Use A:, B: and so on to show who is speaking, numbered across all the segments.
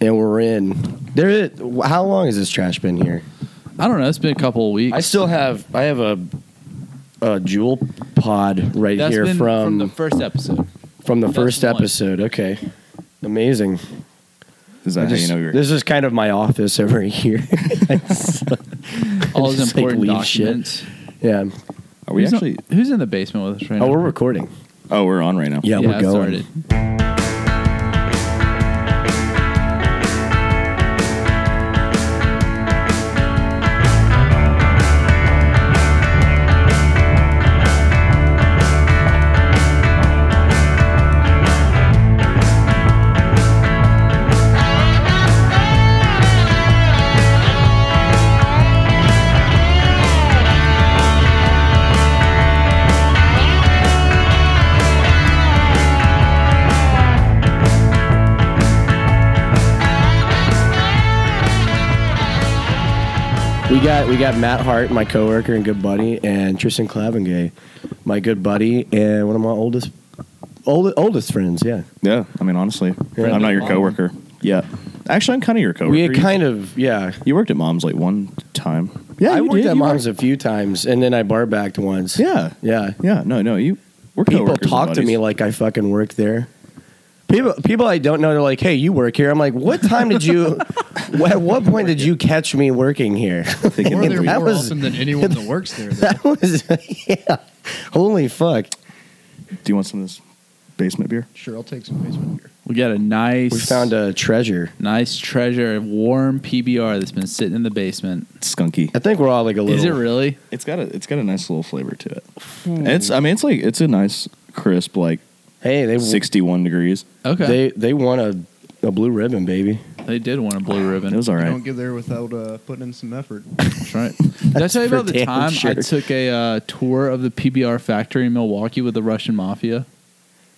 A: and we're in. There, it- how long has this trash been here?
B: I don't know. It's been a couple of weeks.
A: I still have. I have a a jewel pod right
B: That's
A: here
B: been
A: from
B: the first episode.
A: from the
B: that's
A: first
B: one.
A: episode. Okay, amazing.
C: Is that
A: I just-
C: how you know you're?
A: this is kind of my office over here.
B: All
A: just,
B: those
A: like,
B: important
A: leave shit.
B: documents.
A: yeah.
C: are we
B: Who's not-
C: actually?
B: who's in the basement with us right
A: Oh,
B: now?
A: we're recording.
C: oh, we're on right now.
A: Yeah, we're
B: I
A: going.
B: started.
A: We got we got Matt Hart, my coworker and good buddy, and Tristan Clavengay, my good buddy and one of my oldest old, oldest friends. Yeah,
C: Yeah. I mean, honestly,
A: Yeah.
C: I'm not your coworker. Yeah. Actually, I'm kind of your coworker.
A: we had
C: You-
A: kind of yeah.
C: You worked at Mom's like one time.
A: I
C: you
A: worked
C: did.
A: at
C: You
A: mom's a few times, and then I bar backed once.
C: worked- Yeah.
A: yeah.
C: Yeah. No. No. You. We're
A: People
C: coworkers and
A: talk to
C: buddies.
A: me like I fucking work there. People, people I don't know, they're like, "Hey, you work here." I'm like, "What time did you? wh- at what point did you catch me working here?"
C: Thinking
D: We're
C: that
D: there
C: we-
A: That
D: more
A: was-
D: often than anyone that works there. though.
A: that was yeah. Holy fuck!
C: Do you want some of this basement beer?
D: Sure, I'll take some basement beer.
B: We got a nice,
A: We found a treasure.
B: nice treasure, of warm PBR that's been sitting in the basement.
C: Skunky.
A: I think we're all like a little.
B: Is it really?
C: It's got a. It's got a nice little flavor to it.
A: Hmm.
C: It's. I mean, it's like. It's a nice crisp, like
A: Hey, they
C: 61 degrees.
B: Okay,
A: They they won a, a blue ribbon, baby.
B: They did want a blue ribbon.
C: It was all
D: I
C: right.
D: don't get there without uh, putting in some effort.
B: That's right. Did I tell you
A: for
B: about the
A: damn
B: time I
A: sure.
B: took a uh, tour of the PBR factory in Milwaukee with the Russian mafia?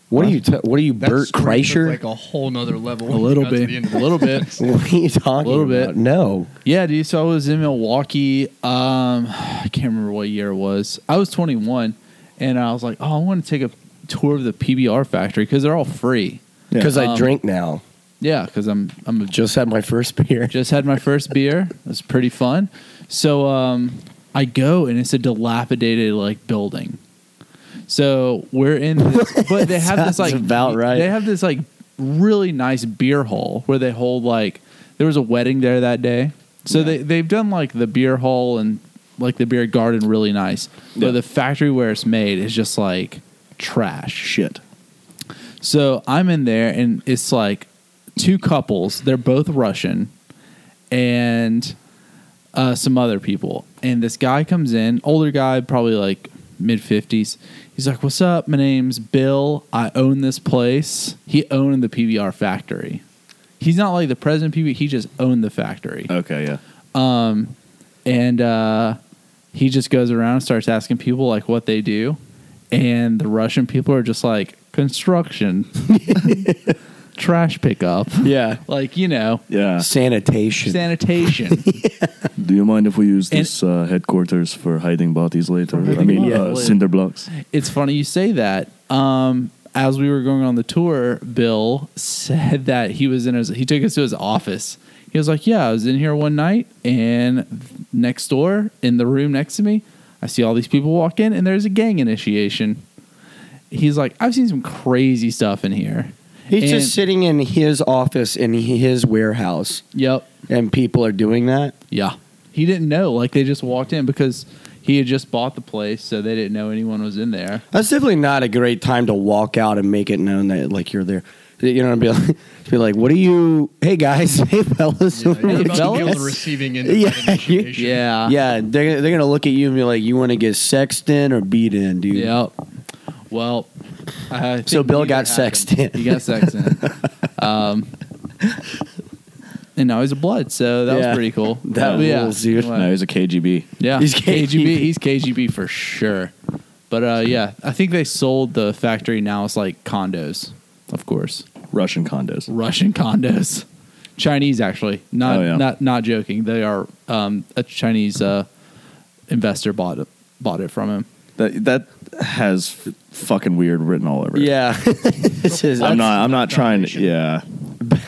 A: What are you ta- what are you
D: That
A: Bert
D: story took,
A: Kreischer?
D: like a whole nother level.
B: A little
D: Got to
B: bit.
D: the end of
B: A little bit.
D: this.
A: what are you talking
B: A little bit.
A: about? No.
B: Yeah, dude. So I was in Milwaukee. Um, I can't remember what year it was. I was 21, and I was like, oh, I want to take a tour of the PBR factory because they're all free.
C: Yeah.
A: Cuz I
B: Um,
A: drink now.
B: Yeah, because I'm I'm a
A: Just had my first beer.
B: Just had my first beer. It was pretty fun. So um, I go and it's a dilapidated like building. So we're in, this, but they have this
A: Sounds
B: like
A: about right.
B: They have this like really nice beer hall where they hold like there was a wedding there that day. So they they've done like the beer hall and like the beer garden really nice, but
C: Yeah.
B: the factory where it's made is just like trash.
C: Shit.
B: So I'm in there, and it's like two couples. They're both Russian, and uh, some other people. And this guy comes in, older guy, probably like mid fifties. He's like, "What's up? My name's Bill. I own this place. He owned the PBR factory. He's not like the president of PBR. He just owned the factory." Um,
C: Okay. Yeah.
B: and uh, he just goes around and starts asking people like what they do, and the Russian people are just like construction, trash pickup,
A: Yeah.
B: like you know,
C: Yeah.
A: Sanitation.
B: sanitation.
C: Do you mind if we use
B: And-
C: this uh, headquarters for hiding bodies later? I
B: hiding
C: mean,
B: bodies
C: uh,
B: later.
C: cinder blocks.
B: it's funny you say that. Um, as we were going on the tour, Bill said that he was in his. He took us to his office. He was like, "Yeah, I was in here one night, and next door in the room next to me, I see all these people walk in, and there's a gang initiation." He's like, "I've seen some crazy stuff in here."
A: He's
B: And-
A: just sitting in his office in his warehouse
B: Yep.
A: and people are doing that.
B: Yeah. He didn't know. Like they just walked in because he had just bought the place, so they didn't know anyone was in there.
A: That's definitely not a great time to walk out and make it known that like you're there. You know, and be like, be like, what are you? Hey guys, hey fellas,
D: Yeah, you're about to be on
B: fellas?
D: the receiving end.
A: Yeah,
D: Of that initiation.
B: Yeah.
A: yeah, they're they're gonna look at you and be like, you want to get sexed in or beat in, dude?
B: Yep. Well,
A: So
B: I think
A: Bill
B: neither
A: got sexed in.
B: He got sexed in. Um, and now he's a blood, so that
A: Yeah.
B: was pretty cool.
A: That
B: But yeah.
A: rules, dude.
B: Anyway,
C: No, he's a KGB.
B: yeah,
A: He's
B: he's KGB.
A: KGB.
B: He's KGB for sure. But uh, yeah, I think they sold the factory. Now it's like condos, of course.
C: Russian condos.
B: Russian condos. Chinese, actually. Not
C: Oh, yeah.
B: not not joking. They are um, a Chinese uh, investor bought it, bought it from him.
C: That that has f- fucking weird written all over it.
A: Yeah. this is,
C: I'm not. I'm not trying to. Yeah,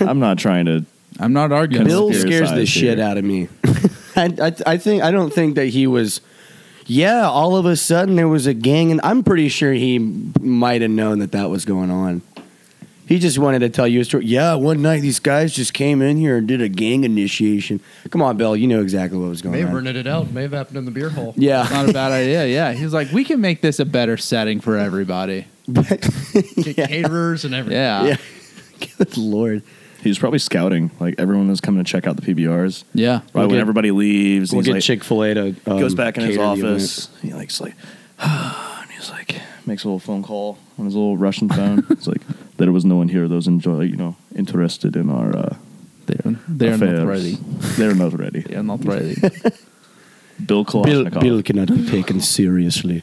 C: I'm not trying to
B: I'm not arguing. with
A: Bill
B: you.
C: Conspiracy
A: scares the shit
C: theory.
A: out of me. I, I, I think I don't think that he was. Yeah, all of a sudden there was a gang, and I'm pretty sure he might have known that that was going on. He just wanted to tell you a story. Yeah, one night these guys just came in here and did a gang initiation. Come on, Bill, you know exactly what was going
D: May have
A: on.
D: rented it out. May have happened in the beer hall.
B: It's not
A: Yeah,
B: a bad idea. Yeah, he's like, we can make this a better setting for everybody.
D: Get Caterers and everything.
B: Yeah,
A: yeah.
B: yeah.
A: Good lord.
C: He was probably scouting. Like everyone was coming to check out the PBRs. Right
A: We'll
C: when
A: get-
C: everybody leaves,
A: We'll
C: he's
A: get
C: like,
A: Chick Fil A to um,
C: goes back in his
A: cater the event.
C: office. He likes like, and he's like makes a little phone call on his little Russian phone. it's like there was no one here that was enjoy, you know, interested in our uh,
B: They're they're
C: affairs.
B: not ready.
C: They're not ready.
B: They're not ready.
A: Bill,
C: Bill Kalashnikov.
A: Bill cannot be taken seriously.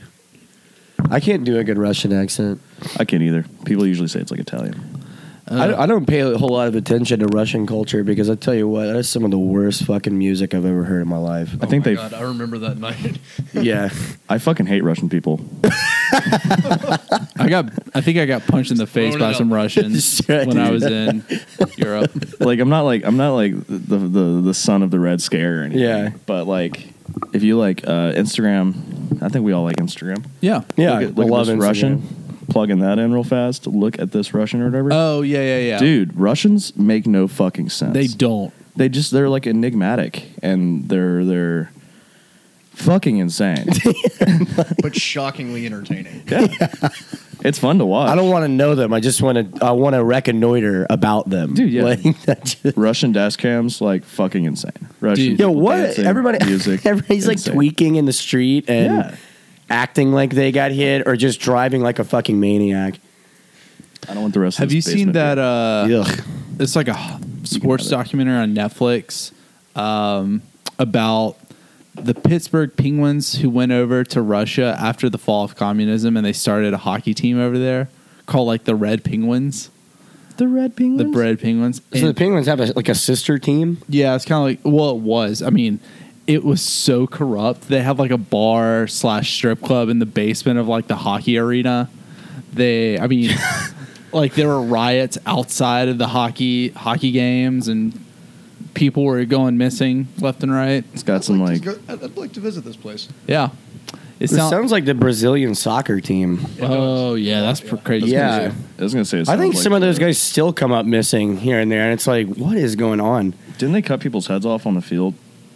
A: I can't do a good Russian accent.
C: I can't either. People usually say it's like Italian.
B: Uh,
A: I, don't, I don't pay a whole lot of attention to Russian culture because I tell you what, that's some of the worst fucking music I've ever heard in my life.
C: I think
D: Oh
C: they.
D: my God, I remember that night.
A: yeah,
C: I fucking hate Russian people.
B: I got. I think I got punched in the face
D: Throwing
B: by
D: it
B: some
D: up.
B: Russians
A: Sure,
B: when I
A: dude.
B: was in Europe.
C: like I'm not like I'm not like the the the son of the Red Scare or anything.
A: Yeah.
C: But like, if you like uh, Instagram, I think we all like Instagram.
B: Yeah.
A: yeah.
C: Look at, look
A: I
C: at
A: love
C: this
A: Instagram.
C: Russian. Plugging that in real fast. Look at this Russian or whatever.
B: Oh yeah yeah yeah.
C: Dude, Russians make no fucking sense.
B: they don't.
C: They just they're like enigmatic and they're they're fucking insane.
D: but shockingly entertaining.
C: it's fun to watch.
A: I don't want to know them. I just want to. I want to reconnoiter about them.
C: Dude, yeah.
A: Like, that just-
C: Russian dash cams like fucking insane. Russian
B: Dude.
A: yo,
C: people
A: what?
C: dancing,
A: Everybody,
C: music,
A: everybody's like
C: insane.
A: tweaking in the street and
C: Yeah.
A: acting like they got hit or just driving like a fucking maniac.
C: I don't want the rest.
B: Have
C: of
B: you
C: this
B: seen
C: basement to be
B: that? Uh,
A: Ugh.
B: it's like a sports
C: You
B: documentary on Netflix um, about the Pittsburgh Penguins who went over to Russia after the fall of communism and they started a hockey team over there called like the Red Penguins.
C: The red penguins.
B: The Red Penguins.
A: So the
B: And-
A: Penguins have a, like a sister team.
B: yeah, it's kind of like well, it was. I mean, it was so corrupt. They have like a bar slash strip club in the basement of like the hockey arena. They, I mean, like there were riots outside of the hockey hockey games, and people were going missing left and right.
C: It's got some like.
D: I'd, like to go- I'd- I'd like to visit this place.
B: Yeah, it,
A: It sounds like the Brazilian soccer team.
B: Oh yeah, that's pr- crazy.
A: Yeah.
C: I was gonna say. it
A: I think
C: sounds
A: some
C: like
A: of those
C: the-
A: guys still come up missing here and there, and it's like, what is going on?
C: didn't they cut people's heads off on the field.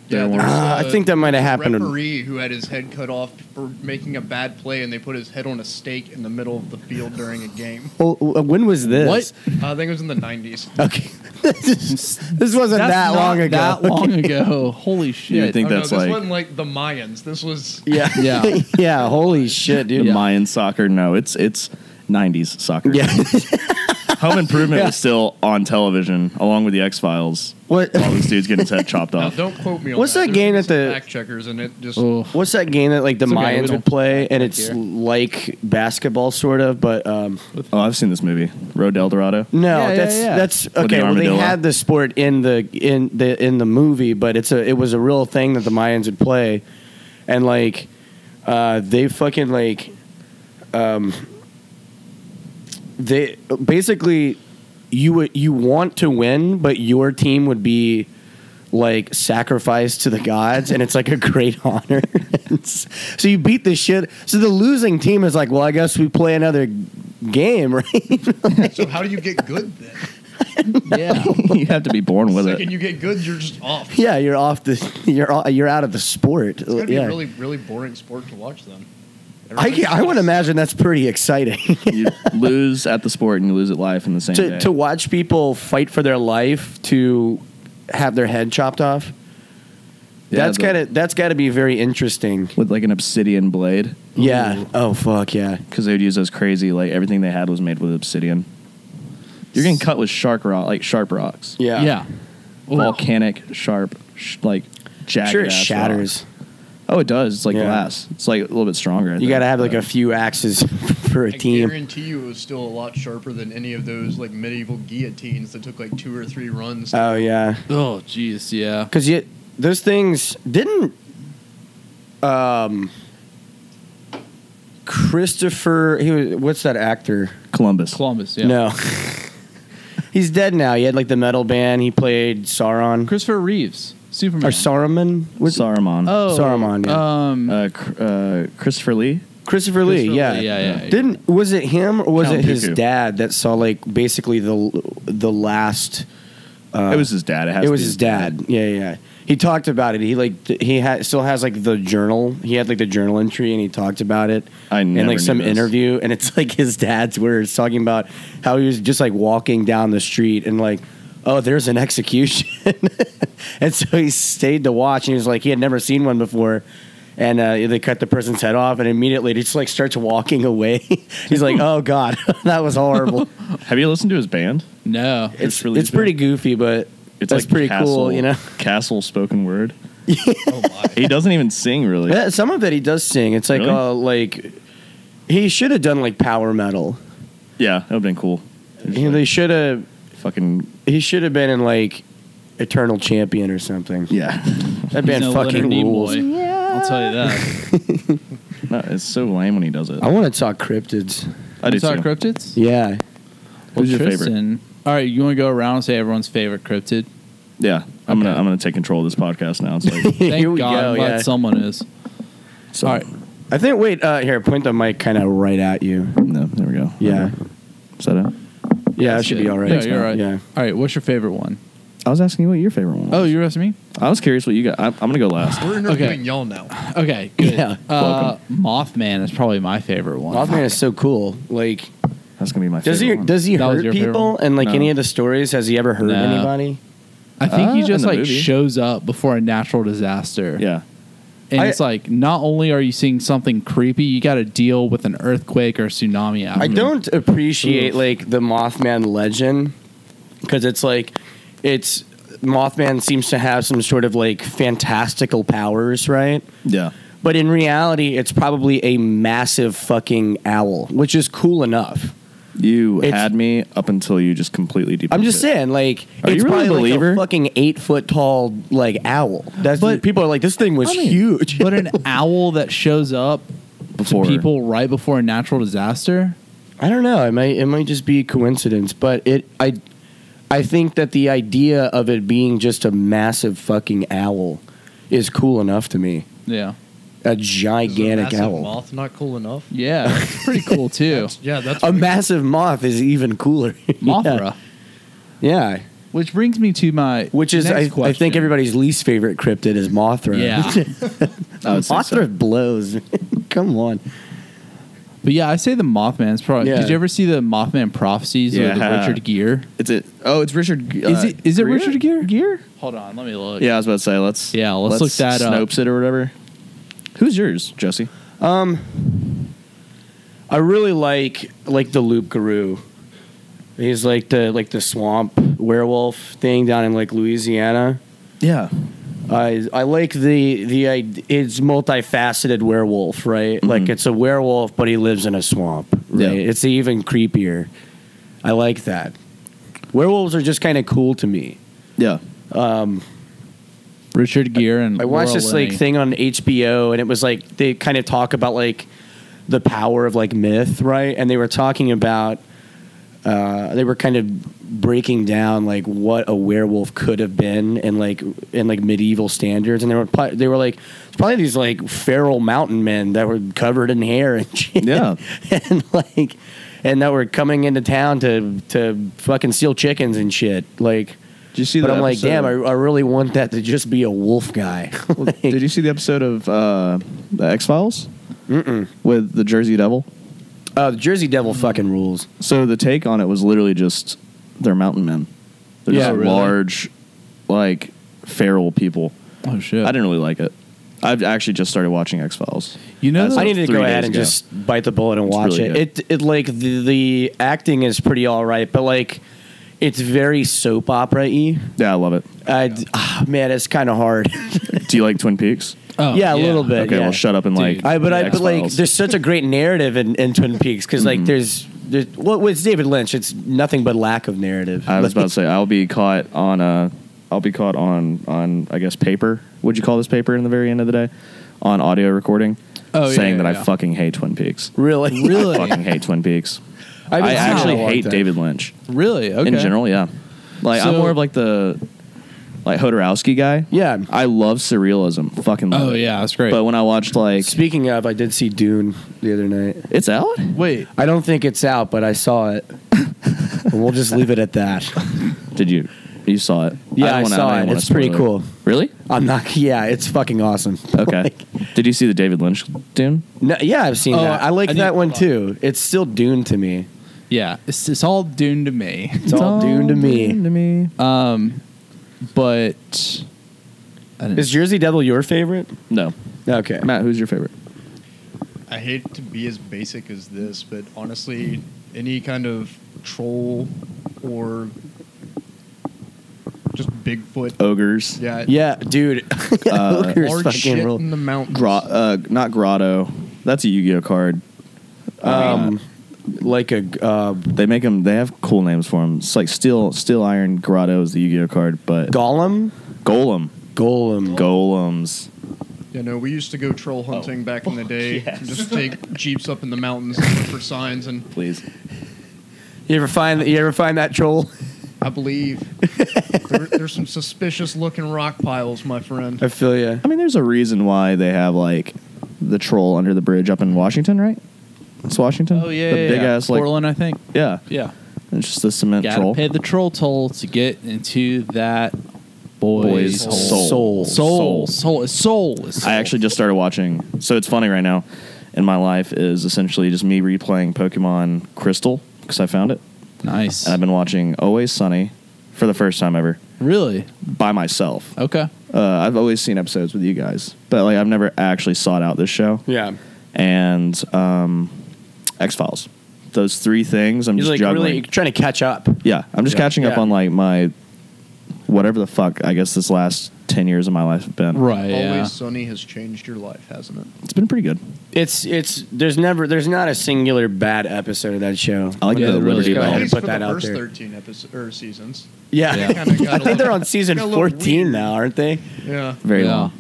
D: Yeah,
C: They
D: there
C: were-
D: was
A: Ah,
D: a
A: I think that might have happened.
D: Referee who had his head cut off for making a bad play, and they put his head on a stake in the middle of the field during a game.
A: Well, uh, when was this?
D: I think it was in the '90s.
A: What? Okay, this, is- this wasn't
B: That's
A: that
B: not
A: long ago.
B: That long ago. Holy shit!
C: would think
D: oh,
C: that's
D: no, this
C: like-
D: wasn't like the Mayans. This was
A: Yeah,
B: Yeah.
A: yeah. Holy shit,
C: The
A: dude.
B: Yeah.
C: Mayan soccer. No, it's it's '90s soccer.
A: Yeah.
C: Home Improvement
A: Yeah.
C: was still on television along with the X Files.
A: What?
C: All these dudes getting his head chopped
D: Now,
C: off.
D: don't quote me on
A: What's
D: that.
A: that
D: There's
A: game
D: been
A: at
D: some
A: the-
D: fact checkers and it just
B: Oh.
A: What's that game that like the
B: It's okay, we
A: Mayans
B: don't-
A: would play, and it's
B: here.
A: like basketball sort of, but um,
C: oh, I've seen this movie, Road to El Dorado.
A: no,
B: Yeah, yeah,
A: that's
B: yeah.
A: that's
C: the
A: okay. Well, they
C: armadillo.
A: had the sport in the in the in the movie, but it's a it was a real thing that the Mayans would play, and like uh, they fucking like um, they basically you would you want to win, but your team would be like sacrificed to the gods, and it's like a great honor. so you beat the shit. So the losing team is like, well, I guess we play another game, right?
D: so how do you get good then?
B: yeah.
C: you have to be born with
D: Second
C: it.
D: you get good, you're just off.
A: yeah, you're off the you're all, you're out of the sport.
D: It's gonna be
A: yeah.
D: a really, really boring sport to watch then.
A: I, can- I would imagine that's pretty exciting
C: you lose at the sport and you lose at life in the same
A: to,
C: day.
A: to watch people fight for their life to have their head chopped off.
C: Yeah,
A: that's
C: the-
A: gotta that's gotta be very interesting.
C: with like an obsidian blade
A: Yeah. Oh fuck yeah.
C: because they would use those crazy like everything they had was made with obsidian. You're getting cut with shark rock, like sharp rocks.
A: Yeah.
B: Yeah.
C: volcanic, sharp, sh- like jagged.
A: sure, it
C: ass
A: shatters.
C: rocks. Oh, it does. It's like
A: Yeah.
C: glass. It's like a little bit stronger. I
A: You
C: think,
A: gotta have like a
C: but-
A: few axes for a
D: I
A: team.
D: guarantee you it was still a lot sharper than any of those like medieval guillotines that took like two or three runs.
A: Oh yeah,
B: Oh jeez. Yeah.
A: because you those things didn't. Um, Christopher, he was what's that actor?
C: Columbus.
B: Columbus. Yeah.
A: No, He's dead now. He had like the metal band. He played Sauron
B: Christopher Reeves, Superman.
A: or Saruman.
C: With Saruman.
B: oh,
A: Saruman, yeah.
B: Um,
C: Uh, Cr- uh, Christopher Lee.
A: Christopher Lee,
B: Christopher
A: yeah.
B: Lee, yeah, yeah, yeah.
A: Didn't was it him or was
C: Count
A: it his
C: Dooku.
A: dad that saw like basically the the last? Uh,
C: it was his dad. It, has
A: it
C: to
A: was
C: be
A: his dad. Yeah, yeah. He talked about it. He like th- he ha- still has like the journal. He had like the journal entry, and he talked about it
C: I
A: in
C: never
A: like
C: knew
A: some
C: this.
A: interview. And it's like his dad's where it's talking about how he was just like walking down the street and like, oh, there's an execution, and so he stayed to watch. And he was like, he had never seen one before. And uh, they cut the person's head off, and immediately he just like starts walking away. He's like, "Oh God, that was horrible."
C: Have you listened to his band?
B: no.
A: it's it's,
C: really
A: pretty goofy, but it's that's pretty cool, you know.
C: Castle spoken word.
D: Oh my.
C: He doesn't even sing really.
A: Yeah, some of it he does sing. It's like
C: Really?
A: uh, like he should have done like power metal.
C: Yeah, that would've been cool.
A: You know, they should have.
C: Fucking
A: He should have been in like Eternal Champion or something.
C: yeah.
A: That
B: He's
A: band
B: no Leonard
A: fucking rules.
B: Nimoy. I'll tell you that.
C: No, it's so lame when he does it.
A: I want to talk cryptids.
C: I do
B: saw
C: too.
B: cryptids.
A: Yeah,
C: Who's your favorite?
B: All right, you want to go around and say everyone's favorite cryptid?
C: Yeah, I'm gonna
B: Okay.
C: I'm gonna take control of this podcast now. It's like,
B: Thank
A: Here we
B: God,
A: go,
B: I'm glad
A: yeah.
B: someone is.
C: so,
B: All right,
A: I think. Wait, uh, here, point the mic kind of right at you.
C: No, there we go.
A: Yeah,
C: Is that it?
A: yeah, that
B: that's
A: should
B: it.
A: be all right.
B: Yeah, you're right.
A: Yeah,
B: All right, what's your favorite one?
C: I was asking you what your favorite one.
B: Oh,
C: was.
B: you're asking me.
C: I was curious what you got. I'm, I'm gonna go last.
D: We're interviewing y'all now.
B: Okay, good.
A: Yeah,
B: uh, Mothman is probably my favorite one.
A: Mothman is so cool. Like,
C: That's gonna be my
A: does
C: favorite.
A: he
C: one.
A: does he
B: That was
A: hurt
B: your favorite
A: people?
B: one?
A: And like
C: No.
A: any of the stories, has he ever hurt
B: No.
A: anybody?
B: I think he
C: Ah, in
B: just
C: the
B: like
C: movie.
B: shows up before a natural disaster.
C: yeah,
B: and
A: I-
B: it's like not only are you seeing something creepy, you got to deal with an earthquake or tsunami. After.
A: I
C: Mm-hmm.
A: don't appreciate
B: Oof.
A: like the Mothman legend because it's like it's Mothman seems to have some sort of like fantastical powers, right?
C: yeah.
A: But in reality, it's probably a massive fucking owl, which is cool enough.
C: You
A: It's-
C: had me up until you just completely debunked
A: I'm just
C: it.
A: saying, like,
C: Are
A: it's
C: you really
A: probably
C: a
A: like
C: believer?
A: a fucking eight foot tall like owl. That's
B: But-
A: people are like, this thing was
B: I mean,
A: huge.
B: but an owl that shows up
C: before
B: to people right before a natural disaster.
A: I don't know. It might it might just be coincidence, but it I I think that the idea of it being just a massive fucking owl is cool enough to me.
B: Yeah,
A: A
D: Is a
A: gigantic
D: massive
A: owl.
D: Moth not cool enough.
B: yeah, that's pretty cool too.
D: That's- yeah, that's
A: A massive moth is even cooler.
B: Mothra,
A: Yeah. Yeah.
B: which brings me to my
A: Which is
B: next
A: I, I
B: question.
A: think everybody's least favorite cryptid is Mothra.
B: Yeah,
C: I would say
A: Mothra
C: so.
A: blows. Come on.
B: but yeah, I say the Mothman's probably.
A: Yeah.
B: Did you ever see the Mothman prophecies with
C: Yeah.
B: Richard Gere?
C: It's it. Oh, it's Richard. G-
B: Is
C: uh,
B: it- is it
C: Gere?
B: Richard Gere?
C: Gere?
B: Hold on, let me look.
C: Yeah, I was about to say let's.
B: Yeah, let's look that up.
C: Snopes it or whatever. Who's yours, Jesse?
A: I really like like the Loop Guru. He's like the like the swamp werewolf thing down in like Louisiana.
C: Yeah,
A: I I like the the id- it's multifaceted werewolf, right? Like it's a werewolf, but he lives in a swamp. Right?
C: Yeah.
A: It's even creepier. I like that. Werewolves are just kind of cool to me.
C: yeah.
B: Richard Gere and
A: I watched
B: Laura
A: this
B: Linney.
A: like thing on HBO, and it was like they kind of talk about like the power of like myth, right? And they were talking about uh, they were kind of breaking down like what a werewolf could have been and like in like medieval standards, and they were pl- they were like it's probably these like feral mountain men that were covered in hair and shit,
C: Yeah.
A: and like and that were coming into town to to fucking steal chickens and shit, like.
C: Did you see?
A: But
C: the
A: I'm like, damn, I,
C: episode-
A: I really want that to just be a wolf guy.
C: Well, did you see the episode of uh, the X Files with the Jersey Devil?
A: Uh, the Jersey Devil fucking rules.
C: So the take on it was literally just they're mountain men. They're
B: Yeah, Oh,
C: just
B: really.
C: large, like feral people.
B: Oh shit!
C: I didn't really like it. I've actually just started watching X Files.
B: You know,
C: That's
B: the-
A: I need to
C: three
A: go
C: days
A: ahead and
C: ago.
A: just bite the bullet and
C: It's
A: watch
C: really
A: it. It it like the, the acting is pretty all right, but like it's very soap opera y.
C: Yeah, I love it.
A: ah, man, it's kind of hard.
C: Do you like Twin Peaks?
B: Oh,
A: yeah, a little bit.
C: Okay,
A: yeah.
C: well, shut up and like.
B: Dude.
A: I but
C: the
A: I but like
C: X-Files. Mm-hmm.
A: there's such a great narrative in, in Twin Peaks because like there's there's well it's David Lynch. It's nothing but lack of narrative.
C: I was
A: Like,
C: about to say I'll be caught on a. I'll be caught on on I guess paper. Would you call this paper in the very end of the day? On audio recording,
B: Oh, yeah,
C: saying
B: yeah,
C: that
B: yeah.
C: I fucking hate Twin Peaks.
A: really
C: I fucking hate Twin Peaks.
A: I've been
C: I
A: seeing it
C: actually
A: a long
C: hate
A: time.
C: David Lynch
B: Really? Okay.
C: in general. Yeah, like I'm
B: So-
C: more of like the like Hodorowski guy.
A: Yeah.
C: I love surrealism. Fucking love
B: Oh
C: it.
B: yeah, that's great.
C: But when I watched like
A: Speaking of, I did see Dune the other night.
C: it's out.
B: Wait,
A: I don't think it's out, but I saw it. And we'll just leave it at that.
C: Did you? You saw it?
A: Yeah,
C: don't
A: I
C: wanna-
A: saw
C: don't
A: it.
C: wanna
A: It's pretty
C: spoil it.
A: cool.
C: Really?
A: I'm not. Yeah, it's fucking awesome.
C: Okay.
A: Like,
C: Did you see the David Lynch Dune?
A: no, yeah, I've seen
B: Oh,
A: that. I like
B: I need-
A: that one
B: hold
A: too. It's still Dune to me.
B: yeah, it's, it's all Dune to me.
A: It's all Dune to me.
C: Dune to me.
B: Um, but I didn't-
A: Is Jersey Devil your favorite?
C: No,
A: Okay.
C: Matt, who's your favorite?
D: I hate to be as basic as this, but honestly, any kind of troll or just Bigfoot.
C: Oh, Ogres.
D: Yeah.
A: Yeah, dude.
C: Uh,
A: Hooker's
D: Large
A: fucking
D: shit
A: rule.
D: in the mountains.
C: Gro- uh, not Grotto. That's a Yu-Gi-Oh card.
A: Um, like a uh,
C: They make them. They have cool names for them. It's like Steel Steel Iron Grotto is the Yu-Gi-Oh card, but
A: golem.
C: Golem.
B: Oh.
A: Golem.
C: Golems.
D: Yeah, no, we used to go troll hunting back in the day. Just take jeeps up in the mountains and look for signs, and
C: Please.
A: You ever find that? You ever find that troll?
D: I believe there, there's some suspicious looking rock piles, my friend.
A: I feel you.
C: I mean, there's a reason why they have like the troll under the bridge up in Washington, right? It's Washington.
B: oh yeah,
C: the
B: yeah,
C: big
B: yeah.
C: ass like
B: Portland, I think.
C: yeah.
B: Yeah,
C: It's just the cement
B: gotta
C: troll.
B: pay the troll toll to get into that boy's,
C: Boy's
B: hole.
A: Soul.
C: soul.
B: soul, soul, It's soul. It's soul.
C: I actually just started watching. So it's funny right now. In my life is essentially just me replaying Pokemon Crystal because I found it,
B: nice.
C: and I've been watching Always Sunny for the first time ever
B: really
C: by myself.
B: okay.
C: Uh, I've always seen episodes with you guys, but like I've never actually sought out this show.
A: Yeah.
C: And um, X Files, those three things. I'm
A: You're
C: just
A: like
C: juggling.
A: really trying to catch up.
C: Yeah, I'm just
A: Yeah.
C: catching up
A: Yeah.
C: on like my whatever the fuck I guess this last ten years of my life have been.
B: Right. Oh, yeah.
D: Always Sunny has changed your life, hasn't it?
C: It's been pretty good.
A: It's it's there's never there's not a singular bad episode of that show.
C: I like
B: Yeah,
C: the
B: really
C: Liberty
A: good.
C: Bell.
A: had
D: At
A: to
D: least
A: put
D: for
A: that
D: the
A: out
D: first
A: there.
D: thirteen episodes or seasons.
A: Yeah.
B: Yeah.
D: Kinda got a
A: I think
D: little-
A: they're on season
D: got a little
A: 14
D: weird.
A: now, aren't they?
D: Yeah.
C: Very
B: Yeah.
C: long.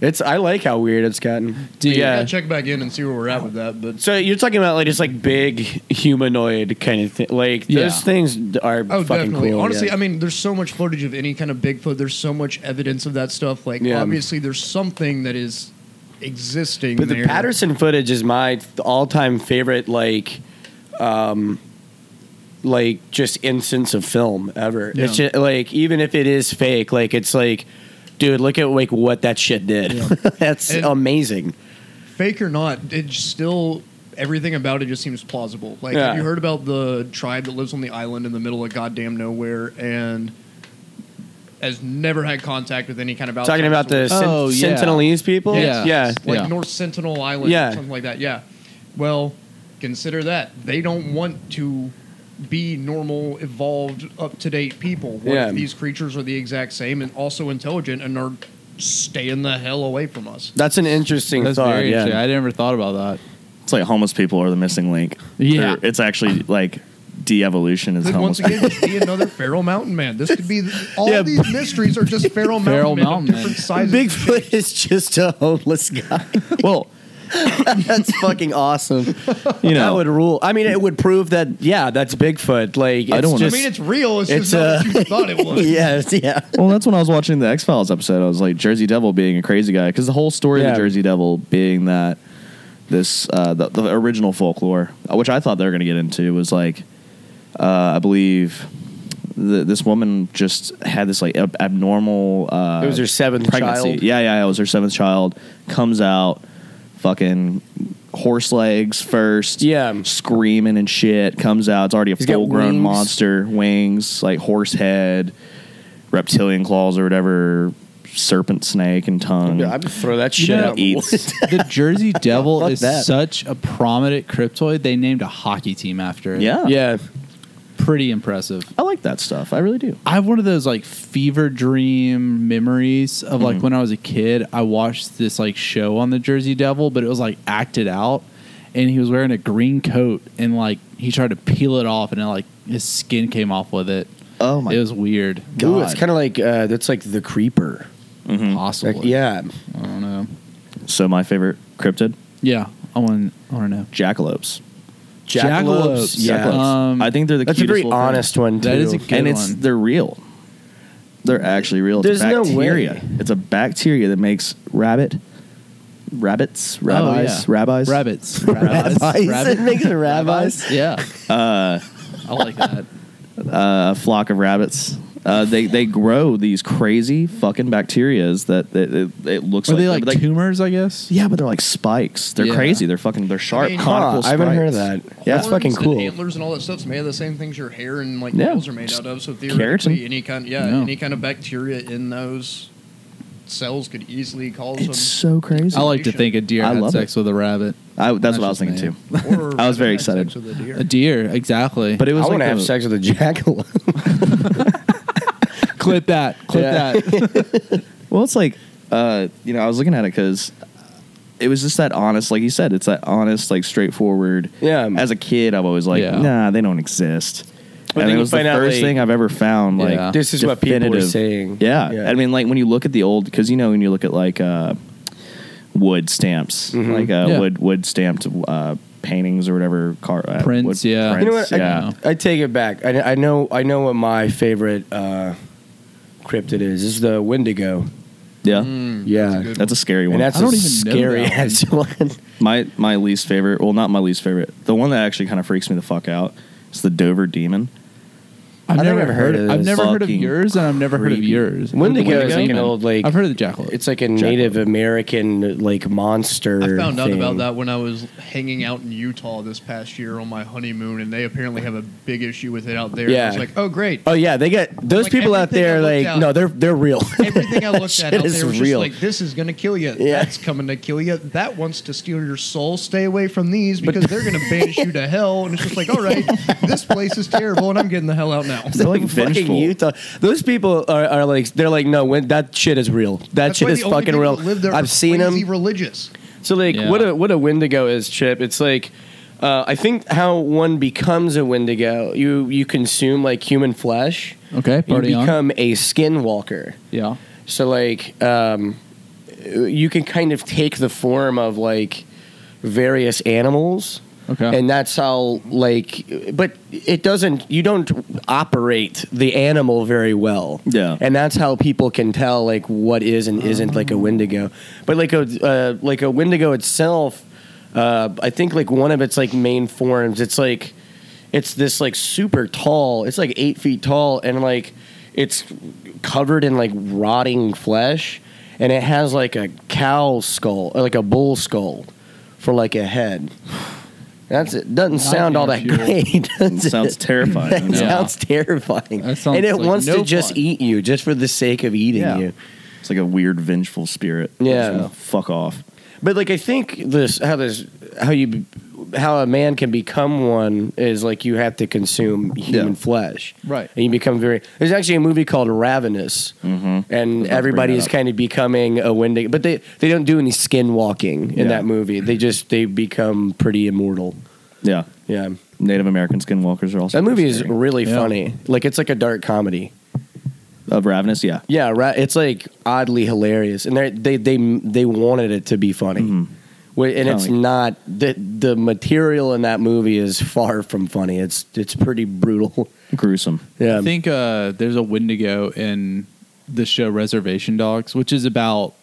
A: It's I like how weird it's gotten.
B: Dude,
D: Yeah.
B: yeah.
D: gotta check back in and see where we're at with that. But
A: So you're talking about like just like big humanoid kind of thing. Like
B: Yeah.
A: those things are
D: oh,
A: fucking
D: definitely.
A: cool.
D: Honestly,
A: yeah.
D: I mean, there's so much footage of any kind of Bigfoot. There's so much evidence of that stuff. Like,
A: Yeah.
D: obviously, there's something that is existing.
A: But the
D: there.
A: Patterson footage is my all-time favorite, like, um, like just instance of film ever. It's
D: Yeah.
A: just like even if it is fake, like it's like, dude, look at like what that shit did.
D: Yeah.
A: That's
D: And-
A: amazing.
D: fake or not, it just still everything about it just seems plausible. Like,
A: Yeah.
D: have you heard about the tribe that lives on the island in the middle of goddamn nowhere and has never had contact with any kind of outside
A: Talking about the
D: source?
A: Sen-
B: Oh, yeah.
A: Sentinelese people.
B: Yeah.
A: yeah,
D: like
B: Yeah.
D: North Sentinel Island
A: Yeah.
D: or something like that. Yeah. Well, consider that they don't want to be normal, evolved, up to date people. What
A: Yeah.
D: if these creatures are the exact same and also intelligent and are staying the hell away from us?
A: That's an interesting
B: That's
A: thought.
B: very
A: yeah.
B: interesting. I never thought about that.
C: It's like homeless people are the missing link.
B: Yeah.
C: They're- it's actually like de-evolution is
D: Could
C: homeless.
D: once again just be another feral mountain man. This could be all
A: Yeah,
D: these mysteries are just feral mountain
B: Feral
D: men of
B: mountain men.
D: different sizes.
A: Bigfoot is just a homeless guy.
C: well,
A: that's fucking awesome.
C: you
A: that
C: know,
A: would rule. I mean, it would prove that yeah, that's Bigfoot. Like it's
C: I don't wanna-
D: I
A: just
D: mean, it's real. It's,
A: It's,
D: just not
A: uh,
D: what you thought it was.
A: yes, yeah.
C: well, that's when I was watching the X Files episode. I was like Jersey Devil being a crazy guy because the whole story
A: Yeah.
C: of the Jersey Devil being that this uh, the, the original folklore, uh, which I thought they were going to get into, was like uh, I believe. The, this woman just had this like ab- abnormal. Uh,
A: It was her seventh
C: pregnancy.
A: child.
C: Yeah, yeah, it was her seventh child. Comes out, fucking horse legs first.
A: Yeah.
C: screaming and shit. Comes out. It's already a
A: He's got
C: full grown
A: wings.
C: monster, wings, like horse head, reptilian claws or whatever, serpent snake and tongue.
A: Yeah, I'd throw that
B: You
A: shit
B: know,
A: out.
C: eats.
B: the Jersey Devil
A: Fuck
B: is
A: that.
B: such a prominent cryptoid. They named a hockey team after it.
C: yeah,
A: yeah.
B: pretty impressive.
C: I like that stuff. I really do.
B: I have one of those like fever dream memories of
A: Mm-hmm.
B: like when I was a kid. I watched this like show on the Jersey Devil, but it was like acted out, and he was wearing a green coat and like he tried to peel it off, and it, like his skin came off with it.
C: Oh my
B: it was weird.
A: Ooh, it's
C: God.
A: kind of like uh, that's like the creeper.
B: Possible.
A: Mm-hmm. Like, yeah,
B: I don't know.
C: So my favorite cryptid,
B: Yeah, I want. I want to know.
C: jackalopes.
A: Jackalopes.
B: Jackalopes.
A: Yeah.
C: Jackalopes.
B: Um,
C: I think they're the
A: That's a
C: cutest
A: very
C: little things.
A: honest one, too.
B: That is a good
C: and it's
B: one.
C: they're real. They're actually real. It's
A: There's
C: a
A: no
C: bacteria.
A: way.
C: It's a bacteria that makes rabbit, rabbits, rabbis,
B: Oh, yeah.
C: rabbis,
B: rabbits,
A: rabbis. It makes it rabbis.
B: Yeah,
C: uh,
B: I like that.
C: a flock of rabbits. Uh, they they grow these crazy fucking bacterias that, that it, it looks
B: Are
C: like
B: they like,
C: like-
B: tumors? I guess.
C: yeah, but they're like spikes. They're
B: Yeah.
C: crazy. They're fucking they're sharp
D: I mean,
C: conical.
A: Huh, I haven't heard of
C: spikes.
A: that.
C: Yeah.
A: That's fucking
D: Horns and
A: cool.
D: antlers and all that stuff's made of the same things your hair and like
C: Yeah.
D: nails are made out of. So theoretically,
C: Keratin.
D: any kind, yeah,
B: Yeah.
D: any kind of bacteria in those cells could easily cause
C: It's so crazy.
B: I like to think a deer
C: I
B: had
C: love
B: sex with a rabbit.
C: I, that's what I was
B: That's
C: thinking
B: just
C: too.
D: them. Or
C: I was very
D: had sex
C: excited.
D: with a deer.
B: A deer, exactly.
C: But it was
A: I
C: like
A: want to have
C: the-
A: sex with a jackalope.
B: clip that, clip
A: Yeah.
B: that.
C: Well, it's like, uh, you know, I was looking at it because it was just that honest, like you said, it's that honest, like straightforward.
A: Yeah.
C: As a kid, I've always like,
B: Um, Yeah.
C: nah, they don't exist.
A: But then
C: and it
A: you
C: was the
A: find out,
C: first
A: like,
C: thing I've ever found. Like,
B: Yeah.
A: This is what people are
C: definitive-
A: saying.
C: Yeah.
A: Yeah.
C: I mean, like when you look at the old, because you know, when you look at like uh, wood stamps,
A: Mhm.
C: like uh,
B: Yeah.
C: wood wood stamped uh, paintings or whatever, car uh,
B: Prints,
C: wood
B: yeah.
A: You know
C: prints,
A: what? I,
C: yeah.
A: I take it back. I, I know. I know what my favorite uh, cryptid is. It's the Wendigo.
C: yeah,
B: Mm.
A: Yeah,
D: Hmm, good
C: That's a scary one.
A: and that's
B: I don't
A: a
B: even know
A: scary
B: that one.
A: ass one.
C: My my least favorite, well, not my least favorite. The one that actually kind of freaks me the fuck out is the Dover Demon.
A: I think I've heard of
B: I've
A: this.
B: never heard of
C: Fucking
B: yours, and I've never heard of
C: creepy.
B: yours.
A: Wendigo
C: is like an
B: man.
A: old, like-
B: I've heard of the jackalope.
A: It's like a Native American like monster.
D: I found out
A: thing.
D: about that when I was hanging out in Utah this past year on my honeymoon, and they apparently have a big issue with it out there. I was
A: Yeah.
D: like, oh, great.
A: Oh yeah, they got those
D: Like,
A: people out
D: everything I
A: there.
D: looked
A: Like
D: up-
A: no, they're they're real.
D: Everything I looked at
A: Shit
D: out
A: is
D: there was
A: real.
D: just like, this is going to kill you.
A: Yeah.
D: That's coming to kill you. That wants to steal your soul. Stay away from these because they're going to banish you to hell. And it's just like, all right, this place is terrible, and I'm getting the hell out now.
C: They're like
A: fucking
C: vengeful.
A: Utah. Those people are, are like they're like no, when, that shit is real. That
D: That's
A: shit
D: why
A: is
D: the only
A: fucking
D: people
A: real.
D: that live there are
A: I've seen them.
D: crazy Religious.
A: So like
B: Yeah.
A: what a what a Wendigo is, Chip. It's like uh, I think how one becomes a Wendigo. You you consume like human flesh.
B: okay,
A: You
B: party on.
A: become a skinwalker.
B: Yeah,
A: So like um, you can kind of take the form of like various animals.
B: okay.
A: And that's how, like, but it doesn't, you don't operate the animal very well.
C: Yeah.
A: And that's how people can tell, like, what is and isn't like a Wendigo. But, like, a, uh, like a Wendigo itself, uh, I think, like, one of its, like, main forms, it's like, it's this, like, super tall, it's like eight feet tall, and, like, it's covered in, like, rotting flesh, and it has, like, a cow skull, or, like, a bull skull for, like, a head. That's it. Doesn't sound all that
B: Nightmare
A: great. does it?
C: sounds terrifying.
A: That
C: Yeah.
A: sounds terrifying.
B: That sounds
A: and it
B: like
A: wants
B: no
A: to just
B: fun.
A: eat you, just for the sake of eating
C: Yeah.
A: you.
C: It's like a weird vengeful spirit.
A: Yeah.
C: Just, uh, fuck off.
A: But like, I think this how this how you how a man can become one is like you have to consume human
C: Yeah.
A: flesh,
B: Right.
A: And you become very. There's actually a movie called Ravenous,
C: Mm-hmm.
A: and
C: bring
A: everybody
C: that
A: is
C: up.
A: kind of becoming a Wendigo, but they they don't do any skin walking in
C: Yeah.
A: that movie. They just they become pretty immortal.
C: Yeah,
A: Yeah.
C: Native American skinwalkers are also
A: That movie is
C: scary.
A: really
B: Yeah.
A: funny. Like it's like a dark comedy.
C: of ravenous. Yeah,
A: Yeah, right. It's like oddly hilarious, and they they they they wanted it to be funny,
C: Mm-hmm.
A: Wh- and it's
C: Totally.
A: not. the The material in that movie is far from funny. It's it's pretty brutal.
C: gruesome.
A: yeah,
B: I think uh, there's a Wendigo in the show Reservation Dogs, which is about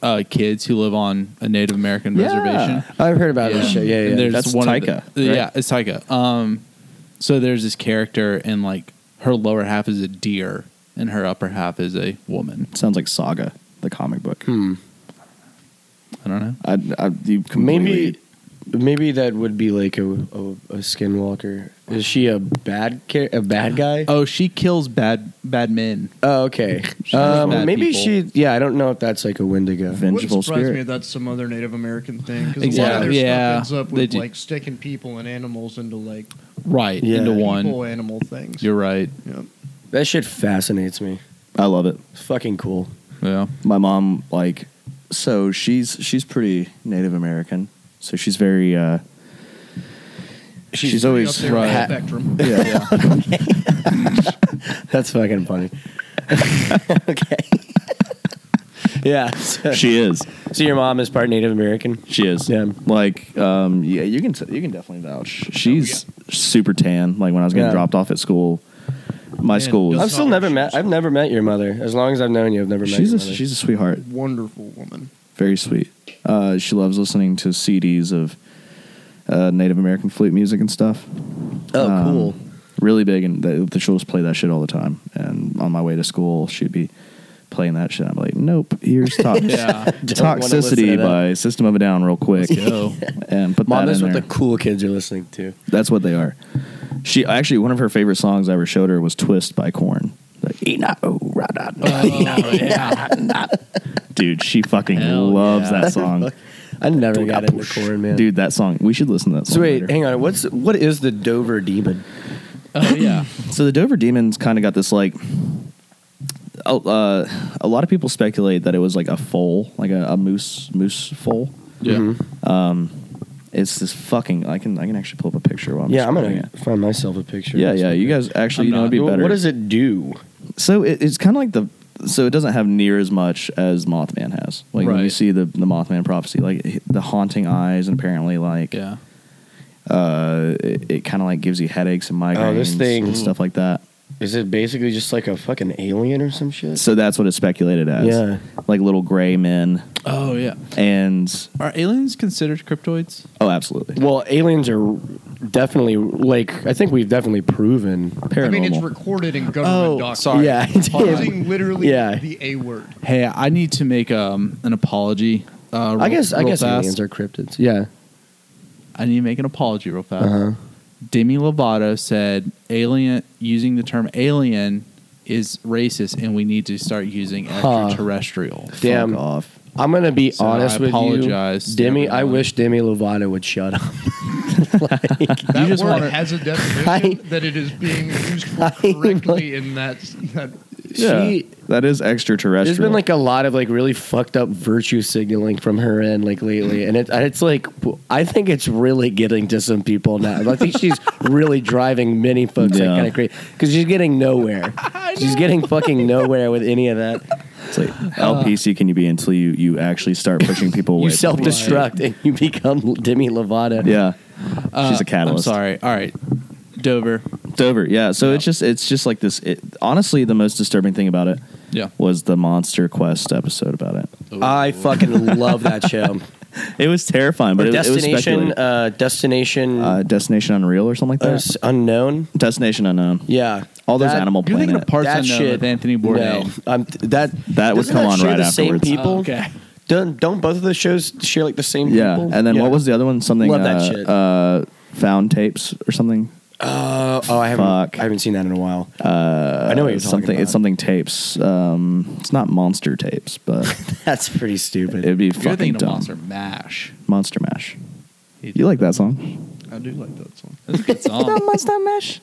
B: uh, kids who live on a Native American
A: Yeah.
B: reservation.
A: I've heard about this show. Yeah,
B: And
A: yeah.
B: There's
C: That's
B: one of
C: Taika,
B: the-
C: right?
B: Yeah, it's Taika. Um, so there's this character, and like her lower half is a deer, and her upper half is a woman.
C: Sounds like Saga, the comic book.
A: Hmm.
B: I don't know.
C: I, I, you completely-
A: Maybe maybe that would be like a, a, a skinwalker. Is she a bad ca- a bad guy?
B: Oh, she kills bad bad men.
A: Oh, okay.
B: She's
A: Um,
B: bad
A: maybe
B: people.
A: she. Yeah, I don't know if that's like a Wendigo.
C: vengeful
D: Wouldn't surprise
C: spirit.
D: me if that's some other Native American thing because a lot
B: Exactly.
D: of their
B: Yeah.
D: stuff ends up
B: They
D: with
B: do.
D: like sticking people and animals into like
B: Right
A: Yeah.
B: into
D: people
B: one.
D: animal things.
B: You're right.
D: Yep.
A: That shit fascinates me.
C: I love it.
A: It's fucking cool.
B: Yeah.
C: my mom like so she's she's pretty Native American, so she's very uh she's,
D: Up
C: always
D: there on the
B: Right.
D: spectrum.
C: yeah,
A: That's fucking funny. okay. yeah. so-
C: she is.
A: So your mom is part Native American.
C: She is.
A: Yeah.
C: Like, um, yeah, you can you can definitely vouch. She's super tan. Like when I was getting
A: Yeah.
C: dropped off at school, my
D: Man,
C: school
D: don't
A: I've
C: was.
A: still never met. I've never met your mother. As long as I've known you, I've never met.
C: She's
A: your
C: a
A: mother.
C: she's a sweetheart.
D: Wonderful woman.
C: Very sweet. Uh, she loves listening to CDs of uh, Native American flute music and stuff.
A: oh
C: um,
A: cool.
C: Really big, and they, they- she'll just play that shit all the time. And on my way to school, she'd be playing that shit. I'm like, nope. Here's tox-
B: Yeah.
A: Don't wanna listen to
C: toxicity
A: that.
C: by System of a Down real quick.
B: go.
C: and put
A: Mom,
C: that
A: that's
C: in
A: what
C: there.
A: the cool kids are listening to.
C: That's what they are. She actually one of her favorite songs I ever showed her was "Twist" by Corn.
B: Oh, yeah.
C: Dude, she fucking
B: Hell
C: loves
B: yeah.
C: that song.
A: I never got into corn, man.
C: Dude, that song. We should listen to that song.
A: So wait,
C: later.
A: hang on. What's what is the Dover demon?
B: Oh, yeah.
C: So the Dover Demons kind of got this like. a- Uh, a lot of people speculate that it was like a foal, like a, a moose moose foal.
B: Yeah.
A: Mm-hmm.
C: It's this fucking. I can I can actually pull up a picture. While I'm
A: Yeah, I'm
C: describing
A: gonna
C: it.
A: find myself a picture.
C: Yeah, yeah. You guys
B: I'm
C: actually, you know,
B: not.
C: it'd be
A: Well,
C: better.
A: What does it do?
C: So it, it's kind of like the so it doesn't have near as much as Mothman has. Like when you
B: Right.
C: see the the Mothman prophecy, like h- the haunting eyes, and apparently like
B: Yeah.
C: uh, it, it kind of like gives you headaches and migraines,
A: Oh, this thing.
C: and stuff like that.
A: Is it basically just like a fucking alien or some shit?
C: So that's what it's speculated as.
A: Yeah.
C: like little gray men,
B: Oh, yeah.
C: and
B: Are aliens considered cryptoids?
C: oh, absolutely.
A: well, aliens are definitely like I think we've definitely proven.
C: paranormal.
D: I mean, it's recorded in government
B: Oh,
D: documents.
B: sorry.
A: Yeah,
D: Using literally
A: Yeah.
D: the A word.
B: Hey, I need to make um, an apology. Uh, real-
A: I guess I
B: real
A: guess
B: fast.
A: aliens are cryptids. Yeah.
B: I need to make an apology real fast.
A: Uh-huh.
B: Demi Lovato said alien using the term alien is racist and we need to start using
A: Huh.
B: extraterrestrial.
C: Fuck
A: Damn.
C: off.
A: I'm gonna be
B: So
A: honest
B: I
A: with
B: apologize
A: you,
B: to
A: Demi. I
B: everyone.
A: wish Demi Lovato would shut up.
D: That
B: just
D: word
B: wanna-
D: has a definition
A: I-
D: that it is being used for
A: I-
D: correctly in that. that
C: Yeah,
A: She-
C: that is extraterrestrial.
A: There's been like a lot of like really fucked up virtue signaling from her end like lately, and it, it's like I think it's really getting to some people now. I think she's really driving many folks
C: Yeah.
A: like kind of crazy because she's getting nowhere. she's getting fucking nowhere with any of that.
C: It's like, how PC can you be until you you actually start pushing people away?
A: You self destruct and you become Demi Lovato.
C: Yeah,
B: Uh,
C: she's a catalyst.
B: I'm sorry. All right. Dover.
C: Dover, yeah. So it's just it's just like this. It, honestly, the most disturbing thing about it
B: Yeah.
C: was the Monster Quest episode about it.
A: I fucking love that show.
C: It was terrifying, but
A: Or
C: it, it was
A: destination,
C: speculated.
A: uh, destination
C: uh, Destination Unreal or something like
A: uh,
C: that.
A: s- unknown.
C: Destination Unknown.
A: Yeah,
C: All those
A: That-
C: Animal
B: You're thinking
C: Planet.
B: of Parts
A: that
B: Unknown
A: shit-
B: with Anthony Bourdain.
A: No, um, that
C: That would
A: doesn't
C: come on
A: share
C: right
A: the same
C: afterwards.
A: people.
B: Oh, okay.
A: Don't don't both of the shows share like the same
C: yeah,
A: people?
C: and then
A: Yeah.
C: what was the other one? Something
A: Love
C: uh,
A: that shit.
C: Uh, found tapes or something.
A: Oh, oh, I haven't
C: Fuck.
A: I haven't seen that in a while. Uh, I know what you're talking
C: something.
A: about.
C: It's something tapes. Um, it's not monster tapes, but
A: that's pretty stupid.
C: it'd be
B: You're
C: fucking
B: thinking
C: dumb.
B: of Monster Mash.
C: Monster Mash. You like that song?
D: I do like that song.
B: That's a good song.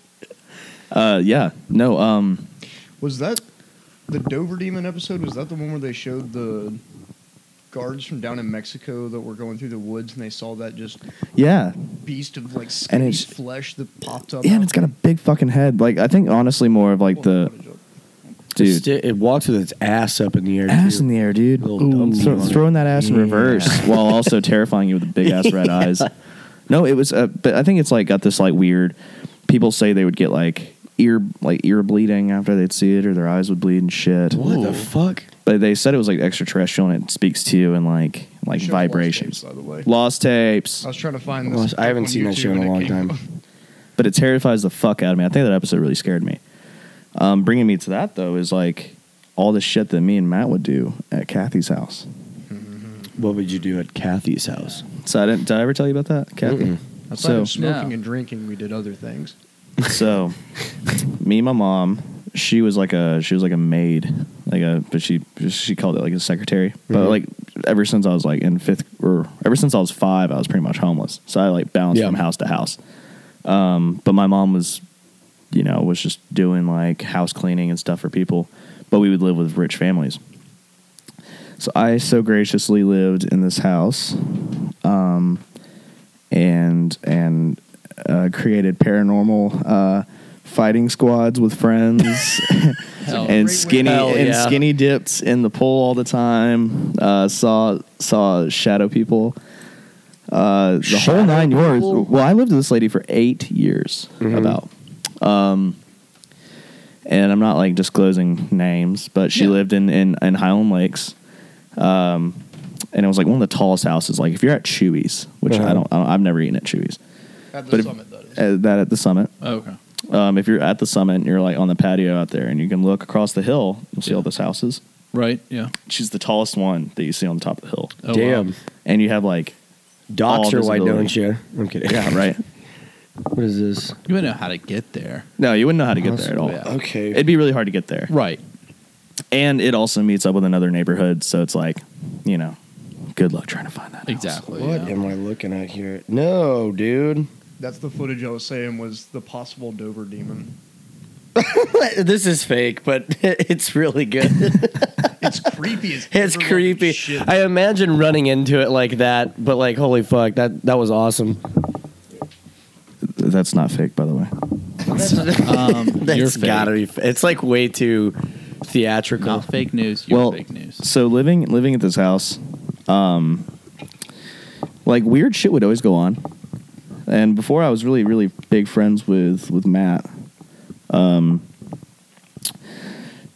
C: Uh, yeah. No. Um,
D: Was that the Dover Demon episode? Was that the one where they showed the guards from down in Mexico that were going through the woods and they saw that just
C: yeah.
D: beast of like skinny
C: it's-
D: flesh that popped up?
C: Yeah, and
D: out
C: it's got a big fucking head. Like I think honestly more of like
D: Pull
C: the
D: footage up.
C: dude
A: Sti- it walks with its ass up in the air.
C: ass
A: too.
C: in the air, dude.
A: Little dumb
C: Thro-
A: fuck.
C: throwing that ass in reverse while also terrifying you with the big ass red eyes. No, it was. Uh, but I think it's like got this like weird. People say they would get like ear like ear bleeding after they'd see it, or their eyes would bleed and shit.
A: What the fuck?
C: But they said it was like extraterrestrial and it speaks to you in like like
D: Showed lost
C: vibrations.
D: tapes, by the way.
C: Lost tapes,
D: I was trying to find
A: Well,
D: this.
A: I haven't
D: on
A: seen that
D: YouTube
A: show in a
D: and it
A: long
D: came
A: time.
D: up.
C: but it terrifies the fuck out of me. I think that episode really scared me. Um, bringing me to that though is like all the shit that me and Matt would do at Kathy's house.
A: What would you do at Kathy's house?
C: So I didn't. Did I ever tell you about that, Kathy?
D: Aside
C: So
D: from smoking
B: No.
D: and drinking, we did other things.
C: so, me and my mom. She was like a she was like a maid, like a but she she called it like a secretary. But
A: Mhm.
C: like ever since I was like in fifth or ever since I was five, I was pretty much homeless. So I like bounced
A: Yeah.
C: from house to house. Um, but my mom was, you know, was just doing like house cleaning and stuff for people. But we would live with rich families. So I so graciously lived in this house, um, and and uh, created paranormal uh, fighting squads with friends
B: Hell.
D: Great way-
C: and skinny
A: Hell
C: and
A: yeah.
C: skinny dipped in the pool all the time. Uh, saw saw shadow people. Uh, the
A: Shadow
C: whole nine yards.
A: people? Mm-hmm.
C: Well, I lived with this lady for eight years, about. Um, and I'm not like disclosing names, but she
B: Yeah.
C: lived in, in in Highland Lakes, um, and it was like one of the tallest houses. Like if you're at Chewy's, which
A: Uh-huh.
C: I, don't, I don't, I've never eaten at Chewy's,
D: At the
C: But if-
D: summit, that is.
C: uh, that at the summit
B: Oh, okay.
C: um, if you're at the summit and you're like on the patio out there and you can look across the hill, you'll see
B: Yeah.
C: all those houses.
B: Right. Yeah.
C: She's the tallest one that you see on the top of the hill.
B: Oh,
A: Damn.
B: wow.
C: And you have like,
A: Docs
C: All
A: her, why
C: visibility.
A: don't you? I'm kidding.
C: yeah, right.
A: What is this?
B: You wouldn't know how to get there.
C: No, you wouldn't know how to get there at all.
B: Yeah.
A: Okay.
C: It'd be really hard to get there.
B: Right.
C: And it also meets up with another neighborhood. So it's like, you know, good luck trying to find that. house.
B: Exactly.
A: what
B: yeah.
A: am I looking at here? No, dude.
D: That's the footage I was saying was the possible Dover demon.
A: this is fake, but it's really good.
D: It's creepy as
A: it's
D: ever
A: creepy.
D: shit.
A: I imagine running into it like that, but like, holy fuck, that that was awesome.
C: That's not fake, by the way.
B: Um, you're
A: That's
B: fake.
A: gotta be. F- it's like way too theatrical.
B: Not fake news. You're
C: Well,
B: fake news.
C: So living living at this house, um, like weird shit would always go on. And before I was really really big friends with with Matt. Um,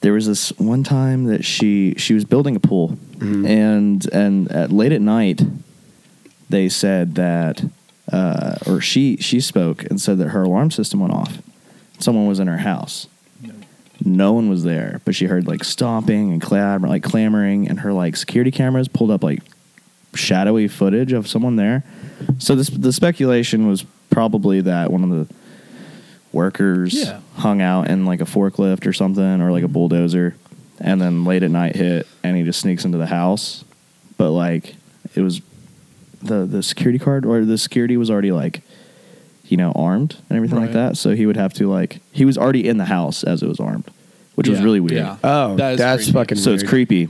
C: there was this one time that she she was building a pool, and and at, late at night, they said that, uh, or she she spoke and said that her alarm system went off. Someone was in her house no one was there, but she heard like stomping and clamor, like clamoring, and her like security cameras pulled up like shadowy footage of someone there. So this the speculation was probably that one of the workers
B: Yeah.
C: hung out in like a forklift or something or like a bulldozer, and then late at night hit, and he just sneaks into the house. But like it was the the security card or the security was already like you know armed and everything like
B: Right.
C: that so he would have to like he was already in the house as it was armed which was
B: Yeah,
C: really weird
B: yeah.
A: Oh,
B: That is
A: that's
B: creepy.
A: fucking.
C: so it's
A: weird.
C: creepy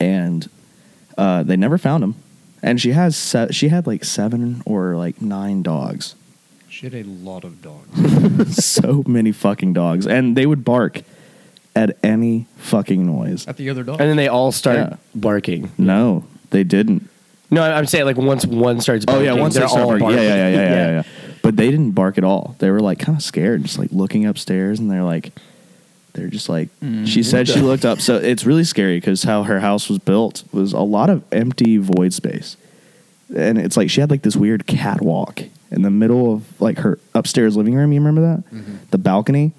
C: and uh, they never found him and she has se- she had like seven or like nine dogs
D: Shit, a lot of dogs.
C: so many fucking dogs and they would bark at any fucking noise
D: At the other dog.
A: And then they all start
C: Yeah.
A: barking.
C: no they didn't
A: No, I- I'm saying like once one starts.
C: Oh
A: Barking,
C: yeah, once they
A: they're
C: start
A: all
C: barking. Yeah,
A: barking.
C: yeah, yeah, yeah, yeah, yeah, yeah. But they didn't bark at all. They were like kind of scared, just like looking upstairs, and they're like, they're just like. She said she looked up, so it's really scary because how her house was built was a lot of empty void space, and it's like she had like this weird catwalk in the middle of like her upstairs living room. You remember that? The balcony,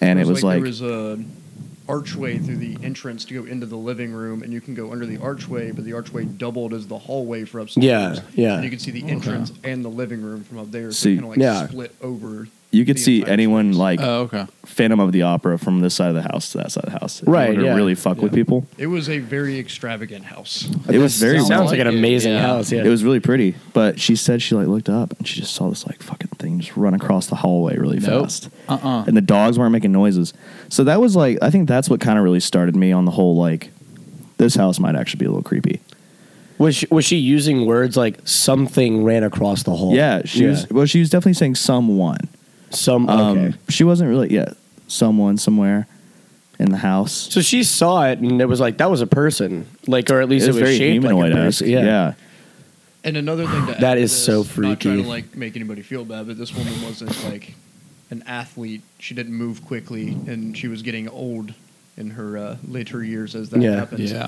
C: and it was like,
D: there was a archway through the entrance to go into the living room, and you can go under the archway, but the archway doubled as the hallway for upstairs.
A: Yeah, yeah.
D: And you can see the entrance and the living room from up there. So,
C: See,
D: kind of like
A: yeah.
D: split over.
C: you could
D: the
C: see
D: entire
C: anyone
D: space.
C: like
B: Oh, okay.
C: Phantom of the Opera from this side of the house to that side of the house. If you
A: Right,
C: wanted
A: yeah.
C: To really fuck with
B: Yeah.
C: people.
D: It was a very extravagant house.
C: It was very
A: Sounds,
C: wild.
A: like an
B: like it,
A: amazing
B: yeah.
A: house. Yeah.
C: It was really pretty, but she said she like looked up and she just saw this like fucking thing just run across the hallway really
B: Nope.
C: fast.
B: Uh-uh.
C: And the dogs weren't making noises. So that was like I think that's what kind of really started me on the whole like this house might actually be a little creepy.
A: Was she, was she using words like something ran across the hall?
C: Yeah, she was well she was definitely saying someone.
A: some.
C: Um
A: Mm, okay.
C: she wasn't really yeah, someone somewhere in the house.
A: So she saw it and it was like that was a person, like or at least
C: It's
A: it was,
C: very
A: shaped like
C: humanoid
A: a
C: esque.
A: person.
C: Yeah. yeah.
D: And another thing to add
A: That
D: to
A: is
D: this,
A: so
D: Not trying
A: freaky.
D: to like make anybody feel bad, but this woman wasn't like an athlete. She didn't move quickly, and she was getting old in her uh, later years as that
A: Yeah.
D: happens.
B: Yeah.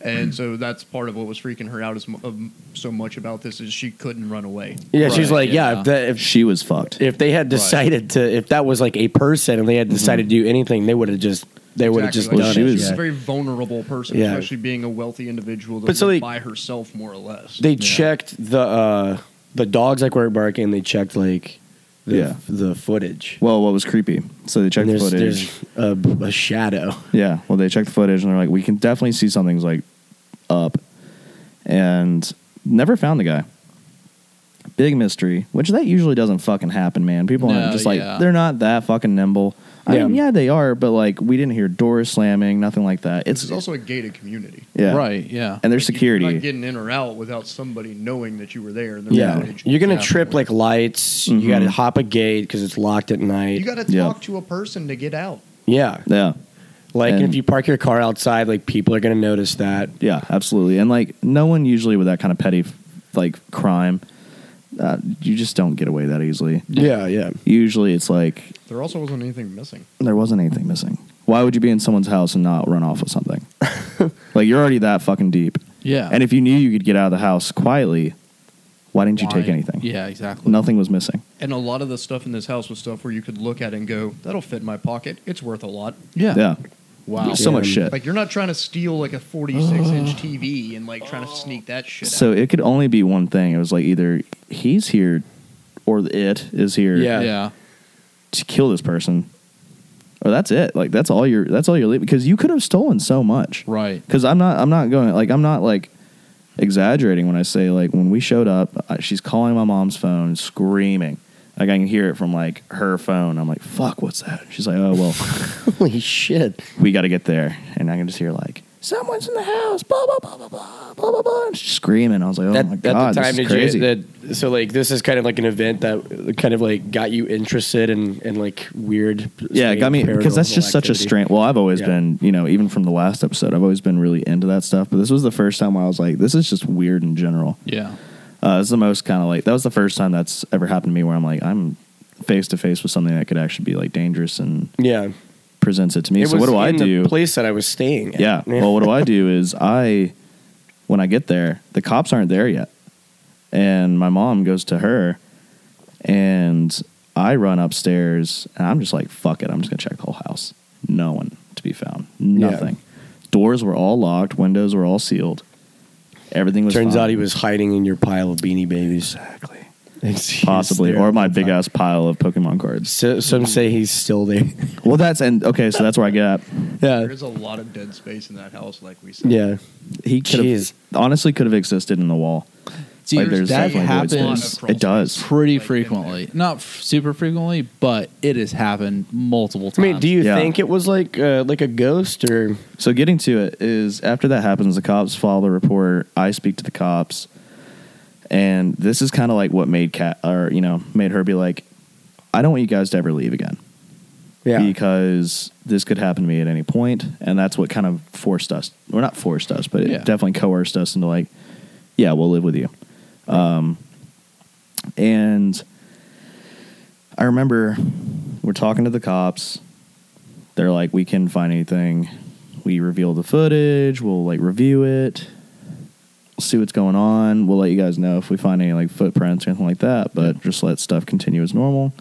D: And so that's part of what was freaking her out as mu- um, so much about this is she couldn't run away.
A: Yeah, she's
B: Right,
A: like, yeah,
B: yeah.
A: if, that, if
C: She was fucked.
A: if they had decided to, if that was like a person and they
C: Mm-hmm.
A: had decided to do anything, they would have just, they would have just
C: Well,
A: done
C: she
A: it.
C: was-
D: She's
A: yeah.
D: a very vulnerable person,
A: Yeah.
D: especially being a wealthy individual that
A: But so
D: lived
A: they-
D: by herself more or less.
A: they checked the uh, the dogs like weren't barking. and They checked like the,
C: Yeah.
A: the footage.
C: Well, what was creepy? So they checked
A: And
C: the
A: there's
C: footage.
A: there's a, a shadow.
C: Yeah. Well, they checked the footage and they're like, we can definitely see something's like up, and never found the guy. Big mystery, which that usually doesn't fucking happen, man. People
B: No,
C: aren't just like
B: yeah.
C: they're not that fucking nimble. I mean,
A: Yeah.
C: yeah, they are, but like we didn't hear doors slamming, nothing like that. It's
D: It's also a gated community.
C: yeah,
B: Right. Yeah.
C: And there's
D: Like, You're
C: security.
D: not getting in or out without somebody knowing that you were there. And they're
C: Yeah.
D: gonna let you
A: You're gonna
D: down.
A: trip like lights. You
C: Mhm.
A: got to hop a gate because it's locked at night.
D: You got to talk
C: Yeah.
D: to a person to get out.
A: yeah,
C: Yeah,
A: like
C: And-
A: if you park your car outside, like people are gonna notice that.
C: yeah, absolutely. And like no one usually with that kind of petty like crime, uh, you just don't get away that easily.
A: Yeah, yeah.
C: Usually, it's like
D: There also wasn't anything missing.
C: there wasn't anything missing. Why would you be in someone's house and not run off with something? like you're already that fucking deep.
B: yeah.
C: And if you knew you could get out of the house quietly, why didn't you take anything?
B: Yeah. Exactly.
C: Nothing was missing.
D: And a lot of the stuff in this house was stuff where you could look at it and go, "That'll fit in my pocket. It's worth a lot."
B: Yeah.
C: Yeah.
B: Wow.
C: So
A: Yeah.
C: much shit.
D: Like you're not trying to steal like a 46 inch TV and like trying to sneak that shit.
C: Oh. so
D: out.
C: it could only be one thing. It was like either he's here or it is here
A: Yeah.
B: Yeah.
C: to kill this person. Or that's it. Like that's all your that's all you're leaving because you could have stolen so much.
B: Right.
C: Because I'm not I'm not going like I'm not like exaggerating when I say like when we showed up, I, she's calling my mom's phone, screaming. Like I can hear it from like her phone. I'm like, fuck, what's that? She's like, oh well,
A: Holy shit!
C: we got to get there. And I can just hear like, someone's in the house, blah, blah, blah, blah, blah, blah, blah, blah. And she's screaming. I was like, oh
A: That-
C: my God,
A: at the time,
C: this is
A: did you-
C: crazy.
A: that- so like this is kind of like an event that kind of like got you interested in in like weird.
C: yeah, it got me, because that's
A: paranormal
C: just such a
A: activity.
C: strange, well, I've always
A: Yeah.
C: been, you know, even from the last episode, I've always been really into that stuff. But this was the first time where I was like, this is just weird in general.
B: Yeah.
C: Uh, it's the most kind of like, that was the first time that's ever happened to me where I'm like, I'm face to face with something that could actually be like dangerous and
A: Yeah.
C: presents it to me.
A: It
C: so what
A: was
C: do I
A: in
C: do?
A: The place that I was staying. At.
C: Yeah. Well, what do I do is I, when I get there, the cops aren't there yet. And my mom goes to her and I run upstairs and I'm just like, fuck it. I'm just going to check the whole house. No one to be found.
A: Yeah.
C: Nothing. Doors were all locked. Windows were all sealed. Everything was
A: Turns
C: fine.
A: out he was hiding in your pile of Beanie Babies.
C: Exactly.
A: It's-
C: Possibly.
A: he's there
C: Or
A: all
C: my
A: the
C: big
A: time.
C: ass pile of Pokemon cards.
A: So, some say he's still there.
C: Well, that's, and okay, so that's where I get at.
A: yeah.
D: there's a lot of dead space in that house, like we said.
A: Yeah.
C: He could have,
A: Jeez.
C: honestly, could have existed in the wall.
B: See,
C: like, there's
B: that
C: definitely void space.
B: happens
D: space.
C: It does.
B: pretty
D: Like, in
B: frequently. Not f- super frequently, but it has happened multiple times.
A: I mean, do you
C: Yeah.
A: think it was like uh, like a ghost or?
C: So getting to it is after that happens, the cops file the report. I speak to the cops, and this is kind of like what made Cat or you know made her be like, "I don't want you guys to ever leave again
A: Yeah.
C: because this could happen to me at any point." And that's what kind of forced us, or not forced us, but
B: Yeah.
C: it definitely coerced us into like, "Yeah, we'll live with you." Um, and I remember we're talking to the cops. They're like, we can find anything. We reveal the footage. We'll like review it. We'll see what's going on. We'll let you guys know if we find any like footprints or anything like that. But just let stuff continue as normal.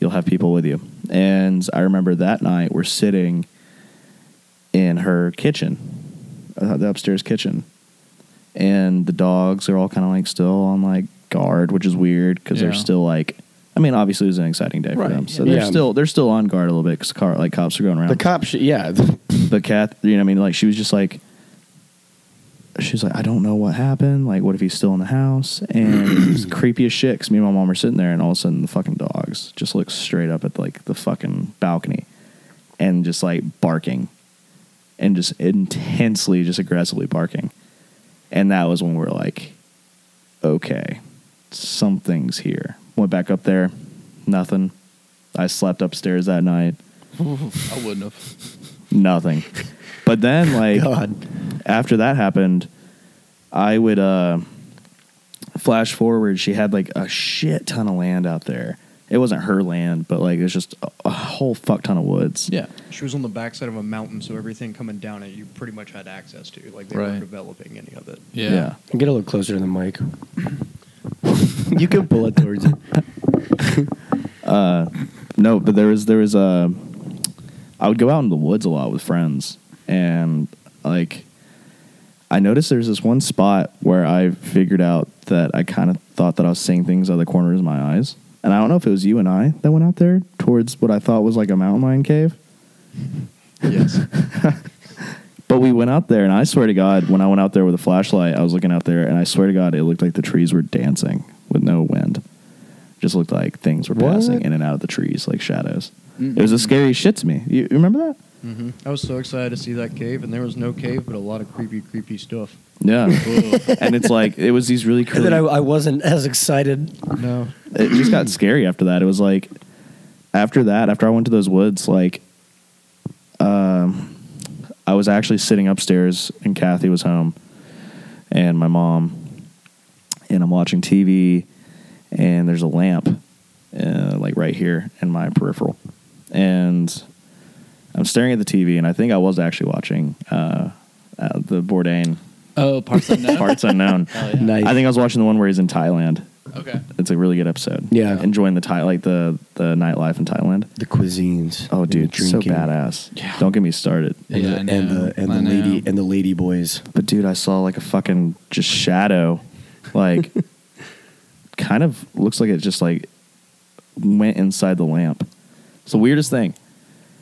C: You'll have people with you. And I remember that night we're sitting in her kitchen, uh, the upstairs kitchen, and the dogs are all kind of like still on like guard, which is weird because they're
B: Yeah.
C: still like. I mean, obviously it was an exciting day
B: Right,
C: for them, so
A: yeah.
C: they're
A: Yeah.
C: still they're still on guard a little bit because car like cops are going around.
A: the cop. Sh- yeah.
C: but Kath, you know, what I mean, like she was just like, she was like, I don't know what happened. Like, what if he's still in the house? And it was creepy as shit. Because me and my mom were sitting there, and all of a sudden, the fucking dogs just look straight up at like the fucking balcony, and just like barking, and just intensely, just aggressively barking. And that was when we were like, okay, something's here. Went back up there, nothing. I slept upstairs that night
B: I wouldn't have.
C: nothing. But then like
A: God.
C: after that happened, I would uh flash forward, she had like a shit ton of land out there. It wasn't her land, but like it was just a, a whole fuck ton of woods.
B: Yeah.
D: She was on the backside of a mountain, so everything coming down it, you pretty much had access to. Like they
B: Right.
D: weren't developing any of it.
B: Yeah.
A: Get a little closer to the mic. you can pull it towards it.
C: No, but there was there was a I would go out in the woods a lot with friends and like I noticed there's this one spot where I figured out that I kind of thought that I was seeing things out of the corners of my eyes. And I don't know if it was you and I that went out there towards what I thought was like a mountain lion cave.
D: Yes.
C: But we went out there, and I swear to God, when I went out there with a flashlight, I was looking out there, and I swear to God, it looked like the trees were dancing with no wind. Just looked like things were
A: What?
C: passing in and out of the trees like shadows.
E: Mm-hmm.
C: It was the scariest shit to me. You, you remember that?
D: hmm I was so excited to see that cave, and there was no cave, but a lot of creepy, creepy stuff.
C: Yeah.
D: Ugh,
C: and it's like it was these really.
E: And then I,
C: creepy-
E: I wasn't as excited.
D: no.
C: it just got scary after that. It was like after that, after I went to those woods, like um I was actually sitting upstairs and Kathy was home and my mom and I'm watching TV and there's a lamp uh, like right here in my peripheral. And I'm staring at the TV and I think I was actually watching uh, uh the Bourdain
B: Oh, parts unknown.
C: parts unknown.
B: Oh, yeah.
A: Nice.
C: I think I was watching the one where he's in Thailand.
B: Okay.
C: It's a really good episode.
A: Yeah.
C: enjoying the Thai like the the nightlife in Thailand.
A: the cuisines.
C: Oh,
A: and
C: dude,
A: the
C: so badass. Don't get me started.
A: And,
B: Yeah, I
A: the, and
B: know.
A: the and
B: I
A: the lady
B: know.
A: and the lady boys.
C: But dude, I saw like a fucking just shadow, like kind of looks like it just like went inside the lamp. It's the weirdest thing.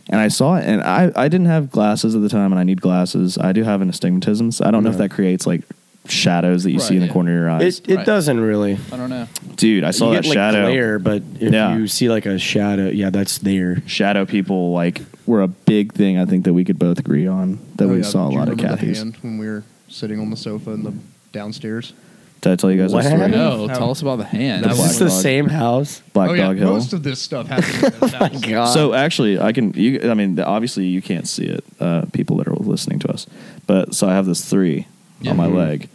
C: And I saw it, and I I didn't have glasses at the time, and I need glasses. I do have an astigmatism, so I don't know if
A: Yeah.
C: that creates like shadows that you
B: Right,
C: see in the
B: yeah.
C: corner of your eyes.
A: It it
B: Right.
A: doesn't really.
B: I don't know.
C: dude, I saw
A: you
C: that
A: get, like,
C: shadow.
A: glare, but if
C: Yeah.
A: you see like a shadow, yeah, that's there.
C: shadow people like were a big thing. I think that we could both agree on that
D: Oh,
C: we
D: yeah,
C: saw a
D: do you
C: lot of
D: remember the
C: Kathy's.
D: hand when we were sitting on the sofa in the downstairs.
C: Did I tell you guys
A: What
C: that story?
A: happened?
B: No,
D: No.
B: tell us about the hand.
C: The
B: That
A: Is
C: black
A: this
B: was-
A: the
C: dog.
A: same house? uh,
C: Black
D: oh yeah,
C: Dog Hill.
D: most of this stuff happened. In that house.
A: God.
C: so actually, I can. You, I mean, obviously, you can't see it, uh, people that are listening to us. But so I have this three
B: Yeah.
C: on my
B: Mhm.
C: leg,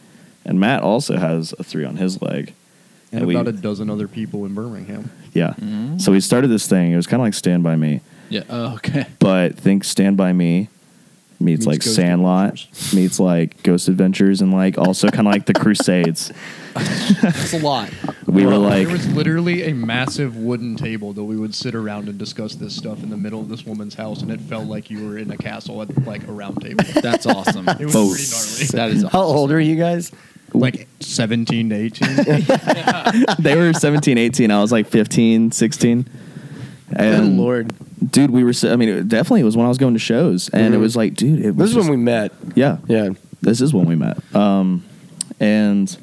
C: and Matt also has a three on his leg.
D: and about a dozen other people in Birmingham.
C: yeah. So we started this thing. It was kind of like Stand by Me,
B: yeah. Oh, okay.
C: but think Stand by Me meets,
D: Meets
C: like
D: Ghost
C: Sandlot, meets like Ghost Adventures, and like also kind of like the Crusades.
A: It's a lot.
C: We were like,
D: there was literally a massive wooden table that we would sit around and discuss this stuff in the middle of this woman's house, and it felt like you were in a castle at like a round table.
B: That's awesome.
D: It was
C: Both.
D: pretty
B: that is awesome.
A: How old are you guys?
D: gnarly. Like 17 to 18.
C: they were 17 18 i was like 15 16 and
A: Good lord,
C: dude we were si- i mean it definitely was when i was going to shows and it
A: Mhm.
C: was like dude
A: this
C: it was
A: is when we met.
C: we yeah
A: Yeah,
C: this is when we met um and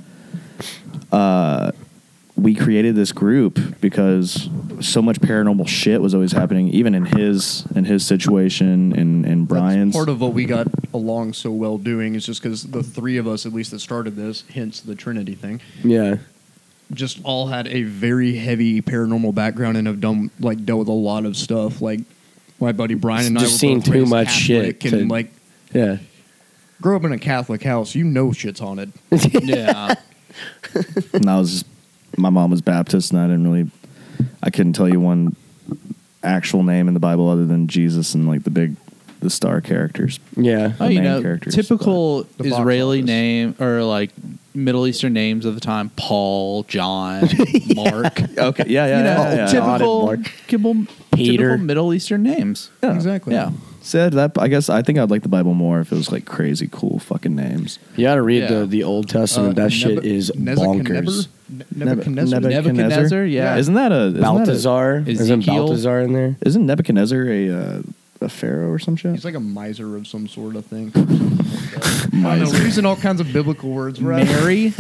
C: uh we created this group because so much paranormal shit was always happening even in his in his situation and and brian's
D: That's part of what we got along so well doing is just because the three of us, at least that started this, hence the Trinity thing,
A: yeah.
D: just all had a very heavy paranormal background and have done like dealt with a lot of stuff. Like my buddy Brian and I
A: Just
D: were
A: seen
D: both
A: too
D: raised
A: much
D: Catholic
A: shit
D: and
A: to-
D: like
A: Yeah.
D: grow up in a Catholic house, you know shit's haunted.
B: Yeah.
C: and I was my mom was Baptist, and I didn't really I couldn't tell you one actual name in the Bible other than Jesus and like the big the star characters.
A: Yeah.
B: Oh,
C: the
B: you
C: main
B: know,
C: characters,
B: typical
D: but- The box
B: Israeli
D: office.
B: name or like Middle Eastern names of the time: Paul, John, Mark.
C: Okay, yeah, yeah,
B: you know, oh,
C: yeah, yeah.
B: typical,
A: Mark.
B: typical,
A: Peter.
B: typical Middle Eastern names.
C: Yeah.
D: Exactly.
B: Yeah.
C: Said that I guess I think I'd like the Bible more if it was like crazy cool fucking names.
A: You got to read
B: Yeah.
A: the the Old
D: Uh,
A: Testament. that shit is bonkers.
D: Nebuchadnezzar.
C: Neb-
B: Nebuchadnezzar, yeah.
C: Isn't that a isn't
A: Balthazar
B: Is
A: isn't
B: Ezekiel-
A: Balthazar in there?
C: That a, isn't Nebuchadnezzar a uh, a pharaoh or some shit?
D: He's like a miser of some sort of thing. I don't know,
C: Miser.
D: We're using all kinds of biblical words. We're out of-
B: Mary.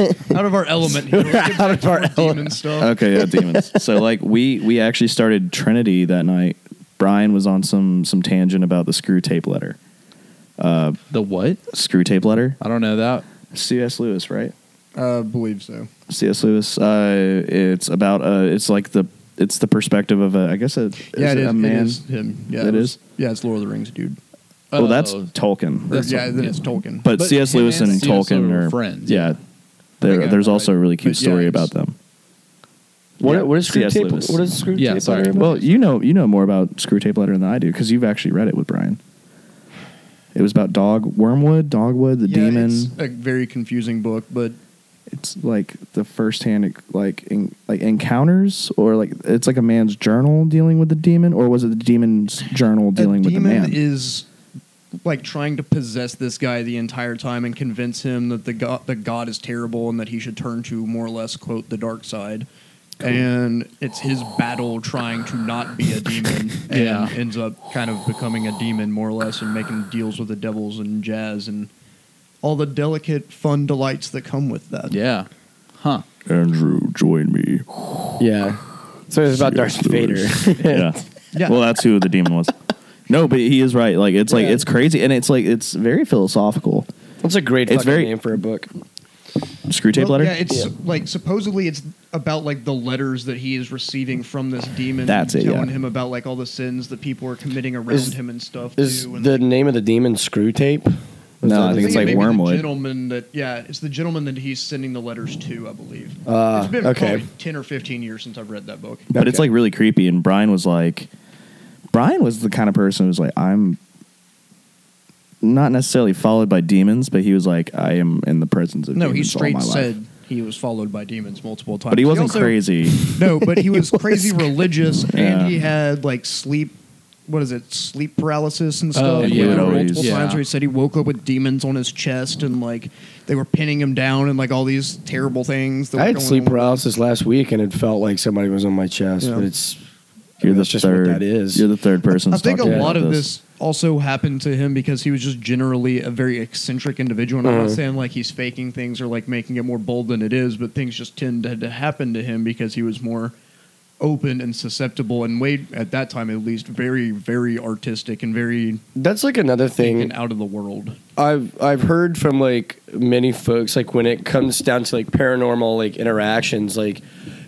D: out of our element here. Let's get back to our demon stuff.
C: okay, yeah, demons. so like we we actually started Trinity that night. Brian was on some some tangent about the screw tape letter.
B: the what?
C: Screw tape letter.
B: I don't know that.
C: C.S. Lewis, right?
D: Uh, believe so.
C: C.S. Lewis. Uh, it's about uh, it's like the it's the perspective of a I guess a is
D: yeah, it
C: it
D: is,
C: a man.
D: it is him. Yeah,
C: It
D: it
C: is?
D: is. Yeah, it's Lord of the Rings, dude.
C: Well, that's
B: Oh.
C: Tolkien.
B: That's
D: yeah,
B: Tolkien,
D: then
B: yeah.
D: it's Tolkien.
C: but,
B: but
C: C.S.
B: him
C: Lewis
B: and
C: and
B: C.S.
C: Tolkien
B: were
C: are
B: friends,
C: Yeah,
B: yeah.
C: there,
D: Yeah,
C: there's also a really
D: but
C: cute
D: yeah,
C: story
D: it's-
C: about them.
A: What,
C: Yeah,
A: what is screw
C: C.S.
A: tape?
C: Lewis.
A: What is screw
B: Yeah,
A: tape?
B: sorry.
A: letter about?
C: Well, you know you know more about screw tape letter than I do because you've actually read it with Brian. It was about dog wormwood, dogwood, the
D: yeah,
C: demon.
D: It's a very confusing book, but
C: it's like the firsthand like in, like encounters or like it's like a man's journal dealing with the demon or was it the demon's journal dealing
D: a
C: with the
D: demon
C: man
D: is like trying to possess this guy the entire time and convince him that the god, the god is terrible and that he should turn to more or less quote the dark side. And it's his battle trying to not be a demon, and
B: Yeah.
D: ends up kind of becoming a demon more or less, and making deals with the devils and jazz and all the delicate fun delights that come with that.
B: Yeah. Huh.
C: andrew join me
A: yeah. So it's about Darth
C: C.S.
A: Vader.
C: Lewis. yeah
D: Yeah.
C: Well, that's who the demon was. No, but he is right. Like it's like
A: Yeah.
C: it's crazy, and it's like it's very philosophical.
A: That's a great
C: It's
A: fucking
C: very-
A: name for a book.
C: Screw tape
D: Well,
C: letter.
D: Yeah, it's like supposedly it's about like the letters that he is receiving from this demon.
C: That's it,
D: telling
C: yeah.
D: him about like all the sins that people are committing around
A: Is-
D: him and stuff.
A: Is
D: too, and,
A: the
D: like,
A: name of the demon Screw Tape?
C: No, I
D: I
C: think it's
D: it
C: like
D: may be the
C: wormwood.
D: gentleman that yeah, it's the gentleman that he's sending the letters to. I believe
C: Uh,
A: Ah,
D: it's been
A: okay.
D: probably ten or fifteen years since I've read that book.
C: But it's
A: Okay.
C: like really creepy. And Brian was like, Brian was the kind of person who was like, I'm not necessarily followed by demons, but he was like, I am in the presence of
D: No, he
C: demons all my
D: straight
C: life."
D: said he was followed by demons multiple times.
C: but he wasn't
D: also-
C: crazy.
D: No, but he was crazy religious,
C: Yeah.
D: and he had like sleep. What is it? Sleep paralysis and
B: Oh,
D: stuff.
B: And
C: he would
D: Like,
C: always-
D: multiple
B: yeah.
D: times where he said he woke up with demons on his chest and like they were pinning him down and like all these terrible things. That
A: I
D: were
A: had
D: going
A: sleep
D: on.
A: paralysis last week, and it felt like somebody was on my chest.
D: Yeah.
A: But it's
C: You're the
A: that's just what
C: third.
A: that is.
C: You're the third person.
D: I think a
C: that's talked
D: lot
C: about
D: of this also happened to him because he was just generally a very eccentric individual. And I'm
A: Uh-huh.
D: not saying like he's faking things or like making it more bold than it is, but things just tend to- to happen to him because he was more open and susceptible and way at that time at least very very artistic and very
A: that's like another
D: thinking
A: thing
D: out of the world.
A: I've I've heard from like many folks like when it comes down to like paranormal like interactions like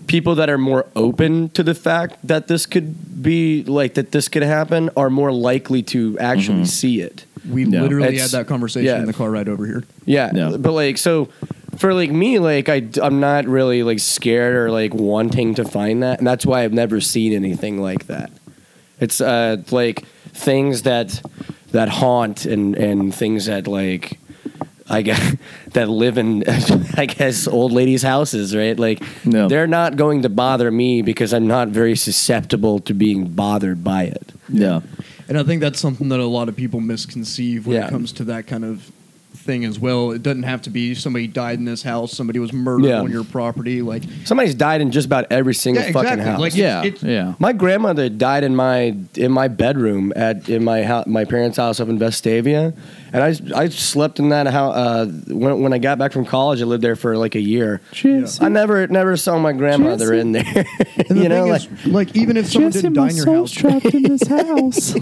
A: people that are more open to the fact that this could be like that this could happen are more likely to actually see it.
D: We
C: Yeah.
D: literally
A: It's-
D: had that conversation
A: yeah.
D: in the car ride over here.
A: Yeah.
C: Yeah.
A: But like so for like me like I am not really like scared or like wanting to find that and that's why I've never seen anything like that. It's uh like things that that haunt and and things that like I guess that live in I guess old ladies houses, right? Like
C: No.
A: they're not going to bother me because I'm not very susceptible to being bothered by it.
C: Yeah.
D: And I think that's something that a lot of people misconceive when
A: Yeah.
D: it comes to that kind of thing as well. It doesn't have to be somebody died in this house, somebody was murdered
A: Yeah.
D: on your property. Like,
A: Somebody's died in just about every single fucking house.
D: Like,
B: Yeah,
D: it's, it's,
B: yeah.
A: My grandmother died in my in my bedroom at in my hou- my parents' house up in Vestavia, and I I slept in that house uh, when when I got back from college. I lived there for like a year.
B: Jesse.
A: I never never saw my grandmother in there.
D: And the
A: you know,
D: thing
A: like,
D: is, like even if someone didn't die in your house,
B: trapped in this house.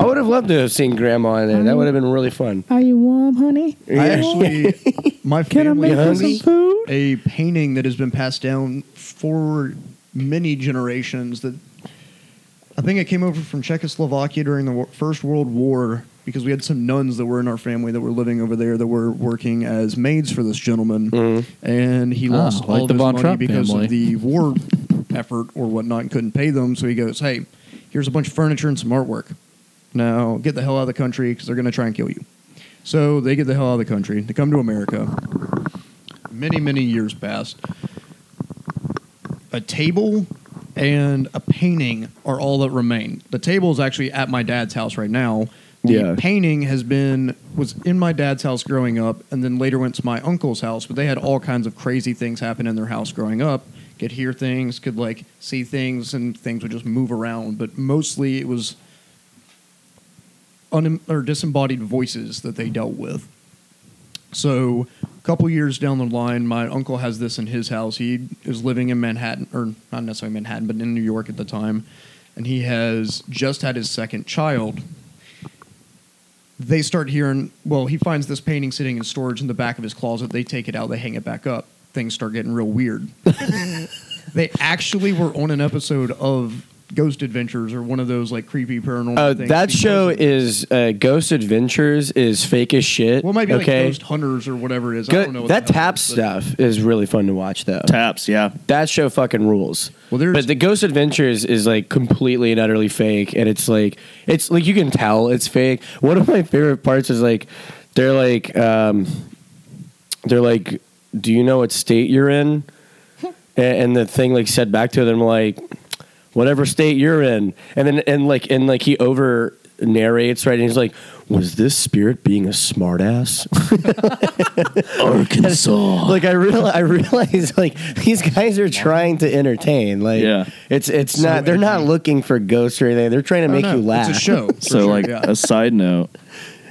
A: I would have loved to have seen grandma in there. That would have been really fun.
B: Are you warm, honey?
D: I actually my family
A: make
D: has
A: some
B: food?
D: a painting that has been passed down for many generations. That I think it came over from Czechoslovakia during the Wo- First World War because we had some nuns that were in our family that were living over there that were working as maids for this gentleman, and he
B: Ah,
D: lost
B: like
D: all
B: the
D: of his
B: Von
D: money
B: Trapp
D: because
B: family.
D: of the war effort or whatnot and couldn't pay them. So he goes, "Hey, here's a bunch of furniture and some artwork. Now get the hell out of the country because they're going to try and kill you." So they get the hell out of the country. They come to America. Many, many years passed. A table and a painting are all that remain. The table is actually at my dad's house right now. The
A: Yeah.
D: painting has been was in my dad's house growing up and then later went to my uncle's house, but they had all kinds of crazy things happen in their house growing up. Could hear things, could like see things and things would just move around, but mostly it was un- or disembodied voices that they dealt with. So, a couple years down the line, my uncle has this in his house. He is living in Manhattan, or not necessarily Manhattan, but in New York at the time, and he has just had his second child. They start hearing, well, he finds this painting sitting in storage in the back of his closet. They take it out, they hang it back up. Things start getting real weird. they actually were on an episode of Ghost Adventures or one of those like creepy paranormal
A: Uh,
D: things.
A: that
D: because
A: show
D: of-
A: is uh, Ghost Adventures is fake as shit.
D: well, maybe
A: okay.
D: like Ghost Hunters or whatever it is. I
A: Go-
D: don't know what
A: that
D: the hell
A: tap
D: it is, but-
A: stuff is really fun to watch though.
C: Taps. Yeah.
A: That show fucking rules.
D: Well, there's-
A: but the Ghost Adventures is like completely and utterly fake, and it's like it's like you can tell it's fake. One of my favorite parts is like they're like um, they're like, do you know what state you're in? A- and the thing like said back to them like, whatever state you're in, and then and like and like he over narrates right, and he's like, was this spirit being a smartass?
C: Arkansas.
A: like I real I realize like these guys are trying to entertain. Like
C: Yeah.
A: it's it's
D: So
A: not they're not
D: edgy.
A: looking for ghosts or anything. They're trying to
D: I
A: make
D: don't
A: you
D: know.
A: laugh.
D: It's a show. for
C: so
D: sure,
C: like
D: yeah.
C: a side note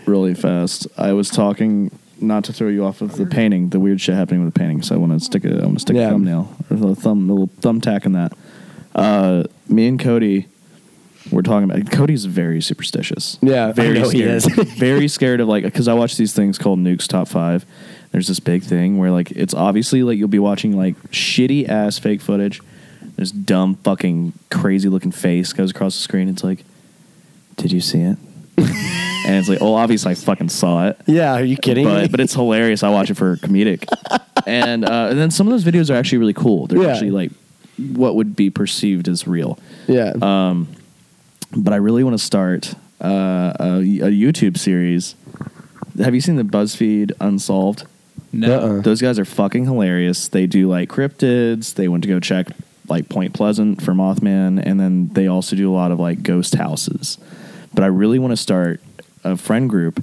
C: really fast i was talking not to throw you off of the painting the weird shit happening with the painting so i want to stick a, I want to stick
A: Yeah.
C: a thumbnail or a thumb little thumbtack in that uh, me and cody We're talking about Cody's very superstitious.
A: Yeah, I
C: very
A: know he
C: scared.
A: is.
C: very scared of like because I watch these things called Nuke's Top Five. There's this big thing where like it's obviously like you'll be watching like shitty ass fake footage. This dumb fucking crazy looking face goes across the screen. It's like, did you see it? and it's like, oh, obviously I fucking saw it.
A: Yeah, are you kidding me?
C: But, but it's hilarious. I watch it for comedic. and uh, and then some of those videos are actually really cool. They're
A: Yeah.
C: actually like what would be perceived as real.
A: yeah.
C: But I really want to start uh, a, a YouTube series. Have you seen the BuzzFeed Unsolved?
B: No.
A: Uh-uh.
C: Those guys are fucking hilarious. They do like cryptids. They went to go check like Point Pleasant for Mothman, and then they also do a lot of like ghost houses. But I really want to start a friend group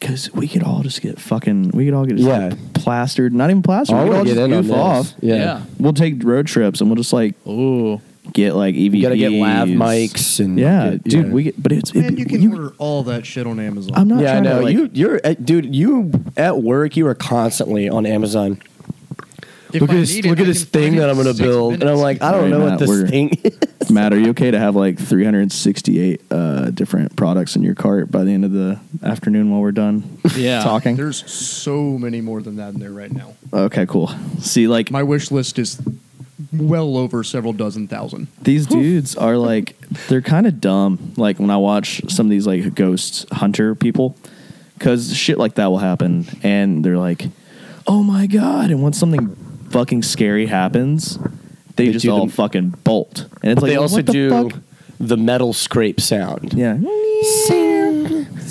C: because we could all just get fucking, we could all get just,
A: Yeah.
C: like, plastered, not even plastered.
A: I
C: we could all
A: want to
C: just
A: get in on
C: goof
A: this.
C: off.
A: Yeah.
C: We'll take road trips and we'll just like
B: Ooh.
C: get like EVPs.
A: You gotta get lav mics and
C: Yeah,
A: get-
C: dude.
A: yeah.
C: We get, but it's
D: Man,
C: it-
D: you can order all that shit on Amazon.
C: I'm not.
A: yeah, I
C: trying to,
A: know.
C: like-
A: you, you're, uh, dude. You at work, you are constantly on Amazon.
D: If
A: look
D: I
A: at this,
D: need it,
A: look
D: I
A: at this
D: can find
A: thing
D: it
A: that
D: in
A: I'm gonna
D: six
A: build, and I'm
D: minutes.
A: like, I don't
C: Sorry,
A: know
C: Matt,
A: what this
C: we're-
A: thing. is.
C: Matt, are you okay to have like 368 uh, different products in your cart by the end of the afternoon while we're done
B: Yeah.
C: talking?
D: There's so many more than that in there right now.
C: okay, cool. See, like
D: My wish list is well over several dozen thousand.
C: these dudes are like they're kind of dumb. Like when I watch some of these like ghost hunter people, because shit like that will happen, and they're like, "Oh my god!" And once something fucking scary happens, they,
A: They
C: just
A: do
C: all
A: the-
C: fucking bolt. And it's like
A: they also
C: what the
A: do
C: fuck?
A: the metal scrape sound.
C: yeah.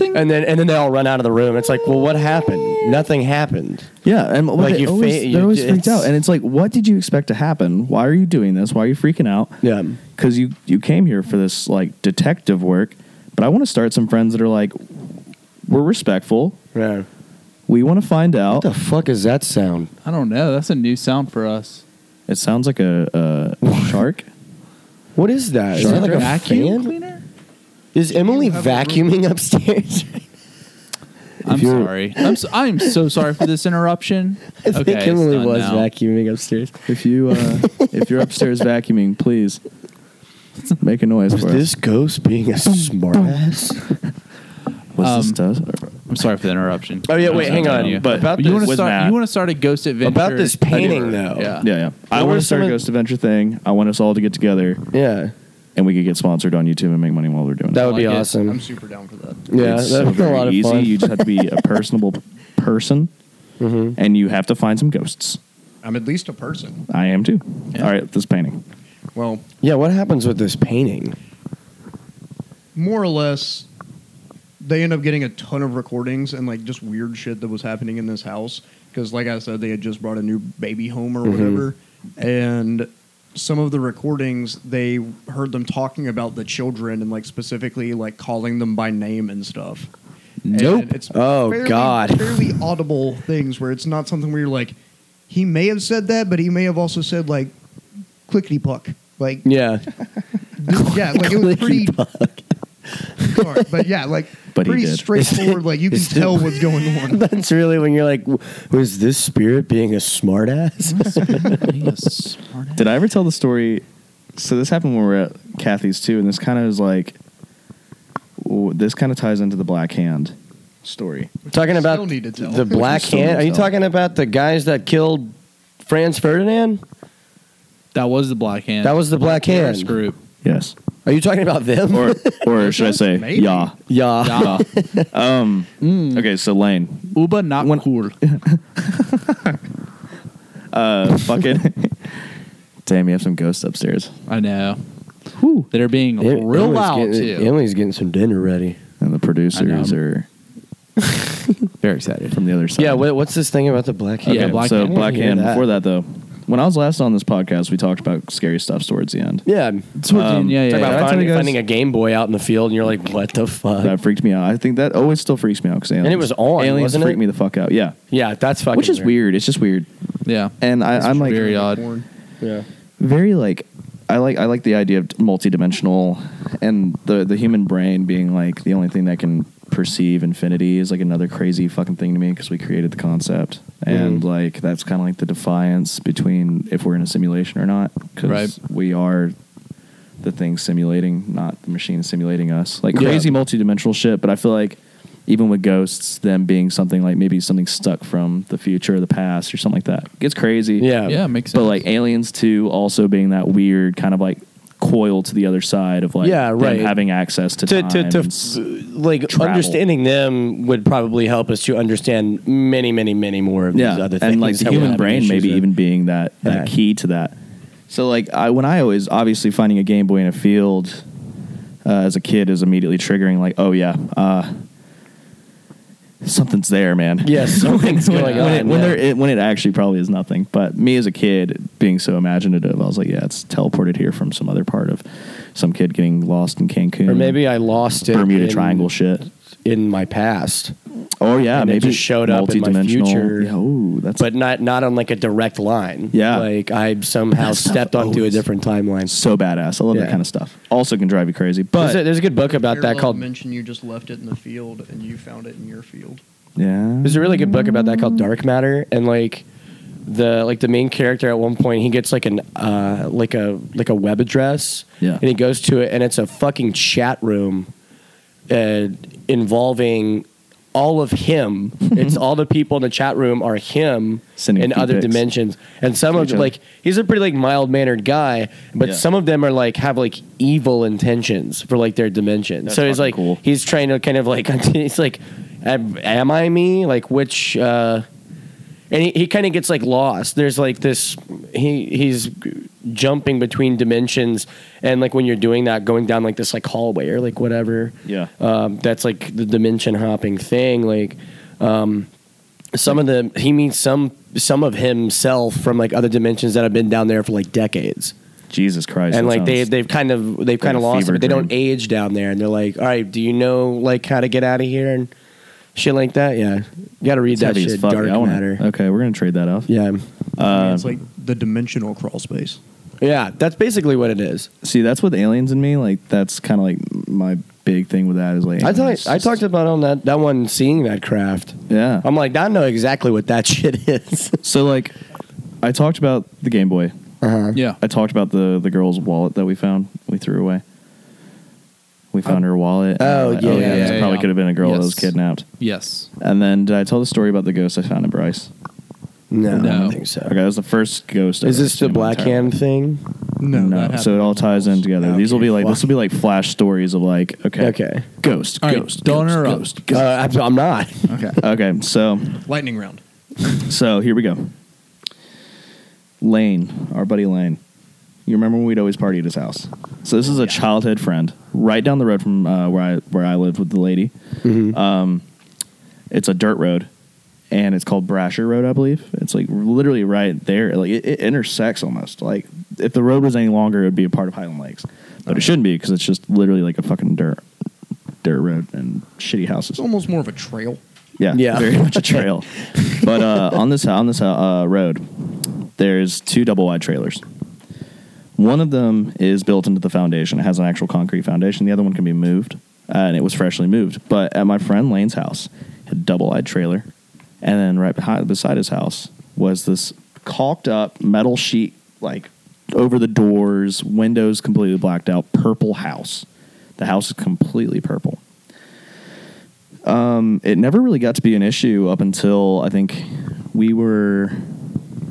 A: And then and then they all run out of the room. It's like, well, what happened? Nothing happened.
C: Yeah, and what
A: Like
C: they
A: you fa-
C: always,
A: you-
C: they're always freaked
A: it's-
C: out, and it's like, what did you expect to happen? Why are you doing this? Why are you freaking out?
A: Yeah.
C: because you you came here for this like detective work, but I want to start some friends that are like, we're respectful.
A: Yeah.
C: We want to find out.
A: What the fuck is that sound?
B: I don't know. That's a new sound for us.
C: it sounds like a, a shark.
A: What is that? Is that like a
B: vacuum
A: fan?
B: cleaner?
A: Is Emily
D: You have a room.
A: vacuuming upstairs?
B: I'm
A: you're-
B: sorry. I'm so, I'm so sorry for this interruption.
A: I think
B: Okay, it's
A: Emily
B: done
A: was
B: now.
A: vacuuming upstairs.
C: If you uh, if you're upstairs vacuuming, please make a noise
A: Was
C: for
A: this
C: us.
A: ghost being a smartass?
C: Was this
B: um,
C: dust?
B: I'm sorry for the interruption.
A: Oh, yeah,
B: I'm
A: wait,
B: sorry
A: hang
B: for
A: on,
B: you.
A: but about
B: you
A: this
B: want to
C: with
B: start?
C: Matt.
B: You want to start a ghost adventure?
A: About this painting, though.
B: Yeah.
C: Yeah, yeah.
A: Or
C: I want to
A: was
C: start a
A: someone-
C: ghost adventure thing. I want us all to get together,
A: yeah,
C: and we could get sponsored on YouTube and make money while we're doing it.
A: that would be
B: like it.
A: awesome.
D: I'm super down for that.
A: yeah,
C: it's
A: that
C: so
A: would be a
C: very
A: lot of
C: easy.
A: fun.
C: You just have to be a personable person, and you have to find some ghosts.
D: I'm at least a person.
C: I am too. All right, this painting.
D: Well,
A: yeah, what happens with this painting?
D: more or less they end up getting a ton of recordings and like just weird shit that was happening in this house because like i said they had just brought a new baby home
A: Mm-hmm.
D: or whatever and some of the recordings they heard them talking about the children and like specifically like calling them by name and stuff And
B: Nope.
D: it's
A: Oh,
D: fairly-
A: God.
D: fairly audible things where it's not something where you're like he may have said that but he may have also said like clickety puck like
A: Yeah,
D: yeah like it was pretty Sorry, but yeah, like
C: But he
D: pretty
C: did.
D: straightforward. Like you can
A: It's the-
D: tell what's going on.
A: That's really when you're like, "W- was this spirit being a smartass?
C: Did I ever tell the story? So this happened when we were at Kathy's too, and this kind of is like, w- this kind of ties into the Black Hand story.
A: talking about
D: Still need to tell.
A: the black
C: Still need
A: hand.
C: to
A: Are you
C: tell.
A: talking about the guys that killed Franz Ferdinand?
B: That was the black hand.
A: That was the Black
B: Terrorist
A: Hand.
B: group.
C: Yes,
A: Are you talking about them?
C: or or should I say,
D: Maybe.
C: yeah,
A: yeah.
C: yeah. um. Okay, so Lane,
B: Uba not
C: When-
B: cool.
C: uh, fucking. Damn, you have some ghosts upstairs.
B: I know. They're being real loud
A: getting,
B: too.
A: Emily's getting some dinner ready.
C: And the producers
B: know.
C: are
B: Very excited.
C: from the other side.
A: Yeah. What, what's this thing about the black hand?
B: Yeah, Black
C: so
B: Hand.
C: Black
A: I hear
C: Hand.
A: that.
C: Before that, though, when I was last on this podcast, we talked about scary stuff towards the end.
A: Yeah.
B: Towards the
C: Um,
B: end, yeah, yeah.
A: Talking
C: Did I
A: about
C: tell
A: finding,
C: you guys-
A: finding a Game Boy out in the field, and you're like, "What the fuck?"
C: That freaked me out. I think that always still freaks me out because aliens.
A: it was on,
C: Aliens
A: wasn't
C: freak
A: it?
C: me the fuck out. Yeah,
A: yeah, that's fucking.
C: which is weird. It's just weird.
B: yeah.
C: And I, I'm like
B: very odd.
A: Yeah.
C: very like I like I like the idea of multidimensional and the the human brain being like the only thing that can perceive infinity is like another crazy fucking thing to me because we created the concept and
F: Mm-hmm.
A: Mhm.
C: like that's kind of like the defiance between if we're in a simulation or not because
B: Right.
C: we are the thing simulating, not the machine simulating us. Like
F: Yeah.
C: crazy multidimensional shit, but I feel like even with ghosts, them being something like maybe something stuck from the future or the past or something like that. Gets crazy.
F: Yeah.
B: yeah, makes sense.
C: But like aliens too also being that weird kind of like coil to the other side of like
F: Yeah,
C: them
F: right.
C: having access to,
A: to,
C: time
A: to, to
C: and
A: f-
C: s-
A: like
C: travel.
A: understanding them would probably help us to understand many, many, many more of these other things.
C: And like the
A: that we
C: human
A: have
C: brain
A: issues
C: maybe
A: with.
C: even being that, that
A: Yeah.
C: key to that. So like I when I always obviously finding a Game Boy in a field uh, as a kid is immediately triggering like, oh yeah, uh, something's there, man.
A: Yeah, something's
C: when,
A: going
C: when
A: on,
C: It, when,
A: yeah.
C: there, it, when it actually probably is nothing. But me as a kid being so imaginative, I was like, yeah, it's teleported here from some other part of some kid getting lost in Cancun.
A: Or maybe I lost it
C: Bermuda
A: in-
C: Triangle shit.
A: in my past,
C: Oh yeah,
A: And it
C: maybe
A: just showed up in my
C: multidimensional-
A: future.
C: Yeah, oh, that's
A: but not not on like a direct line.
C: Yeah.
A: like I somehow
C: That stuff
A: stepped onto
C: always-
A: a different timeline.
C: so badass. I love
A: Yeah.
C: that kind of stuff. Also can drive you crazy,
A: But there's a,
C: but
A: there's a good book about that
D: Parallel
A: called.
D: Mention you just left it in the field and you found it in your field.
C: yeah,
A: There's a really good book about that called Dark Matter, and like the like the main character at one point he gets like an uh like a like a web address,
C: Yeah.
A: and he goes to it, and it's a fucking chat room, uh, involving all of him. it's all the people in the chat room are him
C: Sending
A: in
C: feet
A: other
C: pics.
A: dimensions, and some
C: To
A: of
C: each
A: them,
C: other.
A: like he's a pretty like mild mannered guy, but
C: Yeah.
A: some of them are like have like evil intentions for like their dimension.
C: That's
A: so he's
C: fucking
A: like
C: cool.
A: he's trying to kind of like he's like am, am I me? Like which uh and he, he kind of gets like lost. There's like this he he's jumping between dimensions and like when you're doing that going down like this like hallway or like whatever.
C: yeah.
A: Um that's like the dimension hopping thing like um some of the he meets some some of himself from like other dimensions that have been down there for like decades
C: Jesus Christ,
A: and
C: that
A: like they
C: sounds-
A: they've kind of they've kind
C: a
A: of lost it,
C: fever
A: but they don't
C: dream.
A: age down there, and they're like, all right, do you know like how to get out of here and shit like that? Yeah, you got to read
C: it's
A: that
C: heavy as
A: shit.
C: fuck.
A: Dark
C: I wanna-
A: matter.
C: Okay, we're gonna trade that off.
A: Yeah,
C: Uh,
D: I mean, it's like the dimensional crawl space.
A: yeah, that's basically what it is.
C: See, that's with aliens and me. Like that's kind of like my big thing with that is like
A: I
C: aliens
A: talked I
C: just-
A: talked about on that that one seeing that craft.
C: Yeah.
A: I'm like, I know exactly what that shit is.
C: so like, I talked about the Game Boy.
A: Uh-huh.
B: yeah,
C: I talked about the the girl's wallet that we found. We threw away. We found her wallet. and
A: Oh,
C: we're like,
A: yeah, yeah,
C: this
B: yeah,
C: probably
B: yeah.
C: could have been a girl that
B: Yes.
C: was kidnapped.
B: yes.
C: And then did I tell the story about the ghost I found in Bryce?
A: No, I
B: No.
A: don't think so.
C: Okay, that was the first ghost. I've
A: Is
C: ever
A: this the
C: seen in my
A: black
C: entire life.
A: hand thing?
D: No, that
C: so it all
D: happened
C: ties in together.
A: Okay,
C: These will be like
A: fuck.
C: this will be like flash stories of like okay,
A: Okay.
C: ghost,
B: All right,
C: ghost,
B: don't
C: ghost,
B: interrupt.
C: ghost,
A: Uh,
C: ghost.
A: I'm- I'm not.
B: Okay.
C: okay, so
D: Lightning round.
C: so here we go. Lane, our buddy Lane. You remember when we'd always party at his house? So this is a childhood friend, right down the road from uh, where I where I lived with the lady.
D: Mm-hmm.
C: Um, it's a dirt road, and it's called Brasher Road, I believe. It's like literally right there, like it, it intersects almost. Like if the road was any longer, it would be a part of Highland Lakes, but it shouldn't be because it's just literally like a fucking dirt dirt road and shitty houses.
D: It's almost more of a trail.
C: Yeah,
A: Yeah.
C: very much a trail. but uh, on this on this uh, road, there's two double wide trailers. One of them is built into the foundation; it has an actual concrete foundation. The other one can be moved, uh, and it was freshly moved. But at my friend Lane's house, had a double wide trailer, and then right behind beside his house was this caulked up metal sheet like over the doors, windows completely blacked out, purple house. The house is completely purple it never really got to be an issue up until I think we were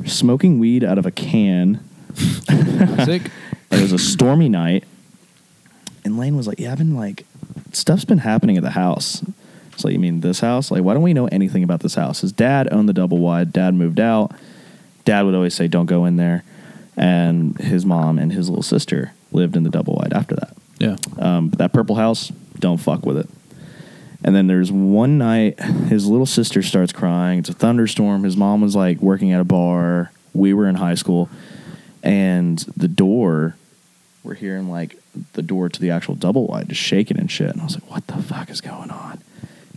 C: smoking weed out of a can.
B: Sick.
C: It was a stormy night, and Lane was like, "Yeah, I've been like, stuff's been happening at the house." So you mean this house? Like, why don't we know anything about this house? His dad owned the double wide. Dad moved out. Dad would always say, "Don't go in there," and his mom and his little sister lived in the double wide after that.
B: Yeah.
C: Um, but that purple house, don't fuck with it. And then there's one night, his little sister starts crying. It's a thunderstorm. His mom was like working at a bar. We were in high school, and the door, we're hearing like the door to the actual double wide just shaking and shit. And I was like, what the fuck is going on?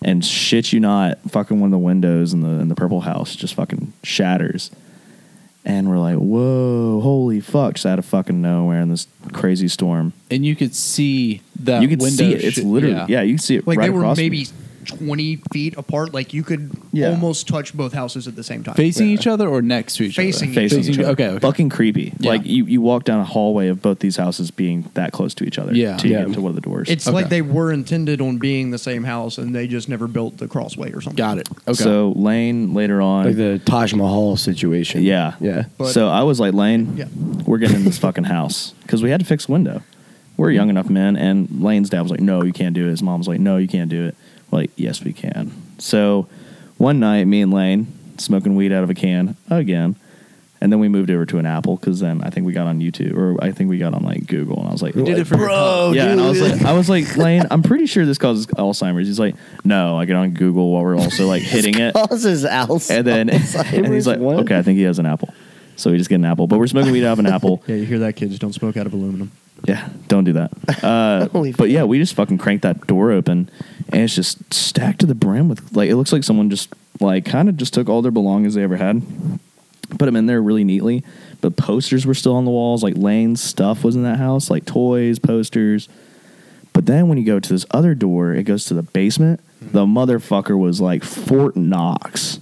C: And shit you not, fucking one of the windows in the in the purple house just fucking shatters. And we're like, whoa, holy fuck, just out of fucking nowhere in this crazy storm
B: And you could see that
C: you can
B: window
C: see it. It's
B: shit-
C: literally yeah. you can see it
D: Like
C: right
D: they were
C: across from
D: maybe
C: you.
D: twenty feet apart. Like you could
C: Yeah.
D: almost touch both houses at the same time.
B: Facing each other or next to each
D: Facing
B: other?
D: each
C: facing each other.
B: Okay, okay.
C: Fucking creepy.
B: Yeah.
C: Like you, you walk down a hallway of both these houses being that close to each other.
B: Yeah.
C: To
A: Yeah.
C: get to one of the doors.
D: It's
B: Okay.
D: like they were intended on being the same house, and they just never built the crossway or something.
B: Got it. Okay.
C: So Lane later on.
A: Like the Taj Mahal situation.
C: yeah.
A: Yeah.
D: But-
C: so I was like, Lane,
D: Yeah.
C: we're getting in this fucking house because we had to fix the window. We're young enough men, and Lane's dad was like, "No, you can't do it." His mom was like, "No, you can't do it." We're like, yes, we can. So one night, me and Lane smoking weed out of a can again, and then we moved over to an apple because then I think we got on YouTube or I think we got on like Google, and I was like,
B: You did it for your
A: Bro,
C: yeah, and I was
A: dude.
C: like, I was like, Lane, I'm pretty sure this causes Alzheimer's. He's like, no, I get on Google while we're also like hitting it,
A: Causes else.
C: and then and he's like,
A: What?
C: okay, I think he has an apple, so we just get an apple. But we're smoking weed out of an apple.
D: Yeah, you hear that, kids? Don't smoke out of aluminum.
C: Yeah, don't do that. Uh,
A: Holy
C: but yeah, we just fucking cranked that door open, and it's just stacked to the brim with like it looks like someone just like kind of just took all their belongings they ever had, put them in there really neatly. But posters were still on the walls, like Lane's stuff was in that house, like toys, posters. But then when you go to this other door, it goes to the basement. The motherfucker was like Fort Knox.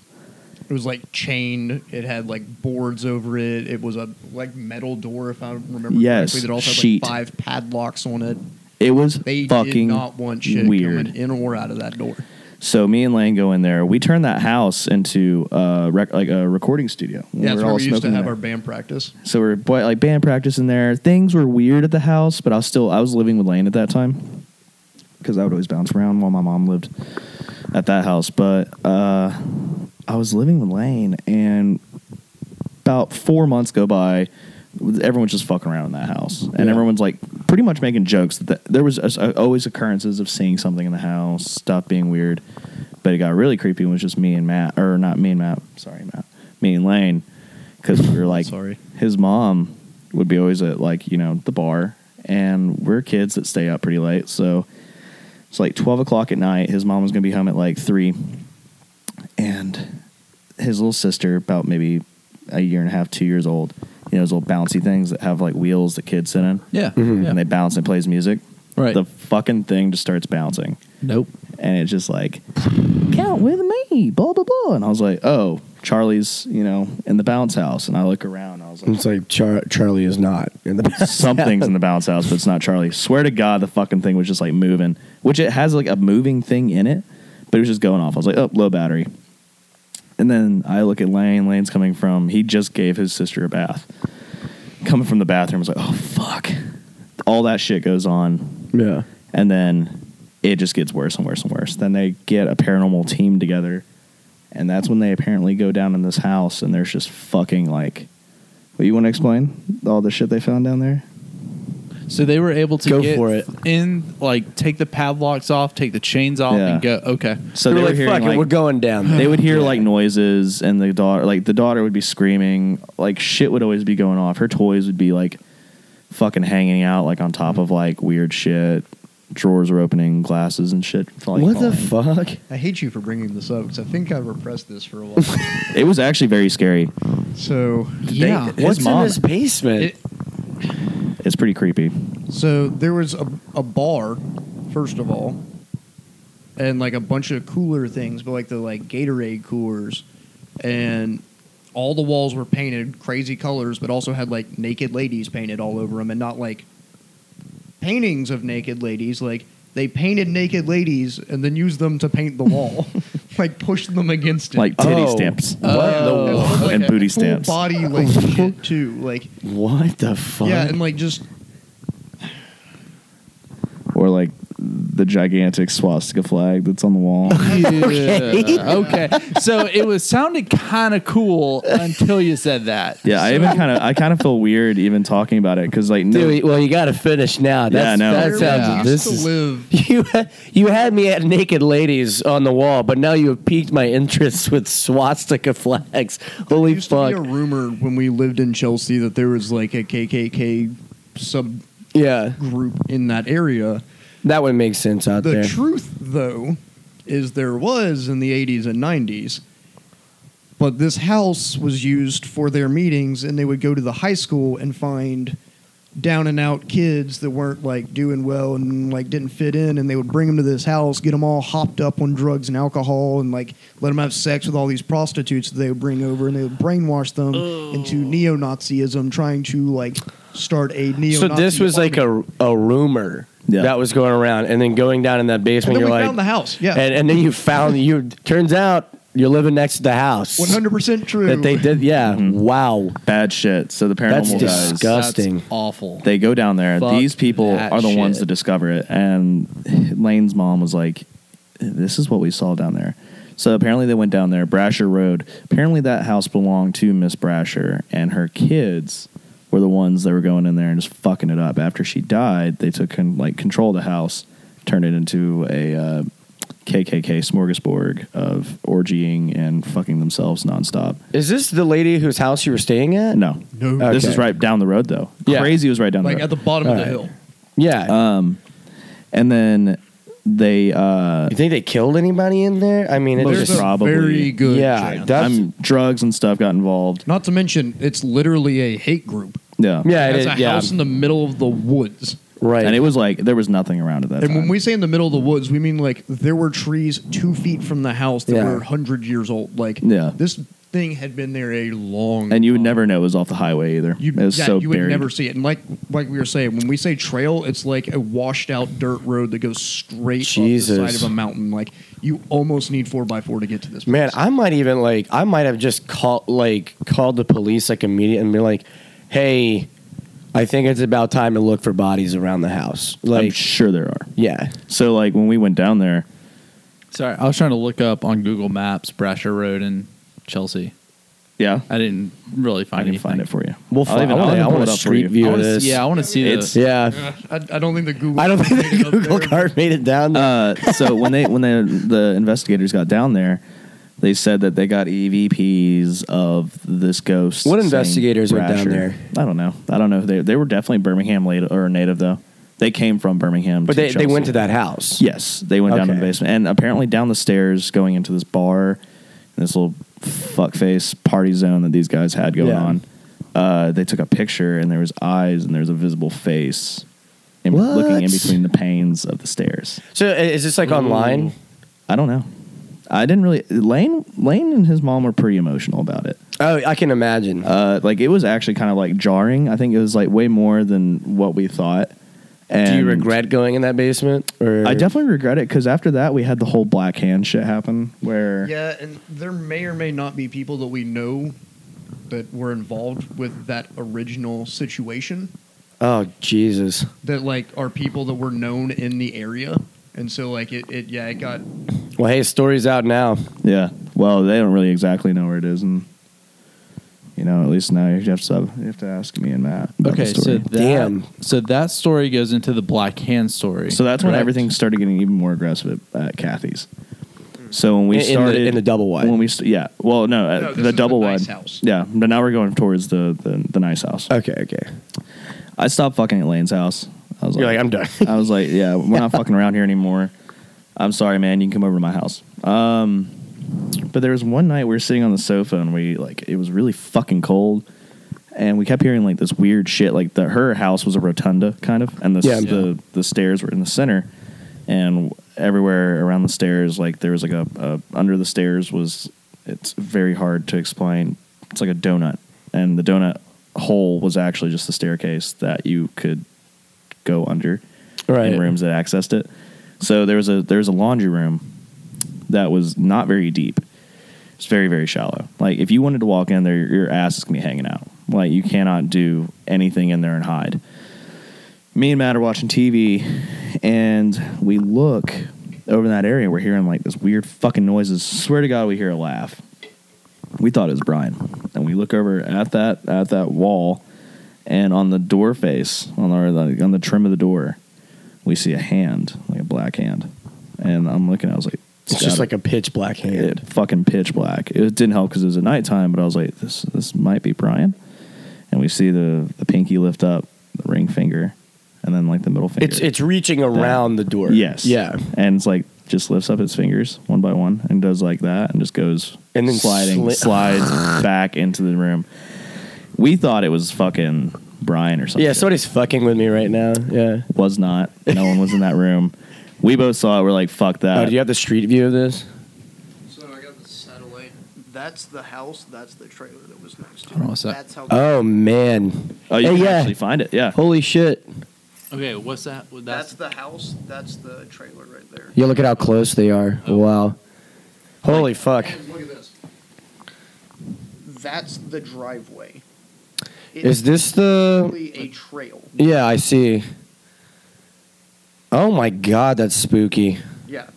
D: It was like chained. It had like boards over it. It was a like metal door, if I remember
C: Yes,
D: correctly. That also
C: sheet.
D: had like five padlocks on it.
C: It was
D: They
C: fucking
D: did not want shit
C: weird.
D: coming in or out of that door.
C: So me and Lane go in there. We turn that house into uh, rec- like a recording studio.
D: Yeah, that's
C: were
D: where
C: all
D: we used to
C: smoking
D: have
C: there.
D: our band practice.
C: so we're boy, like band practice in there. Things were weird at the house, but I was still I was living with Lane at that time because I would always bounce around while my mom lived at that house. But uh, I was living with Lane, and about four months go by. Everyone's just fucking around in that house, and everyone's like pretty much making jokes. That there was uh, always occurrences of seeing something in the house, stuff being weird. But it got really creepy. when It was just me and Matt, or not me and Matt. Sorry, Matt. Me and Lane, because we were like,
D: Sorry.
C: His mom would be always at like you know the bar, and we're kids that stay up pretty late, so it's like 12 o'clock at night. His mom was going to be home at like 3. And his little sister, about maybe a year and a half, two years old, you know, those little bouncy things that have like wheels that kids sit in.
B: yeah. yeah.
C: And they bounce and it plays music.
B: Right.
C: The fucking thing just starts bouncing.
B: nope.
C: And it's just like, count with me, blah, blah, blah. And I was like, oh, Charlie's, you know, in the bounce house. And I look around. And I was like,
A: It's like Char- Charlie is not in the
C: something's in the bounce house, but it's not Charlie. Swear to God, the fucking thing was just like moving, which it has like a moving thing in it, but it was just going off. I was like, oh, low battery. And then I look at Lane. Lane's coming from, he just gave his sister a bath. Coming from the bathroom, I was like, oh, fuck. All that shit goes on.
A: yeah.
C: And then it just gets worse and worse and worse. Then they get a paranormal team together. And that's when they apparently go down in this house and there's just fucking like. What you want to explain? All the shit they found down there?
B: So they were able to
A: Go
B: get
A: for it.
B: in, like take the padlocks off, take the chains off,
C: Yeah.
B: and go. Okay.
C: So
A: They're
C: they were
A: like,
C: hearing,
A: fuck
C: like-
A: it, we're going down.
C: They would hear like noises, and the daughter, like the daughter, would be screaming. Like shit would always be going off. Her toys would be like fucking hanging out, like on top of like weird shit. Drawers are opening, glasses and shit. like,
A: what the
C: falling.
A: fuck?
D: I hate you for bringing this up because I think I repressed this for a while.
C: It was actually very scary.
D: so
C: They-
D: yeah,
C: his
A: What's
C: mom-
A: in this basement?
D: It-
C: It's pretty creepy.
D: So there was a, a bar, first of all, and like a bunch of cooler things, but like the like Gatorade coolers, and all the walls were painted crazy colors, but also had like naked ladies painted all over them, and not like paintings of naked ladies. Like they painted naked ladies and then used them to paint the wall, like pushed them against it.
C: Like titty
A: Oh.
C: stamps
D: It looked like
C: and
D: a
C: booty
D: full
C: stamps.
D: body like shit too. Like
A: what the fuck?
D: yeah, and like just
C: or like the gigantic swastika flag that's on the wall.
B: Yeah. okay. So it was sounded kind of cool until you said that.
C: yeah, I even kind of I kind of feel weird even talking about it because like no,
G: Dude, well, you got to finish now. That's,
C: Yeah, I know.
G: That sounds.
B: Yeah.
G: This is.
D: used to live
G: You you had me at naked ladies on the wall, but now you have piqued my interest with swastika flags. Holy
D: There used to
G: fuck!
D: be a rumor when we lived in Chelsea that there was like a KKK subgroup
G: yeah,
D: in that area.
G: that would make sense out
D: The
G: there.
D: truth, though, is there was in the 80s and 90s. But this house was used for their meetings, and they would go to the high school and find down and out kids that weren't like doing well and like didn't fit in and they would bring them to this house get them all hopped up on drugs and alcohol and like let them have sex with all these prostitutes that they would bring over and they would brainwash them into neo-nazism trying to like start a neo
A: So this was like a, a rumor
C: Yeah.
A: that was going around, and then going down in that
D: and
A: basement,
D: then
A: you're
D: we
A: like,
D: found the house yeah
A: and, and then you found you. Turns out you're living next to the house
D: 100% true
A: that they did. Yeah,
C: Mm-hmm.
A: wow,
C: Bad shit. So the
A: That's
C: paranormal guys.
A: disgusting. Disgusting.
B: That's awful.
C: They go down there.
B: Fuck
C: These people
B: that
C: are the ones
B: shit.
C: that discover it. And Lane's mom was like, "This is what we saw down there." So apparently they went down there, Brasher Road. Apparently that house belonged to Miss Brasher, and her kids were the ones that were going in there and just fucking it up. After she died, they took con- like control of the house, turned it into a uh, KKK smorgasbord of orgying and fucking themselves nonstop.
A: is this the lady whose house you were staying at?
C: No,
D: No.
C: this is
A: Okay.
C: right down the road though.
A: Yeah.
C: Crazy was right down the
D: like
C: road.
D: at the bottom of the hill
A: Yeah,
C: and then they uh
A: you think they killed anybody in there? I mean,
C: Most
A: it's
D: there's
A: just,
C: prob-
D: a
C: probably-
D: very good
A: Yeah,
D: chance.
A: that- That's-
C: um, drugs and stuff got involved
D: not to mention it's literally a hate group
C: yeah
A: yeah, it is,
D: It's a
A: yeah,
D: house in the middle of the woods.
A: right.
C: and it was like there was nothing around at that
D: And
C: time
D: when we say in the middle of the woods, we mean like there were trees two feet from the house that
A: Yeah.
D: were hundred years old. Like
C: Yeah.
D: this thing had been there a long.
C: and you would
D: time.
C: never know it was off the highway either
D: You,
C: it was
D: yeah,
C: so
D: you would
C: buried
D: never see it. And like like we were saying, when we say trail, it's like a washed out dirt road that goes straight
A: Jesus.
D: up the side of a mountain. Like you almost need four by four to get to this.
A: Man,
D: place.
A: I might even like I might have just called like called the police like immediately and be like, "Hey, I think it's about time to look for bodies around the house."
C: i'm
A: Like,
C: sure there are
A: yeah,
C: so like when we went down there
B: Sorry, I was trying to look up on Google Maps Brasher Road in Chelsea.
C: yeah
B: I didn't really find
C: i can
B: anything.
C: find it for you
A: we'll
C: I'll
A: find.
C: even-
A: I
C: I'll
A: want,
C: even
A: I
C: pull
A: want
C: it
A: a
C: up for
A: street
C: you.
B: I
A: view of
B: wanna
A: this.
B: see- yeah, I want to see
C: It's-
B: this.
A: yeah.
D: I, I don't think the Google.
A: I don't think
D: made it
A: the
D: up
A: Google
D: there,
A: card made it down. There.
C: uh, so when they when the the investigators got down there they said that they got EVPs of this ghost.
A: What
C: saying
A: investigators went down
C: Brasher.
A: there?
C: I don't know. I don't know. They they were definitely Birmingham late, or native though. They came from Birmingham,
A: but
C: to
A: they, they
C: Chelsea.
A: went to that house.
C: Yes, they went down to the
A: Okay.
C: basement, and apparently down the stairs, going into this bar, and this little fuckface party zone that these guys had going
A: Yeah.
C: on. Uh, they took a picture, and there was eyes, and there was a visible face, in, looking in
A: What?
C: between the panes of the stairs.
A: So i- is this like online?
C: I don't know. I didn't really. Lane Lane and his mom were pretty emotional about it.
A: Oh, I can imagine.
C: Uh, like it was actually kind of like jarring. I think it was like way more than what we thought. And
A: Do you regret going in that basement? Or
C: I definitely regret it because after that we had the whole black hand shit happen where
D: Yeah, and there may or may not be people that we know that were involved with that original situation
A: Oh Jesus!
D: that like are people that were known in the area. And so like it, it yeah, it got
A: Well, hey, story's out now.
C: Yeah. Well, they don't really exactly know where it is, and you know, at least now you have to you have to ask me and Matt. About
B: Okay,
C: the
B: so
C: story.
B: that,
A: Damn.
B: so that story goes into the Black Hand story.
C: so that's when
B: correct?
C: everything started getting even more aggressive at, at Kathy's. So when we
A: In- in the-
C: started
A: in the double wide.
C: when we st- yeah, well, no, at
D: No, this
C: the
D: is
C: double
D: the
C: wide
D: nice house.
C: Yeah, but now we're going towards the the, the nice house.
A: Okay, okay.
C: I stopped fucking at Lane's house. I was
A: You're like, I'm done.
C: I was like, yeah, we're not fucking around here anymore. I'm sorry, man. You can come over to my house. Um, but there was one night we were sitting on the sofa and we like it was really fucking cold, and we kept hearing like this weird shit. Like the her house was a rotunda kind of, and the
A: Yeah.
C: the, the stairs were in the center, and everywhere around the stairs, like there was like a, a under the stairs was it's very hard to explain. It's like a donut, and the donut hole was actually just the staircase that you could go under
A: Right.
C: in rooms that accessed it. So there was a there was a laundry room that was not very deep. It's very very shallow. Like if you wanted to walk in there, your, your ass is gonna be hanging out. Like you cannot do anything in there and hide. Me and Matt are watching TV, and we look over in that area. We're hearing like this weird fucking noises. Swear to God, we hear a laugh. We thought it was Brian, and we look over at that at that wall, and on the door face on our like, on the trim of the door, we see a hand, like a black hand. And I'm looking, I was like,
A: It's just like a pitch black hand.
C: it fucking pitch black. It didn't help because it was at nighttime, but I was like, this this might be Brian. And we see the, the pinky lift up, the ring finger, and then like the middle finger.
A: It's it's reaching around the door.
C: yes,
A: Yeah.
C: and it's like just lifts up its fingers one by one and does like that and just goes
A: And then
C: sliding
A: sli-
C: slides back into the room. We thought it was fucking Brian or something.
A: Yeah, somebody's fucking with me right now. Yeah.
C: was not. No one was in that room. We both saw it. We're like, fuck
A: Oh,
C: that.
A: do you have the street view of this?
H: So I got the satellite. That's the house. That's the trailer that was next to
B: Hold on
H: it.
B: a sec.
H: That's how.
A: Oh man!
C: oh, you
A: Hey,
C: can
A: yeah.
C: actually find it. Yeah.
A: Holy shit!
B: Okay, what's that? That's,
H: That's the house. That's the trailer right there.
A: Yeah, look at how close they are.
C: Oh.
A: Wow! Holy fuck!
H: And look at this. That's the driveway. It
A: Is this the?
H: literally a trail?
A: Yeah, I see. Oh my god, that's spooky.
H: Yeah.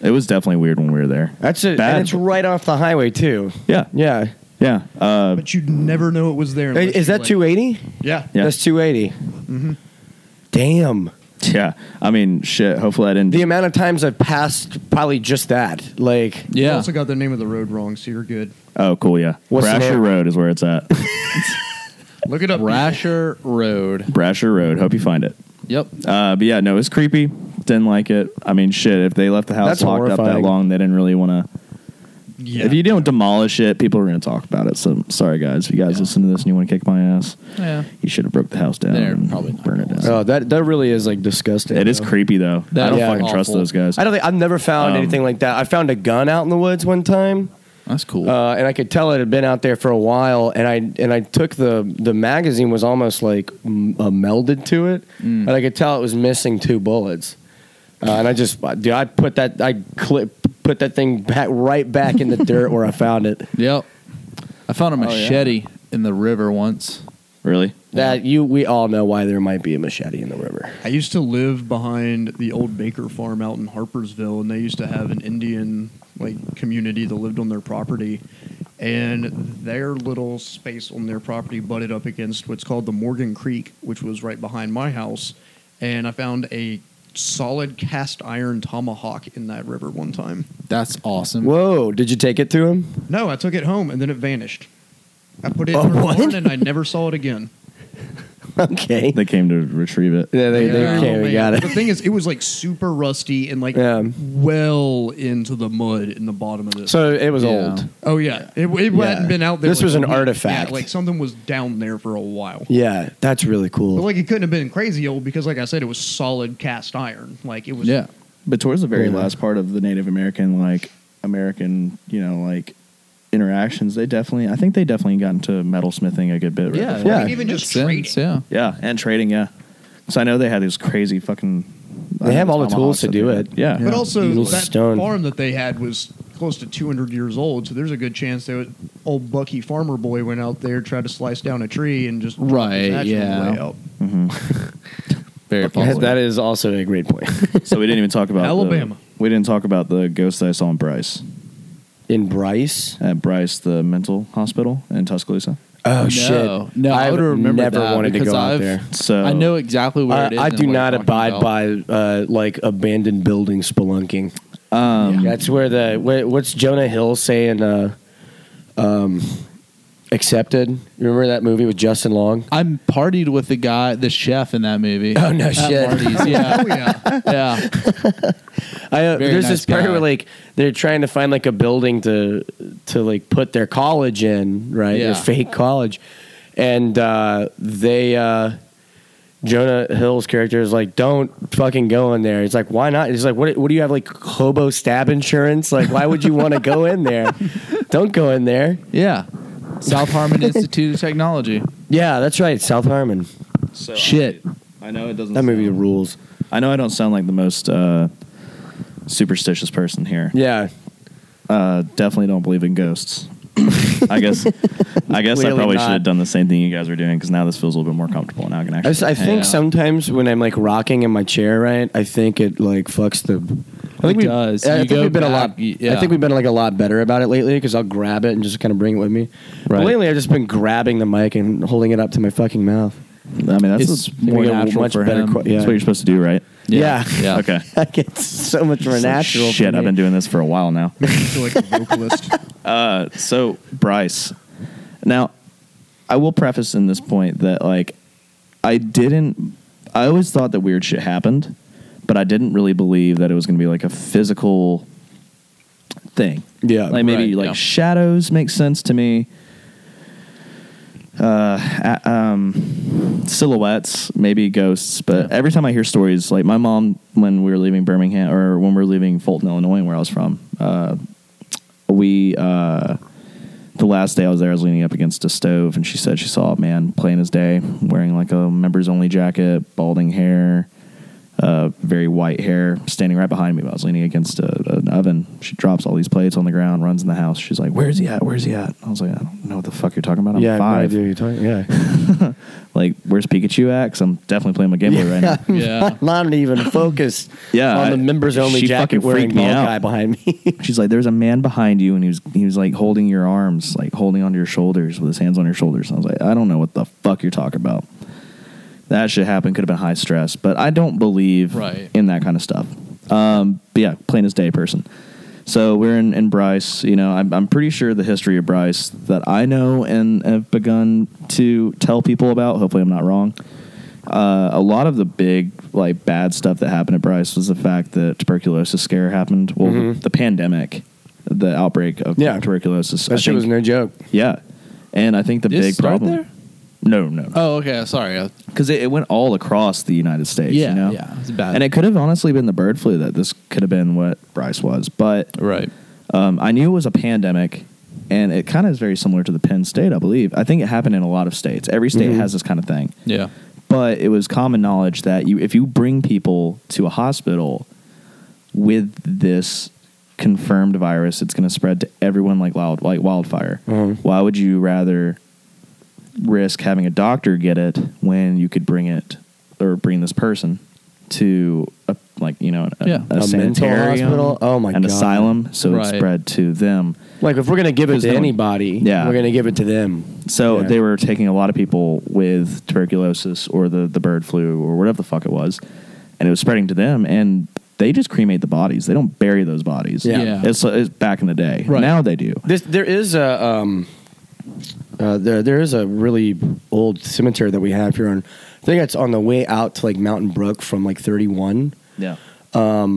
C: It was definitely weird when we were there.
A: That's it,
C: Bad.
A: and it's right off the highway too.
C: Yeah.
A: Yeah,
C: Yeah. Uh,
D: But you'd never know it was there.
A: Hey,
D: unless
A: is
D: you,
A: that
D: like-
A: two eighty?
D: Yeah.
C: Yeah.
A: That's two
C: Mm-hmm.
D: Mhm.
A: Damn.
C: yeah. I mean, shit. Hopefully I didn't.
A: The amount of times I've passed probably just that. Like,
D: You
B: yeah.
D: also got the name of the road wrong, so you're good.
C: oh, cool. Yeah.
A: What's the
C: Brasher
A: name?
C: Road is where it's at.
D: Look it up.
B: Rasher Road.
C: Brasher Road. Hope you find it.
B: Yep.
C: Uh, but yeah, no, it was creepy. Didn't like it. I mean, shit. If they left the house
A: That's
C: locked up that
A: horrifying.
C: long, they didn't really want to.
D: Yeah.
C: If you don't demolish it, people are going to talk about it. So sorry, guys. If you guys listen to this and you want to kick my ass,
B: Yeah.
C: you should have broke the house down.
B: They're
C: and
B: probably not
C: burn it
B: gonna
C: down.
A: oh, that that really is like disgusting.
C: It is
A: though.
C: creepy though.
B: That
C: I don't
B: is
C: fucking
B: awful.
C: trust those guys.
A: Oh, I don't think I've never found
C: Um,
A: anything like that. I found a gun out in the woods one time,
B: That's cool.
A: uh, and I could tell it had been out there for a while. And I and I took the the magazine was almost like m- uh, melded to it,
D: Mm.
A: and I could tell it was missing two bullets. Uh, and I just, dude, I put that I clip put that thing back right back in the dirt where I found it.
B: yep. I found a
A: oh,
C: yeah.
B: machete in the river once.
C: Really?
A: That you we all know why there might be a machete in the river.
D: I used to live behind the old Baker farm out in Harpersville, and they used to have an Indian like community that lived on their property. And their little space on their property butted up against what's called the Morgan Creek, which was right behind my house. And I found a solid cast iron tomahawk in that river one time.
B: That's awesome.
A: Whoa, did you take it to him?
D: No, I took it home and then it vanished. I put it
A: Oh,
D: in her
A: what?
D: barn and I never saw it again.
A: Okay.
C: They came to retrieve it.
A: Yeah, they, they
D: Yeah.
A: came and
D: Oh, man.
A: got it.
D: The thing is, it was like super rusty and like
A: Yeah.
D: well into the mud in the bottom of this.
A: So it was
B: Yeah.
A: old.
D: oh yeah, it, it
A: Yeah.
D: hadn't been out there.
A: This
D: like,
A: was
D: a
A: an
D: week.
A: artifact.
D: Yeah, like something was down there for a while.
A: Yeah, that's really cool.
D: But like it couldn't have been crazy old because, like I said, it was solid cast iron. Like it was.
B: Yeah.
C: But towards the very
A: Yeah.
C: last part of the Native American, like American, you know, like interactions, they definitely, I think they definitely got into metalsmithing a good bit. Right
B: Yeah.
C: before.
D: I
A: Yeah.
D: mean, even
B: Makes
D: just trading.
B: sense, Yeah.
C: yeah, and trading. Yeah, because I know they had these crazy fucking. I
A: They
C: know
A: have all the tools
C: tomahawks
A: to
C: that they
A: do
C: had.
A: it.
C: Yeah,
D: But also
A: Little
D: that
A: stone.
D: farm that they had was close to 200 years old, so there's a good chance that old Bucky farmer boy went out there tried to slice down a tree and just dropped his
B: Right,
D: axe on the
B: yeah.
D: way out.
B: Very
A: That-
B: possible.
A: that is also a great point.
C: so we didn't even talk about the-
D: Alabama.
C: we didn't talk about the ghost that I saw in Bryce
A: In Bryce.
C: at Bryce, the mental hospital in Tuscaloosa.
A: Oh
B: no,
A: shit.
B: No, I
A: I've
B: would remember
A: never
B: that
A: wanted to
B: because
A: go out
B: I've,
A: there.
C: So
B: I know exactly where
A: I,
B: it is.
A: I
B: and
A: do
B: what
A: not
B: you're
A: abide
B: talking about.
A: by uh, like abandoned building spelunking.
C: Um,
A: That's where the wh- what's Jonah Hill saying? Uh, um, accepted. You remember that movie with Justin Long?
B: I'm partied with the guy, the chef in that movie.
A: Oh, no
B: At
A: shit.
B: Marty's, Yeah,
D: Oh yeah.
B: yeah.
A: I, uh,
B: Very
A: there's
B: nice
A: this part
B: guy.
A: where like they're trying to find like a building to to like put their college in, right?
B: Yeah.
A: Their fake college, and uh, they uh, Jonah Hill's character is like, "Don't fucking go in there." It's like, "Why not?" He's like, "What? What do you have like hobo stab insurance? Like, why would you want to go in there? Don't go in there."
B: Yeah. South Harmon Institute of Technology.
A: Yeah, that's right, South Harmon.
C: so
B: Shit.
C: I, I know it doesn't.
A: That movie
C: sound-
A: rules.
C: I know I don't sound like the most uh, superstitious person here.
A: Yeah,
C: Uh, definitely don't believe in ghosts. I guess. I guess I
A: Clearly
C: probably
A: not.
C: should have done the same thing you guys were doing because now this feels a little bit more comfortable. Now I can
A: I,
C: actually.
A: s- I
C: hang
A: think
B: out.
A: sometimes when I'm like rocking in my chair, right? I think it like fucks the. I
B: It
A: think we-
B: does.
A: I
B: You
A: think
B: go
A: we've been
B: back,
A: a lot.
B: y- yeah.
A: I think we've been like a lot better about it lately because I'll grab it and just kind of bring it with me.
C: Right.
A: But lately, I've just been grabbing the mic and holding it up to my fucking mouth.
C: I mean, that's
B: It's
C: what's more
A: we get
C: natural
A: much
C: for
A: better
C: him.
A: qu- yeah.
C: That's what you're supposed to do, right?
A: Yeah.
B: Yeah.
C: Okay.
A: Like, it's so much more
C: It's like,
A: natural. for
C: Shit, I've
A: me.
C: been doing this for a while now.
D: So, like a vocalist.
C: Uh, so Bryce, now I will preface in this point that like I didn't. I always thought that weird shit happened, but I didn't really believe that it was going to be like a physical thing.
A: Yeah.
C: like maybe
B: Right,
C: like
B: yeah.
C: shadows make sense to me. uh, a- um, silhouettes, maybe ghosts. But
B: Yeah.
C: every time I hear stories, like my mom when we were leaving Birmingham or when we were leaving Fulton, Illinois, where I was from, uh, we uh, the last day I was there, I was leaning up against a stove, and she said she saw a man plain as day, wearing like a members only jacket, balding hair. Uh, very white hair standing right behind me. But I was leaning against a, an oven. She drops all these plates on the ground, runs in the house. She's like, "Where's he at? Where's he at?" I was like, "I don't know what the fuck you're talking about. I'm
A: yeah, I have no
C: five
A: idea what you're talking. Yeah,
C: like where's Pikachu at? Because I'm definitely playing my Game Boy right now.
B: Yeah.
A: not even focused.
C: Yeah,
A: on
C: I-
A: the members only
C: she
A: jacket
C: fucking
A: wearing
C: freaked me
A: bald
C: out.
A: guy behind me.
C: She's like, there's a man behind you, and he was he was like holding your arms, like holding onto your shoulders with his hands on your shoulders. And I was like, I don't know what the fuck you're talking about. That shit happened. Could have been high stress, but I don't believe
B: Right.
C: in that kind of stuff. Um, but yeah, plain as day person. So we're in, in Bryce. You know, I'm, I'm pretty sure the history of Bryce that I know and have begun to tell people about. Hopefully, I'm not wrong. uh, a lot of the big like bad stuff that happened at Bryce was the fact that tuberculosis scare happened. Well,
B: Mm-hmm.
C: the pandemic, the outbreak of
A: Yeah.
C: tuberculosis. I
A: That shit
C: think-
A: was no joke.
C: yeah, and I think the
B: Did it
C: big
B: start
C: problem.
B: there?
C: No, no, no.
B: Oh, okay. Sorry. I-
C: Because it, it went all across the United States.
B: Yeah.
C: you know?
B: Yeah. It's bad.
C: And it could have honestly been the bird flu that this could have been what Bryce was, but
B: right.
C: um, I knew it was a pandemic, and it kind of is very similar to the Penn State, I believe. I think it happened in a lot of states. Every state has this kind of thing
B: Yeah.
C: but it was common knowledge that you if you bring people to a hospital with this confirmed virus it's going to spread to everyone like wild like wildfire
A: Mm-hmm.
C: why would you rather risk having a doctor get it when you could bring it or bring this person to a like you know a,
B: Yeah.
C: a,
B: A
A: mental
C: sanitarium
A: hospital? Oh my
C: an
A: God.
C: asylum so
B: Right.
C: it spread to them
A: Like if we're gonna give it
C: There's
A: to
C: no-
A: anybody,
C: Yeah.
A: we're gonna give it to them.
C: so
A: Yeah.
C: they were taking a lot of people with tuberculosis or the, the bird flu or whatever the fuck it was, and it was spreading to them. And they just cremate the bodies; they don't bury those bodies.
A: Yeah.
B: Yeah.
C: it's, it's back in the day.
B: Right.
C: Now they do.
A: This there is a um, uh, there there is a really old cemetery that we have here on. I think it's on the way out to like Mountain Brook from like 31.
C: Yeah,
A: I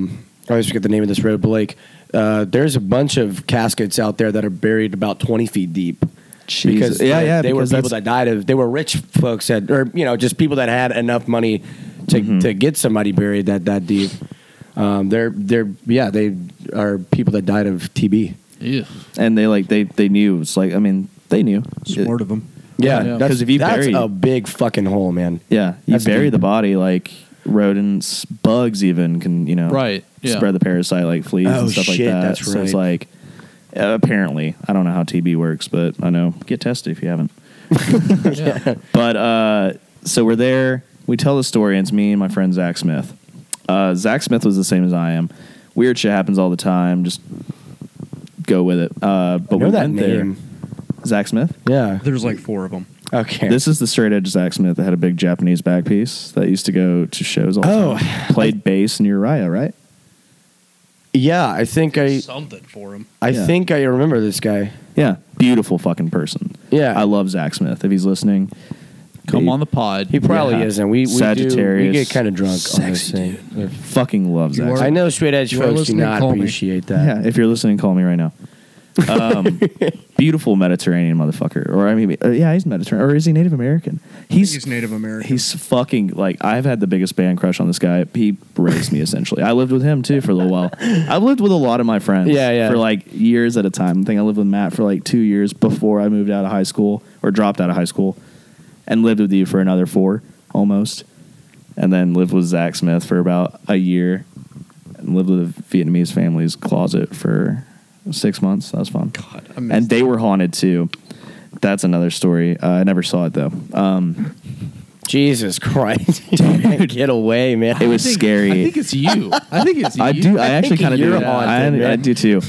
A: always forget the name of this road, but like uh, there's a bunch of caskets out there that are buried about 20 feet deep. Because
C: yeah,
A: they,
C: yeah,
A: they were
C: because
A: people that
C: that's-
A: died of. They were rich folks that, or you know, just people that had enough money to,
C: Mm-hmm.
A: to get somebody buried that that deep. Um, they're they're yeah, they are people that died of TB.
B: Yeah.
C: and they like they they knew. It's like I mean they knew.
D: Smart of them.
A: Yeah,
B: Yeah.
A: that's-
C: 'Cause if you
A: that's
C: bury-
A: a big fucking hole, man.
C: yeah, you
A: That's
C: bury
A: deep.
C: the body like rodents, bugs, even can you know
B: Right, yeah.
C: spread the parasite like fleas
A: Oh,
C: and stuff
A: shit,
C: like that.
A: that's
C: So it's
A: right.
C: like uh, apparently I don't know how TB works, but I know get tested if you haven't.
B: Yeah.
C: But uh, so we're there. We tell the story, and it's me and my friend Zach Smith. Uh, Zach Smith was the same as I am. Weird shit happens all the time. Just go with it. Uh, but
A: I know
C: we
A: that
C: went
A: name.
C: there. Zach Smith.
A: Yeah.
D: There's like four of them.
A: Okay.
C: This is the straight edge Zach Smith that had a big Japanese back piece that used to go to shows all the
A: Oh.
C: time. Played bass in Uriah, right?
A: yeah, I think I
D: Something for him.
A: I
C: Yeah.
A: think I remember this guy.
C: Yeah. Beautiful fucking person.
A: Yeah.
C: I love Zach Smith. If he's listening,
B: Come
C: They-
B: on the pod.
A: He probably
C: Yeah.
A: isn't. We we, do, we
C: Sagittarius.
A: get kind of drunk on this
C: Sexy
A: thing.
C: fucking love
D: You
C: Zach.
D: are-
C: Smith.
A: I know straight edge
D: You are
A: folks do
D: listening,
A: not
D: call me.
A: appreciate that.
C: Yeah, if you're listening, call me right now. Um, beautiful Mediterranean motherfucker, or I mean, uh, yeah, he's Mediterranean, or is he Native American?
D: He's,
C: He's
D: Native American.
C: he's fucking like I've had the biggest band crush on this guy. He raised me essentially. I lived with him too for a little while. I've lived with a lot of my friends,
A: Yeah, yeah.
C: for like years at a time. I think I lived with Matt for like two years before I moved out of high school or dropped out of high school, and lived with you for another four almost, and then lived with Zach Smith for about a year, and lived with a Vietnamese family's closet for six months. That was fun
D: God, I missed
C: and they were haunted too. That's another story. Uh, I never saw it though. Um,
A: Jesus Christ. Get away, man.
C: it was
B: I think-
C: scary.
B: I think it's you. I think it's you.
C: I do. I, actually
A: think
C: kind of do.
A: you're
C: that.
A: haunted,
C: I, I
A: man.
C: do too.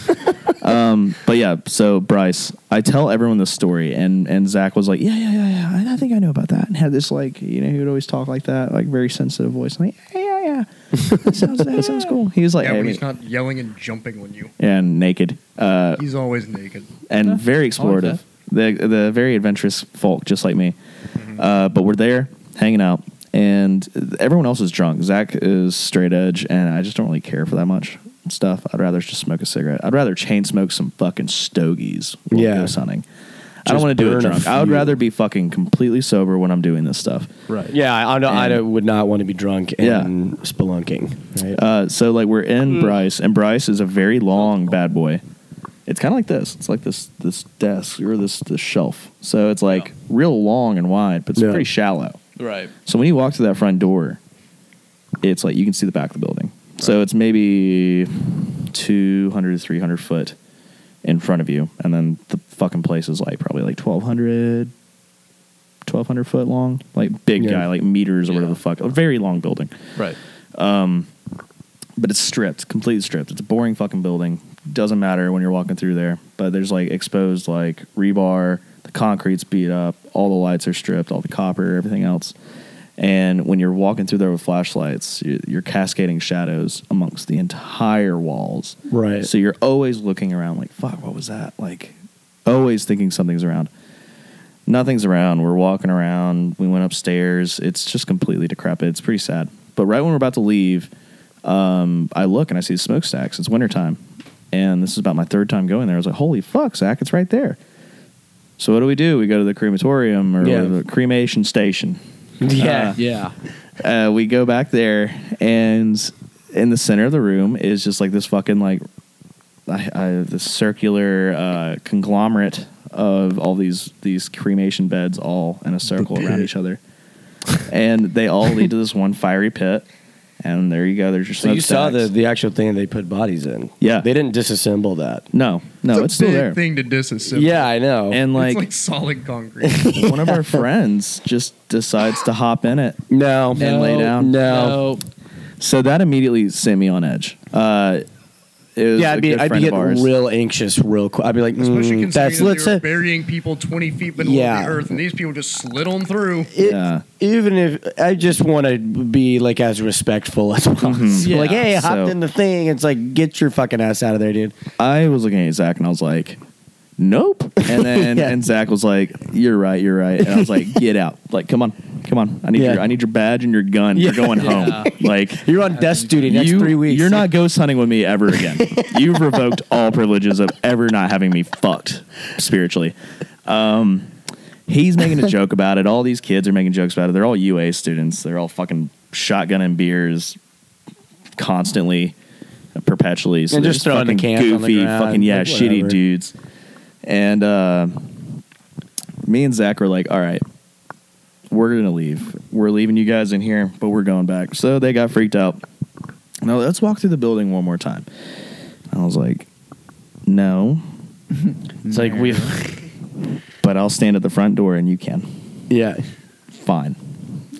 C: um, but yeah. So Bryce, I tell everyone this story, and and Zach was like, yeah, yeah, yeah, yeah. I- I think I know about that. And had this like, you know, he would always talk like that, like very sensitive voice. I'm like, yeah, yeah, yeah. That sounds, that sounds cool. He was like,
D: yeah,
C: hey,
D: when
C: I
D: he's
C: mean-
D: not yelling and jumping on you.
C: and naked. Uh,
D: He's always naked.
C: and
B: Yeah,
C: very
B: I like
C: explorative. the the very adventurous folk, just like me.
G: Mm-hmm.
C: Uh, but we're there hanging out, and everyone else is drunk. Zach is straight edge, and I just don't really care for that much stuff. I'd rather just smoke a cigarette. I'd rather chain smoke some fucking stogies. while
A: Yeah.
C: ghost hunting. I don't
G: Just
C: want to do it
G: burn a
C: drunk. I would
G: few.
C: rather be fucking completely sober when I'm doing this stuff.
B: Right.
G: Yeah, I, don't, I
C: And-
G: don't, would not want to be drunk and
C: Yeah.
G: spelunking. Right?
C: Uh, so like we're in Bryce, and Bryce is a very long bad boy. It's kind of like this. It's like this this desk or this this shelf. So it's like real long and wide, but it's
G: Yeah.
C: pretty shallow.
B: Right.
C: So when you walk through that front door, it's like you can see the back of the building. So it's maybe 200 to 300 foot in front of you. And then the fucking place is like probably like 1200, 1200 foot long. Like big
G: Yeah.
C: guy, like meters or whatever the fuck. A very long building.
B: Right.
C: But it's stripped, completely stripped. It's a boring fucking building. Doesn't matter when you're walking through there. But there's like exposed like rebar, the concrete's beat up, all the lights are stripped, all the copper, everything else. And when you're walking through there with flashlights, you- you're cascading shadows amongst the entire walls.
A: Right.
C: So you're always looking around like, fuck, what was that? Like, always thinking something's around. Nothing's around. We're walking around. We went upstairs. It's just completely decrepit. It's pretty sad. But right when we're about to leave, um, I look and I see smokestacks. It's wintertime. And this is about my third time going there. I was like, holy fuck, Zach, it's right there. So what do we do? We go to the crematorium or
G: Yeah.
C: the cremation station.
G: yeah.
B: Yeah.
C: Uh, we go back there, and in the center of the room is just like this fucking like I, I, this circular uh, conglomerate of all these these cremation beds, all in a circle around each other, and they all lead to this one fiery pit. And there you go. There's your
G: So you saw the,
C: smokestacks.
G: the actual thing they put bodies in.
C: Yeah.
G: They didn't disassemble that.
C: no no it's,
D: it's, a
C: still
D: big
C: there.
D: thing to disassemble.
G: Yeah, I know.
C: And
D: It's like,
C: like,
D: solid concrete.
C: one of our friends just decides to hop in it.
G: no.
C: And lay down.
G: No.
C: So that immediately sent me on edge. Uh, it was
G: Yeah,
C: a
G: I'd be,
C: good
G: I'd be
C: friend of
G: getting
C: ours.
G: real anxious real quick. I'd be like,
D: Especially
G: mm,
D: considering
G: that's
D: that
G: let's
D: they were
G: say
D: burying people twenty feet below
G: Yeah.
D: the earth, and these people just slid on through.
G: it-
C: Yeah.
G: even if I just want to be like as respectful as possible.
B: Yeah.
G: Like, hey, I hopped
C: Mm-hmm. So-
G: in the thing. It's like, get your fucking ass out of there, dude.
C: I was looking at Zach and I was like, nope. And then
G: Yeah.
C: and Zach was like, you're right, you're right. And I was like, get out. Like, come on, come on. I need
G: Yeah.
C: your I need your badge and your gun. You're going home. Like
G: You're on desk duty next
C: you,
G: three weeks.
C: You're not ghost hunting with me ever again. You've revoked all privileges of ever not having me fucked spiritually. Um, he's making a joke about it. All these kids are making jokes about it. They're all UA students. They're all fucking shotgunning beers constantly, uh, perpetually. So
G: And
C: they're
G: just throwing the
C: fucking
G: cans on the
C: goofy,
G: ground,
C: fucking yeah,
G: like,
C: shitty
G: whatever.
C: dudes. And uh, me and Zach were like, all right, we're gonna leave. We're leaving you guys in here, but we're going back. So they got freaked out. Now let's walk through the building one more time. I was like, no,
G: It's like we.
C: but I'll stand at the front door and you can.
G: Yeah.
C: Fine.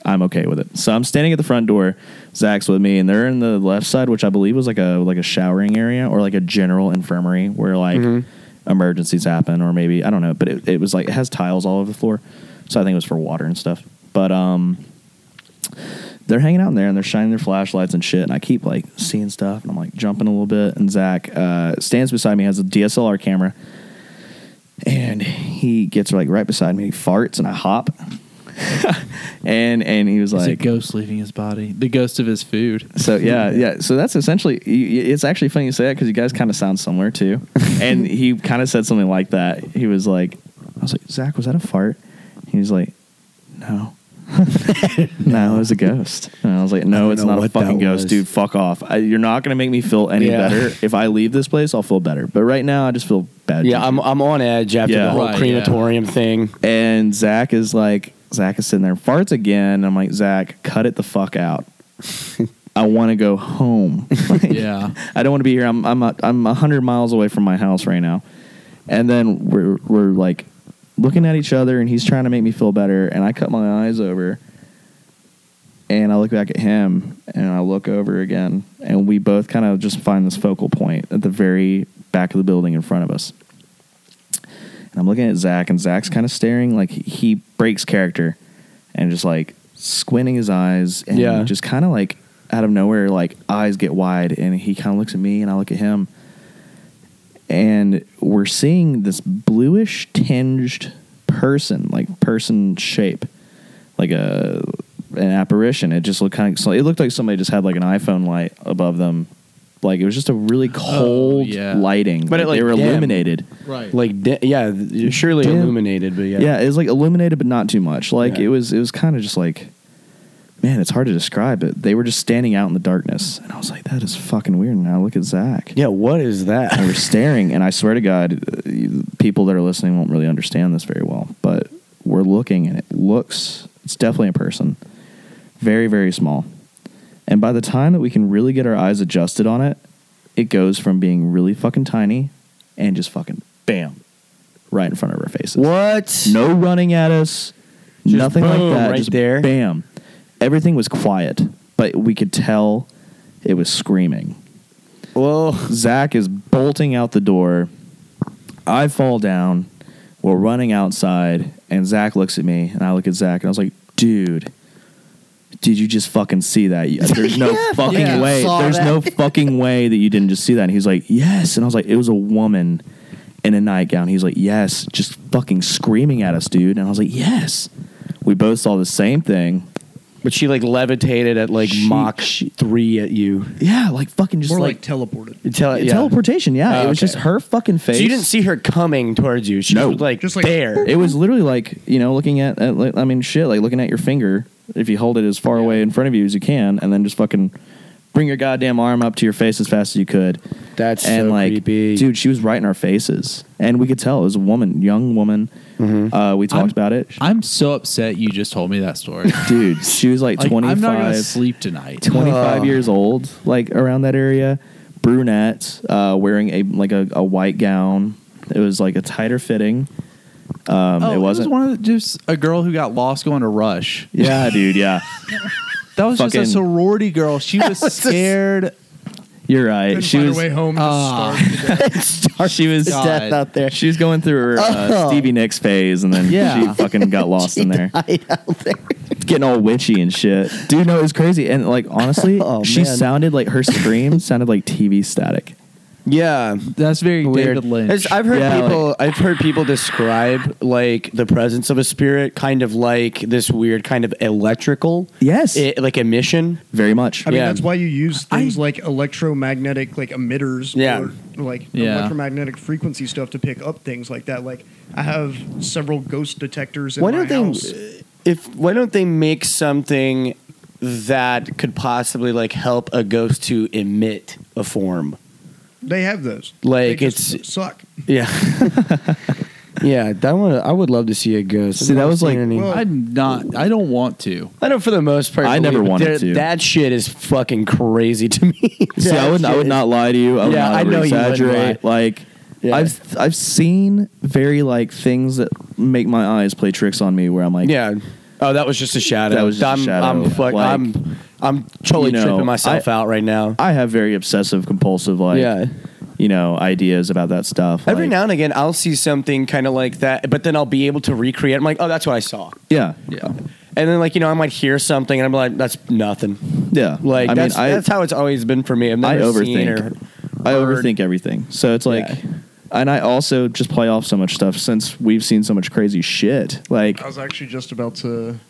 C: I'm okay with it. So I'm standing at the front door. Zach's with me, and they're in the left side, which I believe was like a like a showering area or like a general infirmary where like emergencies happen, or maybe I don't know. But it, it was like it has tiles all over the floor, so I think it was for water and stuff. But um, they're hanging out in there and they're shining their flashlights and shit. And I keep like seeing stuff and I'm like jumping a little bit. And Zach uh, stands beside me, has a DSLR camera, and he gets like right beside me. He farts and I hop. and and he was
B: It's a
C: like,
B: ghost leaving his body. The ghost of his food.
C: so yeah, yeah. So that's essentially. y- y- It's actually funny you say that because you guys kind of sound similar too. and he kind of said something like that. He was like, "I was like, Zach, was that a fart?" He was like, "No, no, it was a ghost." And I was like,
A: I
C: "No,
A: don't
C: it's
A: know
C: not a
A: what that
C: fucking ghost,
A: was."
C: dude. Fuck off. I, you're not gonna make me feel any
G: Yeah.
C: better. If I leave this place, I'll feel better. But right now, I just feel bad.
G: Yeah,
C: juju."
G: I'm, I'm on edge after
C: Yeah.
G: the whole
B: Right, yeah.
G: crematorium thing.
C: And Zach is like, Zach is sitting there, farts again. I'm like, Zach, cut it the fuck out. I want to go home.
B: Yeah.
C: I don't want to be here. I'm I'm a, I'm a hundred miles away from my house right now, and then we're we're like looking at each other, and he's trying to make me feel better, and I cut my eyes over, and I look back at him, and I look over again, and we both kind of just find this focal point at the very back of the building in front of us, and I'm looking at Zach, and Zach's kind of staring like he- he breaks character, and just like squinting his eyes, and
G: Yeah.
C: just kind of like out of nowhere, like eyes get wide, and he kind of looks at me, and I look at him, and we're seeing this bluish tinged person, like person shape, like a an apparition. It just looked kind of. It looked like somebody just had like an iPhone light above them Like it was just a really cold
B: yeah.
C: lighting.
A: Oh, But it,
C: they
A: like,
C: were
A: dim.
C: illuminated.
B: Right.
A: Like, di- yeah, th- surely
C: Dim.
A: illuminated, but yeah.
C: Yeah. it was like illuminated, but not too much. Like
A: Yeah.
C: it was, it was kind of just like, man, it's hard to describe it. They were just standing out in the darkness, and I was like, that is fucking weird. Now look at Zach.
A: Yeah, what is that?
C: And we're staring, and I swear to God, uh, people that are listening won't really understand this very well. But we're looking, and it looks, it's definitely a person. Very, very small. And by the time that we can really get our eyes adjusted on it, it goes from being really fucking tiny and just fucking bam, right in front of our faces.
A: What?
C: No running at us,
A: Just
C: nothing like
A: boom,
C: that.
A: right
C: just
A: there.
C: Bam. Everything was quiet, but we could tell it was screaming.
A: Well,
C: Zach is bolting out the door. I fall down. We're running outside, and Zach looks at me, and I look at Zach, and I was like, dude. Did you just fucking see that? Yeah, There's no fucking
A: yeah.
C: way.
A: Saw
C: There's
A: that.
C: no fucking way that you didn't just see that. And he's like, yes. And I was like, it was a woman in a nightgown. He's like, yes, just fucking screaming at us, dude. And I was like, yes. We both saw the same thing.
A: but she like levitated at like
C: She-
A: Mach
C: she-
A: 3 at you.
C: Yeah, like fucking just
D: More
C: like,
D: like, teleported.
A: Tele- yeah.
C: teleportation. Yeah,
A: Oh,
C: it was
A: okay.
C: just her fucking face.
A: So you didn't see her coming towards you. She
C: No.
A: was like,
D: Just like-
A: there.
C: It was literally like you know, looking at, at like, I mean, shit, like looking at your finger. If you hold it as far away in front of you as you can, and then just fucking bring your goddamn arm up to your face as fast as you could,
A: That's
C: and
A: so
C: like,
A: creepy.
C: dude, she was right in our faces, and we could tell it was a woman, young woman.
A: Mm-hmm.
C: Uh, we talked
B: I'm-
C: about it,
B: I'm so upset you just told me that story.
C: dude. She was like
B: Like,
C: twenty
B: I'm not gonna
C: five.
B: sleep tonight.
C: 25 years old, like around that area, brunette, uh, wearing a like a, a white gown. It was like a tighter fitting. Um,
B: Oh,
C: it wasn't.
B: one of the, just a girl who got lost going to Rush.
C: yeah, dude. Yeah,
B: That was just a
C: Fucking-
B: sorority girl. She was scared.
C: you're right.
D: Couldn't
C: She
D: find
C: was.
D: her way home. just
B: Ah.
D: starved to death.
C: She was.
B: God. death out
C: there. She was going through her uh, Stevie Nicks phase, and then
B: Yeah.
C: she fucking got lost in there. Getting all witchy and shit, dude. No, it was crazy. And like honestly,
A: Oh,
C: she
A: man.
C: sounded like her scream sounded like TV static.
A: Yeah.
B: That's very
A: Weird.
B: David Lynch.
A: It's- I've heard
C: Yeah,
A: people. I've heard people describe like the presence of a spirit, kind of like this weird kind of electrical,
C: Yes,
A: eh, like emission.
C: very much.
D: I mean,
A: Yeah.
D: that's why you use things like electromagnetic, like emitters,
A: Yeah.
D: or like
B: Yeah.
D: electromagnetic frequency stuff to pick up things like that. Like I have several ghost detectors in
A: Why
D: my
A: don't they?
D: house.
A: If why don't they make something that could possibly like help a ghost to emit a form?
D: They have those.
A: Like,
D: They just
A: it's-
D: suck.
A: Yeah. yeah, that one. I would love to see a ghost.
C: See,
A: I've
C: that
A: never
C: was
A: seen
C: like-
A: any.
D: Well-
B: I'm not. I don't want to.
A: I know for the most part.
C: I never
A: but
C: wanted
A: there-
C: to.
A: That shit is fucking crazy to me.
C: See, I would I would not lie to you. I would
A: Yeah,
C: not
A: I know you wouldn't
C: exaggerate. Like
A: Yeah.
C: I've I've seen very like things that make my eyes play tricks on me where I'm like
A: Yeah. Oh, that was just a shadow.
C: That was just a
A: I'm,
C: shadow.
A: I'm, fuck,
C: Like,
A: I'm, I'm totally
C: you know,
A: tripping myself
C: I-
A: out right now.
C: I have very obsessive compulsive like
A: yeah.
C: you know ideas about that stuff.
A: Every
C: like-
A: now and again, I'll see something kind of like that, but then I'll be able to recreate. I'm like, oh, that's what I saw.
C: yeah
B: Yeah.
A: And then, like, you know, I might hear something and I'm like, that's nothing.
C: yeah
A: Like,
C: I mean
A: that's,
C: I
A: that's how it's always been for me. I've
C: I
A: never seen
C: overthink
A: or
C: I
A: heard-
C: overthink everything. So it's like.
A: Yeah.
C: And I also just play off so much stuff since we've seen so much crazy shit. Like,
D: I was actually just about to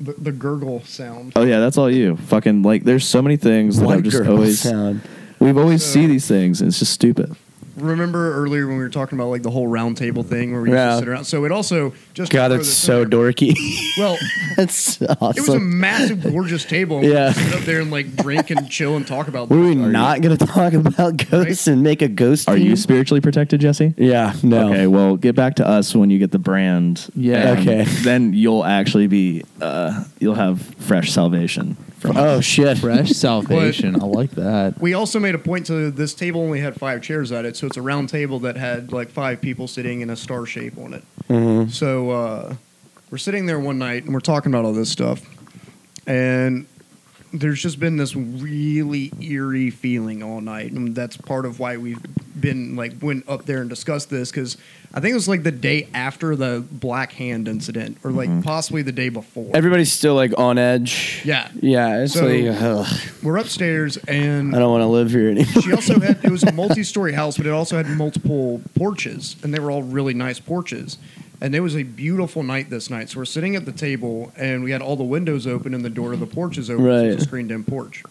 D: the, the gurgle sound.
C: oh yeah, that's all you. Fucking like, there's so many things that I've
A: white
C: just
A: girl
C: always.
A: sound.
C: We've always
D: So-
C: see these things, and it's just stupid.
D: Remember earlier when we were talking about like the whole round table thing where we used
A: Yeah.
D: to sit around. So it also just to
A: God,
D: throw
A: that's
D: this in
A: so
D: there-
A: dorky.
D: Well,
A: that's
D: it was a
A: awesome.
D: massive, gorgeous table. and
A: Yeah.
D: we sit up there and like drink and chill and talk about.
A: Were we
D: things.
A: not going to talk about ghosts and make a ghost?
C: Are you
A: team?
C: spiritually protected, Jesse?
A: Yeah. No.
C: Okay, well, get back to us when you get the brand.
B: Yeah.
C: and
A: Okay.
C: Then you'll actually be, uh, you'll have fresh salvation. From
A: Oh shit.
B: Fresh salvation. I like that.
D: We also made a point to this table only had five chairs at it, so it's a round table that had like five people sitting in a star shape on it. So uh, we're sitting there one night and we're talking about all this stuff, and there's just been this really eerie feeling all night, and that's part of why we've been like went up there and discussed this because I think it was like the day after the Black Hand incident, or like possibly the day before.
A: Everybody's still like on edge.
D: Yeah.
A: Yeah. It's
D: So-
A: like, ugh,
D: we're upstairs and
A: I don't want to live here anymore.
D: She also had it was a multi-story house, but it also had multiple porches, and they were all really nice porches. And it was a beautiful night this night. So we're sitting at the table, and we had all the windows open and the door to the porch is open. So
A: Right.
D: it's a screened-in porch.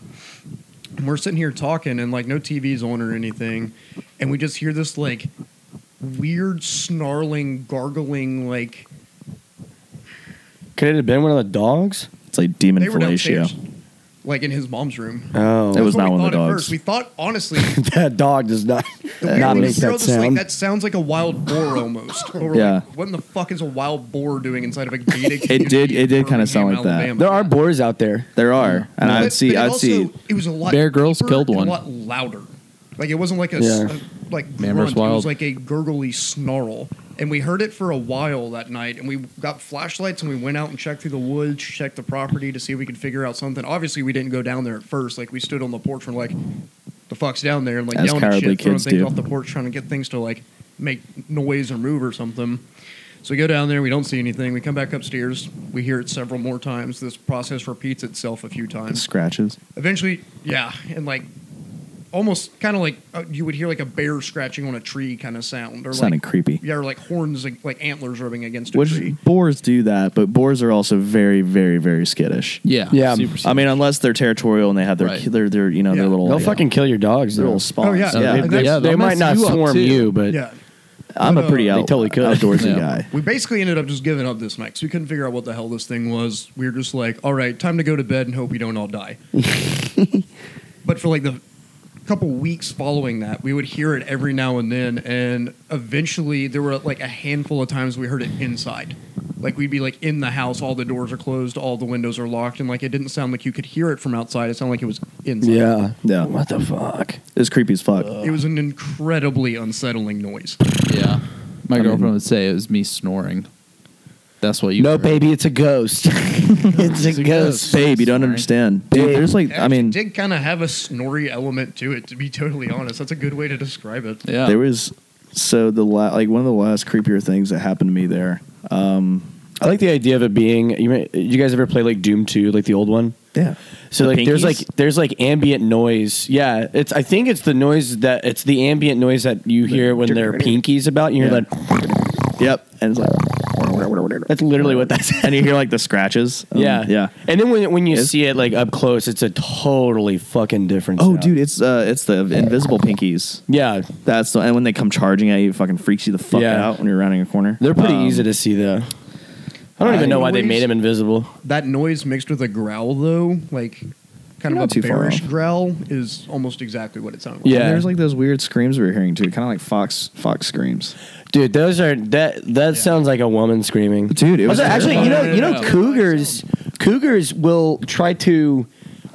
D: And we're sitting here talking and like no TV's on or anything, and we just hear this like weird snarling, gargling like
A: Could it have been one of the dogs?
C: It's like demon
D: they were
C: fellatio.
D: downstairs, like in his mom's room.
A: Oh,
C: It was
D: That's
C: not
D: what we
C: one of the
D: thought at
C: dogs.
D: first. We thought honestly,
A: that dog does not
D: the way
A: not
D: we
A: make that
D: described this, like,
A: sound.
D: that sounds like a wild boar almost. Or we're
C: Yeah.
D: like, what in the fuck is a wild boar doing inside of a gated?
C: It did- it did kinda sound like that.
A: There are boars out there.
C: There are, and I'd see, I'd see.
D: It was a lot.
B: Bear Grylls
D: deeper
B: killed
D: and
B: one.
D: A lot louder. Like it wasn't like a,
A: Yeah.
D: s- a- like
B: Man
D: grunt.
B: vs.
D: It was
B: Wild.
D: like a gurgly snarl, and we heard it for a while that night. And we got flashlights and we went out and checked through the woods, checked the property to see if we could figure out something. Obviously, we didn't go down there at first. Like we stood on the porch and we're like, the fuck's down there, and like
C: As
D: yelling at
C: cowardly
D: shit, throwing
C: kids
D: things
C: do.
D: off the porch, trying to get things to like make noise or move or something. So we go down there, we don't see anything. We come back upstairs, we hear it several more times. This process repeats itself a few times
C: Scratches.
D: eventually yeah and like almost kind of like uh, you would hear like a bear scratching on a tree kind of sound or
C: Sounded
D: like
C: creepy.
D: yeah or like horns like, like antlers rubbing against a
C: Which
D: tree
C: boars do that, but boars are also very, very, very skittish.
B: Yeah.
A: Yeah.
B: Super
C: I mean, unless they're territorial and they have their
B: Right.
C: their, their you know
D: Yeah.
C: their little
A: They'll
C: Oh, yeah,
A: fucking kill your dogs.
C: their
A: Though.
C: little spawns.
D: yeah.
C: yeah.
D: Yeah.
A: They,
D: Yeah,
A: they
B: they'll
A: might
B: mess
A: not
B: you up,
A: swarm
B: too.
A: you, but
D: yeah
C: I'm
D: But,
C: a
D: uh,
C: pretty
D: They
C: out,
A: totally could.
C: outdoorsy
B: Yeah.
C: guy.
D: we basically ended up just giving up this night 'cause we couldn't figure out what the hell this thing was we were just like all right time to go to bed and hope we don't all die but for like the couple weeks following that we would hear it every now and then and eventually there were like a handful of times we heard it inside like we'd be like in the house all the doors are closed all the windows are locked and like it didn't sound like you could hear it from outside it sounded like it was inside
A: yeah.
C: Yeah,
A: What the fuck?
C: it's creepy as fuck.
D: it was an incredibly unsettling noise
B: Yeah. My
C: I mean-
B: girlfriend would say it was me snoring. That's what you
A: No,
B: heard.
A: baby, it's a ghost. it's a ghost.
C: Babe, you don't understand. Dude, there's like I
D: It
C: mean,
D: did kind of have a snory element to it to be totally honest that's a good way to describe it
B: Yeah.
C: there was so the la- like one of the last creepier things that happened to me there. Um,
A: I like the idea of it being. You, may- you guys ever play like Doom Two, like the old one?
C: yeah,
A: So
C: The
A: like there's like
C: pinkies?
A: there's like ambient noise. Yeah, it's I think it's the noise that it's the ambient noise that you hear when there are pinkies about. You hear
C: Yeah.
A: that?
C: yep, and it's like
A: That's literally what that's.
C: and you hear like the scratches. Um,
A: yeah,
C: yeah.
A: And then when when you
C: It's-
A: see it like up close, it's a totally fucking different.
C: Oh,
A: sound.
C: dude, it's uh, it's the invisible pinkies.
A: Yeah,
C: That's the, and when they come charging at you, it fucking freaks you the fuck
A: Yeah.
C: out when you're rounding a corner.
A: they're pretty
C: Um,
A: easy to see though. I don't even know why they made him invisible.
D: That noise mixed with a growl, though, like
C: You're
D: kind
C: not
D: of a
C: too far
D: bearish
C: off.
D: growl, is almost exactly what it sounded like.
A: Yeah.
C: And there's like those weird screams we were hearing too, kind of like fox fox screams.
A: Dude, those are that. That sounds like a woman screaming.
C: Dude, it was
A: Also, actually, you know,
B: terrifying.
A: you know,
B: No, no, no.
A: cougars, cougars will try to.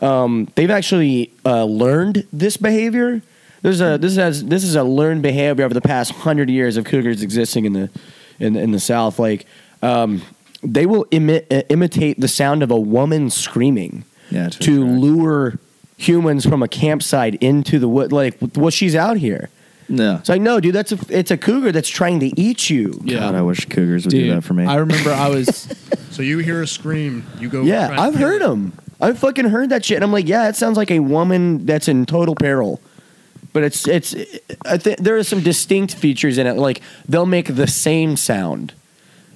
A: Um, they've actually uh, learned this behavior. There's a this has this is a learned behavior over the past hundred years of cougars existing in the in in the South. Like, um, they will imi- uh, imitate the sound of a woman screaming
C: Yeah, it's
A: to
C: really
A: lure humans from a campsite into the wood. Like, well, she's out here.
C: No.
A: It's like, no, dude, that's a, it's a cougar that's trying to eat you.
B: yeah.
C: God, I wish cougars would
B: Dude,
C: do that for me.
B: I remember I was
D: So you hear a scream, you go.
A: Yeah,
D: try to
A: I've
D: kill
A: heard
D: it.
A: him. I've fucking heard that shit, and I'm like, yeah, it sounds like a woman that's in total peril. But it's it's I think there are some distinct features in it. Like they'll make the same sound.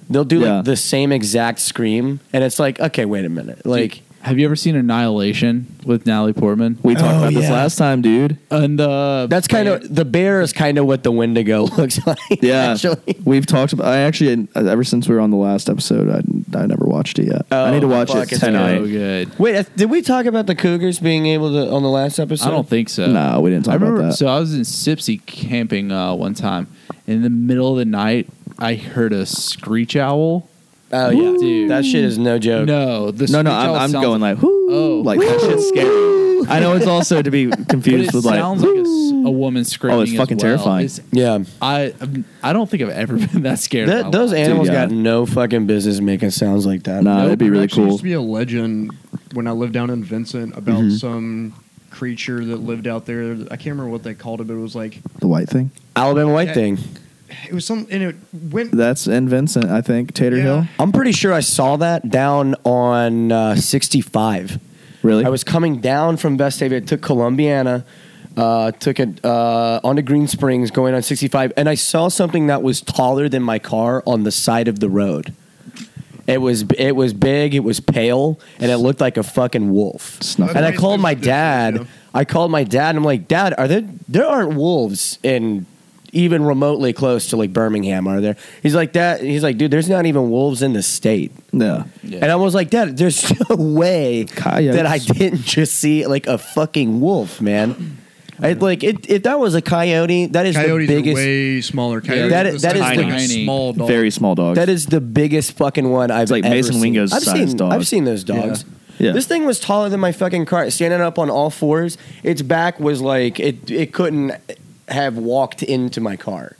A: They'll do
C: Yeah.
A: like the same exact scream, and it's like, okay, wait a minute, like.
B: Have you ever seen Annihilation with Natalie Portman?
C: we talked about this
A: Oh, yeah.
C: last time, dude.
B: And uh, the
A: That's kind of the bear is kind of what the Wendigo looks like.
C: Yeah,
A: actually.
C: we've talked about. I actually ever since we were on the last episode, I, I never watched it yet. I need to
A: Oh,
C: watch
A: fuck,
C: it
A: it's good.
C: tonight.
B: so good.
A: Wait, uh, did we talk about the cougars being able to on the last episode?
B: I don't think so.
C: No, we didn't talk
B: I remember,
C: about that.
B: So I was in Sipsy camping uh, one time. In the middle of the night, I heard a screech owl.
A: Oh yeah,
B: Dude.
A: that shit is no joke.
B: No, the
C: no,
B: screech
C: no,
B: owl
C: I'm, I'm
B: sounds-
C: going like, whoo,
B: Oh.
C: like that shit's scary. I know it's also to be
B: but
C: confused
B: it
C: with like, Oh,
B: sounds like a, s- a woman screaming. as
C: fucking
B: well.
C: terrifying.
B: It's-
A: Yeah.
B: I I'm- I don't think I've ever been that scared.
A: That,
B: in my
A: those
B: life.
A: animals
C: Dude, yeah.
A: got no fucking business making sounds like that.
C: nah,
D: Nope,
C: that'd be
D: there
C: really
D: actually
C: cool.
D: Used to be a legend when I lived down in Vincent about some creature that lived out there. I can't remember what they called it, but it was like
C: The white thing.
A: Alabama White
D: Yeah.
A: Thing.
D: it was some and it went.
C: That's in Vincent, I think. Tater
D: Yeah.
C: Hill.
A: I'm pretty sure I saw that down on uh, 65.
C: Really?
A: I was coming down from Vestavia, took Columbiana, uh, took it uh, onto Green Springs, going on 65, and I saw something that was taller than my car on the side of the road. It was it was big, it was pale, and it looked like a fucking wolf.
C: Snuff.
A: And I
D: That's
A: called my
D: basically the
A: dad.
D: difference,
A: I called my dad and I'm like, Dad, are there there aren't wolves in even remotely close to like Birmingham, are there? He's like that. He's like, dude, there's not even wolves in the state.
C: No.
A: And I was like, Dad, there's no way
C: Coyotes.
A: that I didn't just see like a fucking wolf, man. I, like it, if that was a coyote, that is
D: Coyotes
A: the
D: are
A: biggest.
D: way smaller. Coyotes
A: that
D: are
A: is-
D: the
A: that
D: size
A: is
D: of
B: the-
D: a small dog.
C: Very small dogs.
A: That is the biggest fucking one I've
C: like
A: ever
C: Mason
A: seen.
C: Wingo's
A: I've
C: sized
A: seen,
C: dog.
A: I've seen those dogs.
C: Yeah.
A: This thing was taller than my fucking car, standing up on all fours. Its back was like it it couldn't have walked into my car.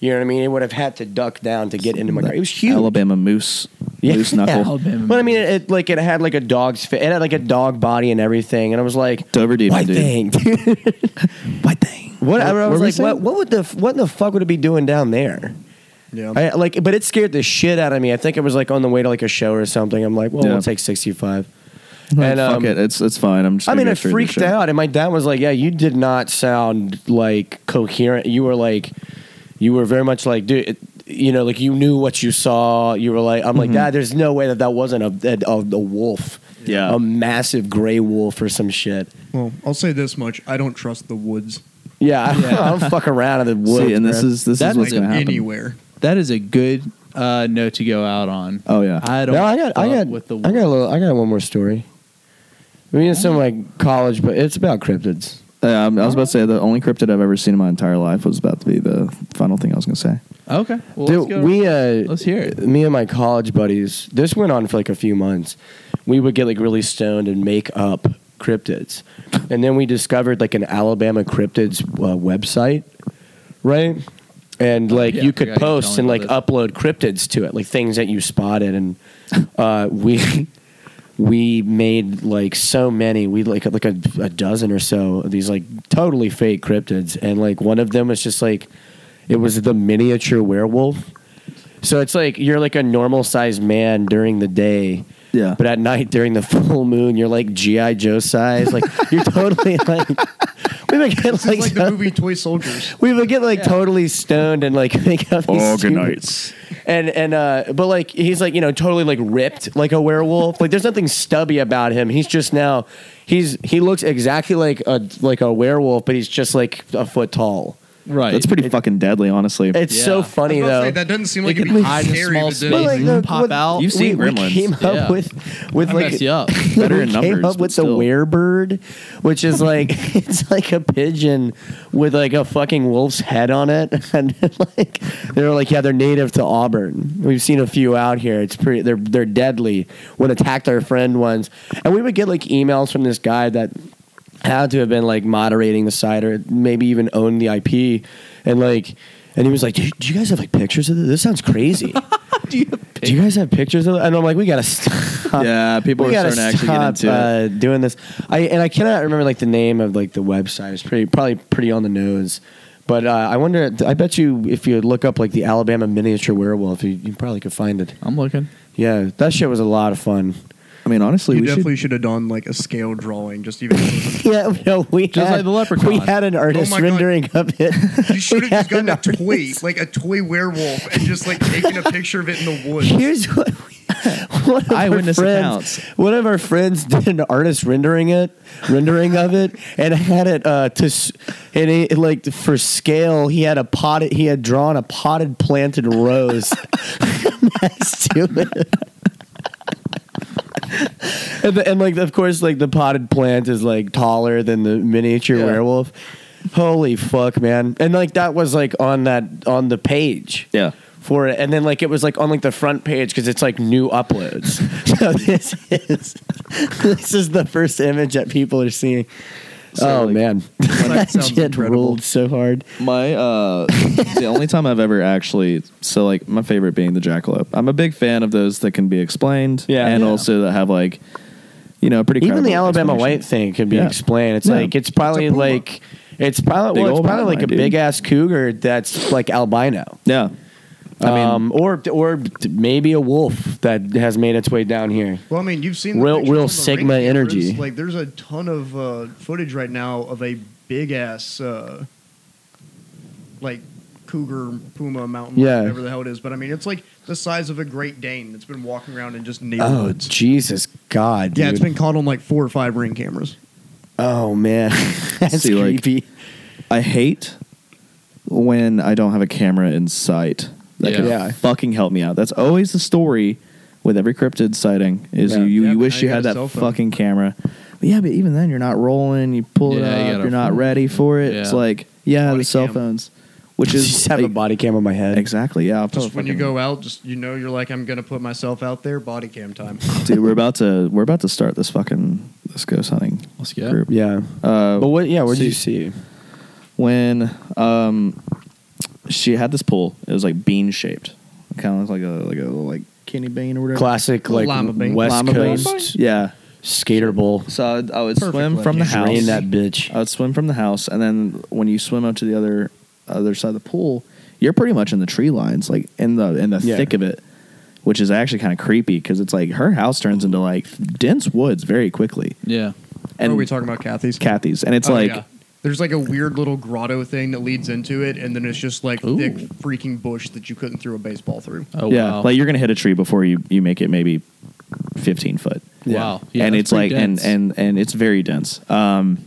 A: You know what I mean? It would have had to duck down to get into my car. It was huge.
C: Alabama moose. Moose knuckle.
B: Alabama
A: But I mean, it, it like it had like a dog's fit. It had like a dog body and everything. And I was like,
C: Dover demon,
A: White
C: dude.
A: thing, dude.
C: White thing.
A: Oh, What I, was
C: What were we
A: like,
C: saying?
A: what, what would the f- what in the fuck would it be doing down there?
D: Yeah.
A: I, like, but it scared the shit out of me. I think it was like on the way to like a show or something. I'm like, well,
C: Yeah.
A: we'll take 65.
C: Like,
A: And, um,
C: fuck it. It's it's fine. I'm just
A: I
C: gonna
A: mean,
C: go
A: I
C: through the
A: freaked
C: shit.
A: out, and my dad was like, "Yeah, you did not sound like coherent. You were like, you were very much like, dude, it- you know, like you knew what you saw. You were like, I'm
C: Mm-hmm.
A: like, Dad, there's no way that that wasn't a a, a, a wolf,
C: Yeah.
A: a massive gray wolf or some shit.
D: Well, I'll say this much: I don't trust the woods.
A: Yeah, I- I don't fuck around in the woods.
C: See, and this
A: bro.
C: is this is
B: That
C: what's
D: like
C: gonna happen.
D: anywhere.
B: That is a good uh, note to go out on.
C: Oh yeah.
B: I don't.
A: No, I got, I
B: fuck
A: got,
B: with the.
A: I got a little, I got one more story. I mean, it's some like college, but it's about cryptids.
C: Yeah, um, I was about to say the only cryptid I've ever seen in my entire life was about to be the final thing I was going to say.
B: okay. Well,
A: Dude,
B: let's go.
A: we uh,
B: let's hear it.
A: me and my college buddies this went on for like a few months we would get like really stoned and make up cryptids and then we discovered like an alabama cryptids uh, website right and like
B: Oh, yeah, I
A: you could
B: forgot you were
A: post
B: telling
A: and
B: all
A: like
B: this.
A: upload cryptids to it like things that you spotted and uh, we we made like so many we like like a, a dozen or so of these like totally fake cryptids and like one of them was just like it was the miniature werewolf so it's like you're like a normal sized man during the day
C: Yeah.
A: but at night during the full moon you're like gi joe size like you're totally like we would get
D: This
A: like,
D: is like the movie Toy Soldiers.
A: we would get like totally stoned and like make up
C: Oh,
A: these stupid- and and uh but like he's like you know totally like ripped like a werewolf like there's nothing stubby about him he's just now he's he looks exactly like a like a werewolf but he's just like a foot tall
B: Right.
C: That's pretty fucking deadly, honestly.
A: it's
B: Yeah. I
A: so
B: was
A: funny
D: I was about to
A: though
D: say, that doesn't seem like
B: They
D: it'd
B: could
D: be
B: hide in
D: scary
B: small
D: to do.
B: space. But, like,
A: the-
B: pop out.
C: You've seen
A: we,
C: Gremlins.
A: We came up
B: Yeah.
A: with with
B: I
A: like
B: messed you up.
C: Better
A: we
C: in
A: came
C: numbers,
A: up
C: but
A: with the
C: still.
A: werebird, which is like it's like a pigeon with like a fucking wolf's head on it, and like they're like yeah they're native to Auburn. We've seen a few out here. It's pretty they're they're deadly. One attacked our friend once, and we would get like emails from this guy that had to have been like moderating the site or maybe even owned the IP, and like and he was like, do, do you guys have like pictures of this? This sounds crazy. Do you guys have pictures of it? And I'm like, we gotta stop.
C: yeah, people
A: we
C: are
A: gotta
C: starting to actually get
A: stop
C: into it.
A: uh, doing this. I and I cannot remember like the name of like the website. It's pretty probably pretty on the nose. But uh, I wonder. I bet you if you look up like the Alabama miniature werewolf, you, you probably could find it.
B: I'm looking.
A: Yeah, that shit was a lot of fun.
C: I mean, honestly,
D: You
C: we
D: definitely
C: should.
D: should have done like a scale drawing, just even.
A: Yeah, no, we
B: Just
A: had,
B: like the leprechaun.
A: We had an artist
D: Oh my God.
A: rendering of it.
D: You should have just
A: had
D: gotten a
A: an
D: toy, like a toy werewolf, and just like taken a picture of it in the woods.
A: Here's what we, one of
C: Eyewitness
A: our friends,
C: accounts.
A: One of our friends did an artist rendering it, rendering of it, and had it uh, to, s- and he, like for scale, he had a potted, he had drawn a potted planted rose next to it. And, the, and like of course like the potted plant is like taller than the miniature werewolf. Holy fuck, man! And like that was like on that on the page
C: Yeah.
A: for it, and then like it was like on like the front page because it's like new uploads. so this is this is the first image that people are seeing. oh
C: like,
A: man,
D: That
A: that
D: sounds
A: shit
D: incredible.
A: ruled so hard.
C: My uh the only time I've ever actually so like my favorite being the jackalope. I'm a big fan of those that can be explained.
A: Yeah.
C: And
A: Yeah.
C: also that have like you know pretty
A: Even the
C: credible
A: Alabama white
C: explanation.
A: thing can be
C: Yeah.
A: explained. It's
C: Yeah.
A: like it's probably
D: puma.
A: like it's probably
C: Big
A: well,
C: old
A: it's probably like a
C: mountain lion, dude.
A: big ass cougar that's like albino.
C: Yeah. I mean,
A: um, or or maybe a wolf that has made its way down here.
D: Well, I mean, you've seen the
A: Real-
D: pictures
A: real
D: on the
A: Sigma
D: rain cameras.
A: energy.
D: Like, there's a ton of uh, footage right now of a big ass, uh, like cougar, puma, mountain, lion,
A: Yeah.
D: whatever the hell it is. But I mean, it's like the size of a Great Dane that's been walking around in just
A: Oh
D: neighborhoods.
A: Jesus God!
D: yeah, it's
A: dude.
D: been caught on like four or five ring cameras.
A: Oh man, that's
C: See, like-
A: creepy.
C: I hate when I don't have a camera in sight. That
B: Yeah.
C: could
A: Yeah.
C: fucking help me out. That's always the story with every cryptid sighting is
A: Yeah.
C: you, you,
D: Yeah,
C: you
D: but
C: wish
D: now
C: you
D: you
C: had
D: got a
C: that
D: cell phone.
C: fucking camera. But yeah, but even then you're not rolling, you pull
B: Yeah, you
C: it up,
B: gotta-
C: you are not ready for it. It's
B: Yeah.
C: like, yeah,
D: Body
C: the cell
D: cam.
C: phones. Which is
A: just have a body cam on my head.
C: Exactly. Yeah. I'll put
D: Just
C: a
D: when you
C: fucking-
D: go out, just you know, you're like, I'm gonna put myself out there. Body cam time.
C: Dude, we're about to we're about to start this fucking this ghost hunting
B: Let's go.
C: group.
A: Yeah,
C: Uh,
A: but what? Yeah, where did you
C: see-
A: see?
C: when um she had this pool. It was like bean shaped. It kind of looked like a like a like candy bean or whatever.
A: Classic like
D: Llama bean.
A: West
C: Llama bean.
A: Coast
C: Yeah.
A: skater bowl.
C: So I would, I would
D: Perfect
C: swim from the
D: location.
C: house.
A: Drain that bitch.
C: I would swim from the house, and then when you swim up to the other other side of the pool, you're pretty much in the tree lines, like in the in the
A: Yeah.
C: thick of it, which is actually kind of creepy because it's like her house turns into like dense woods very quickly.
B: Yeah.
C: And
D: Are we talking about Kathy's?
C: Kathy's, and it's
D: Oh,
C: like
D: yeah. there's like a weird little grotto thing that leads into it, and then it's just like
B: Ooh.
D: thick freaking bush that you couldn't throw a baseball through.
B: Oh
C: yeah,
B: wow.
C: like you're gonna hit a tree before you you make it maybe fifteen foot.
B: Wow. Yeah,
C: and
B: that's
C: it's like
B: pretty dense.
C: and and and it's very dense. Um,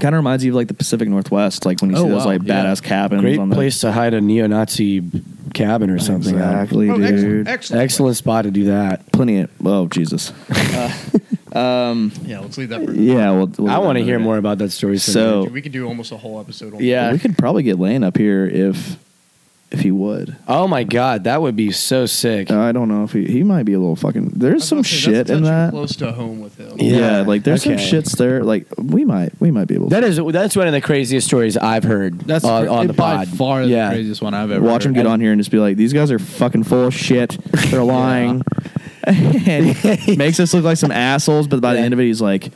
C: kind of reminds you of like the Pacific Northwest, like when you
B: Oh,
C: see those
B: wow,
C: like
B: yeah.
C: badass cabins.
A: Great
C: on the,
A: place to hide a neo-Nazi cabin or something.
C: Exactly,
D: Oh, ex-
C: dude.
D: excellent.
A: Excellent spot to do that.
C: Plenty of oh Jesus.
D: Yeah, let's leave that. For
C: Yeah, well, we'll-
A: I want to hear more about that story. someday.
C: So
D: We could do almost a whole episode on
C: yeah, we could probably get Lane up here if if he would.
A: oh my god, that would be so sick.
C: I don't know if he he might be a little fucking.
D: I
C: There's
D: was
C: some
D: gonna say,
C: shit
D: that's
C: in
D: touching
C: that.
D: Close to home with him.
A: Yeah,
C: yeah, like there's
A: okay.
C: some shits there. Like we might we might be able to
A: That is that's one of the craziest stories I've heard.
B: that's
C: Uh,
A: on,
B: cra-
A: on the
B: by
A: pod.
B: far
A: yeah.
B: the craziest one I've ever.
C: watch him
B: heard.
C: get on here and just be like, these guys are fucking full of shit. They're lying. and makes us look like some assholes, but by the end of it, he's like,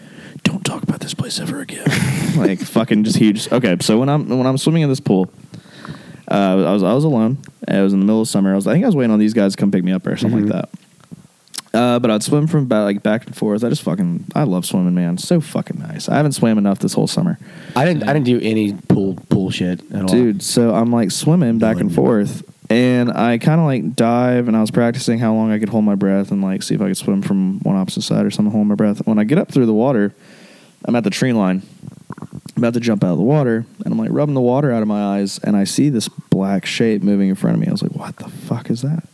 C: don't talk about this place ever again. like fucking just huge. Okay, so when I'm when I'm swimming in this pool, uh, I was I was alone. I was in the middle of summer. I was I think I was waiting on these guys to come pick me up or something
B: Mm-hmm.
C: like that. Uh, but I'd swim from back, like back and forth. I just fucking I love swimming, man. It's so fucking nice. I haven't swam enough this whole summer.
A: I didn't I didn't do any pool pool shit at all.
C: Dude, so I'm like swimming back and forth, and I kind of like dive, and I was practicing how long I could hold my breath and like see if I could swim from one opposite side or something, hold my breath. When I get up through the water, I'm at the tree line, I'm about to jump out of the water, and I'm like rubbing the water out of my eyes, and I see this black shape moving in front of me. I was like, what the fuck is that?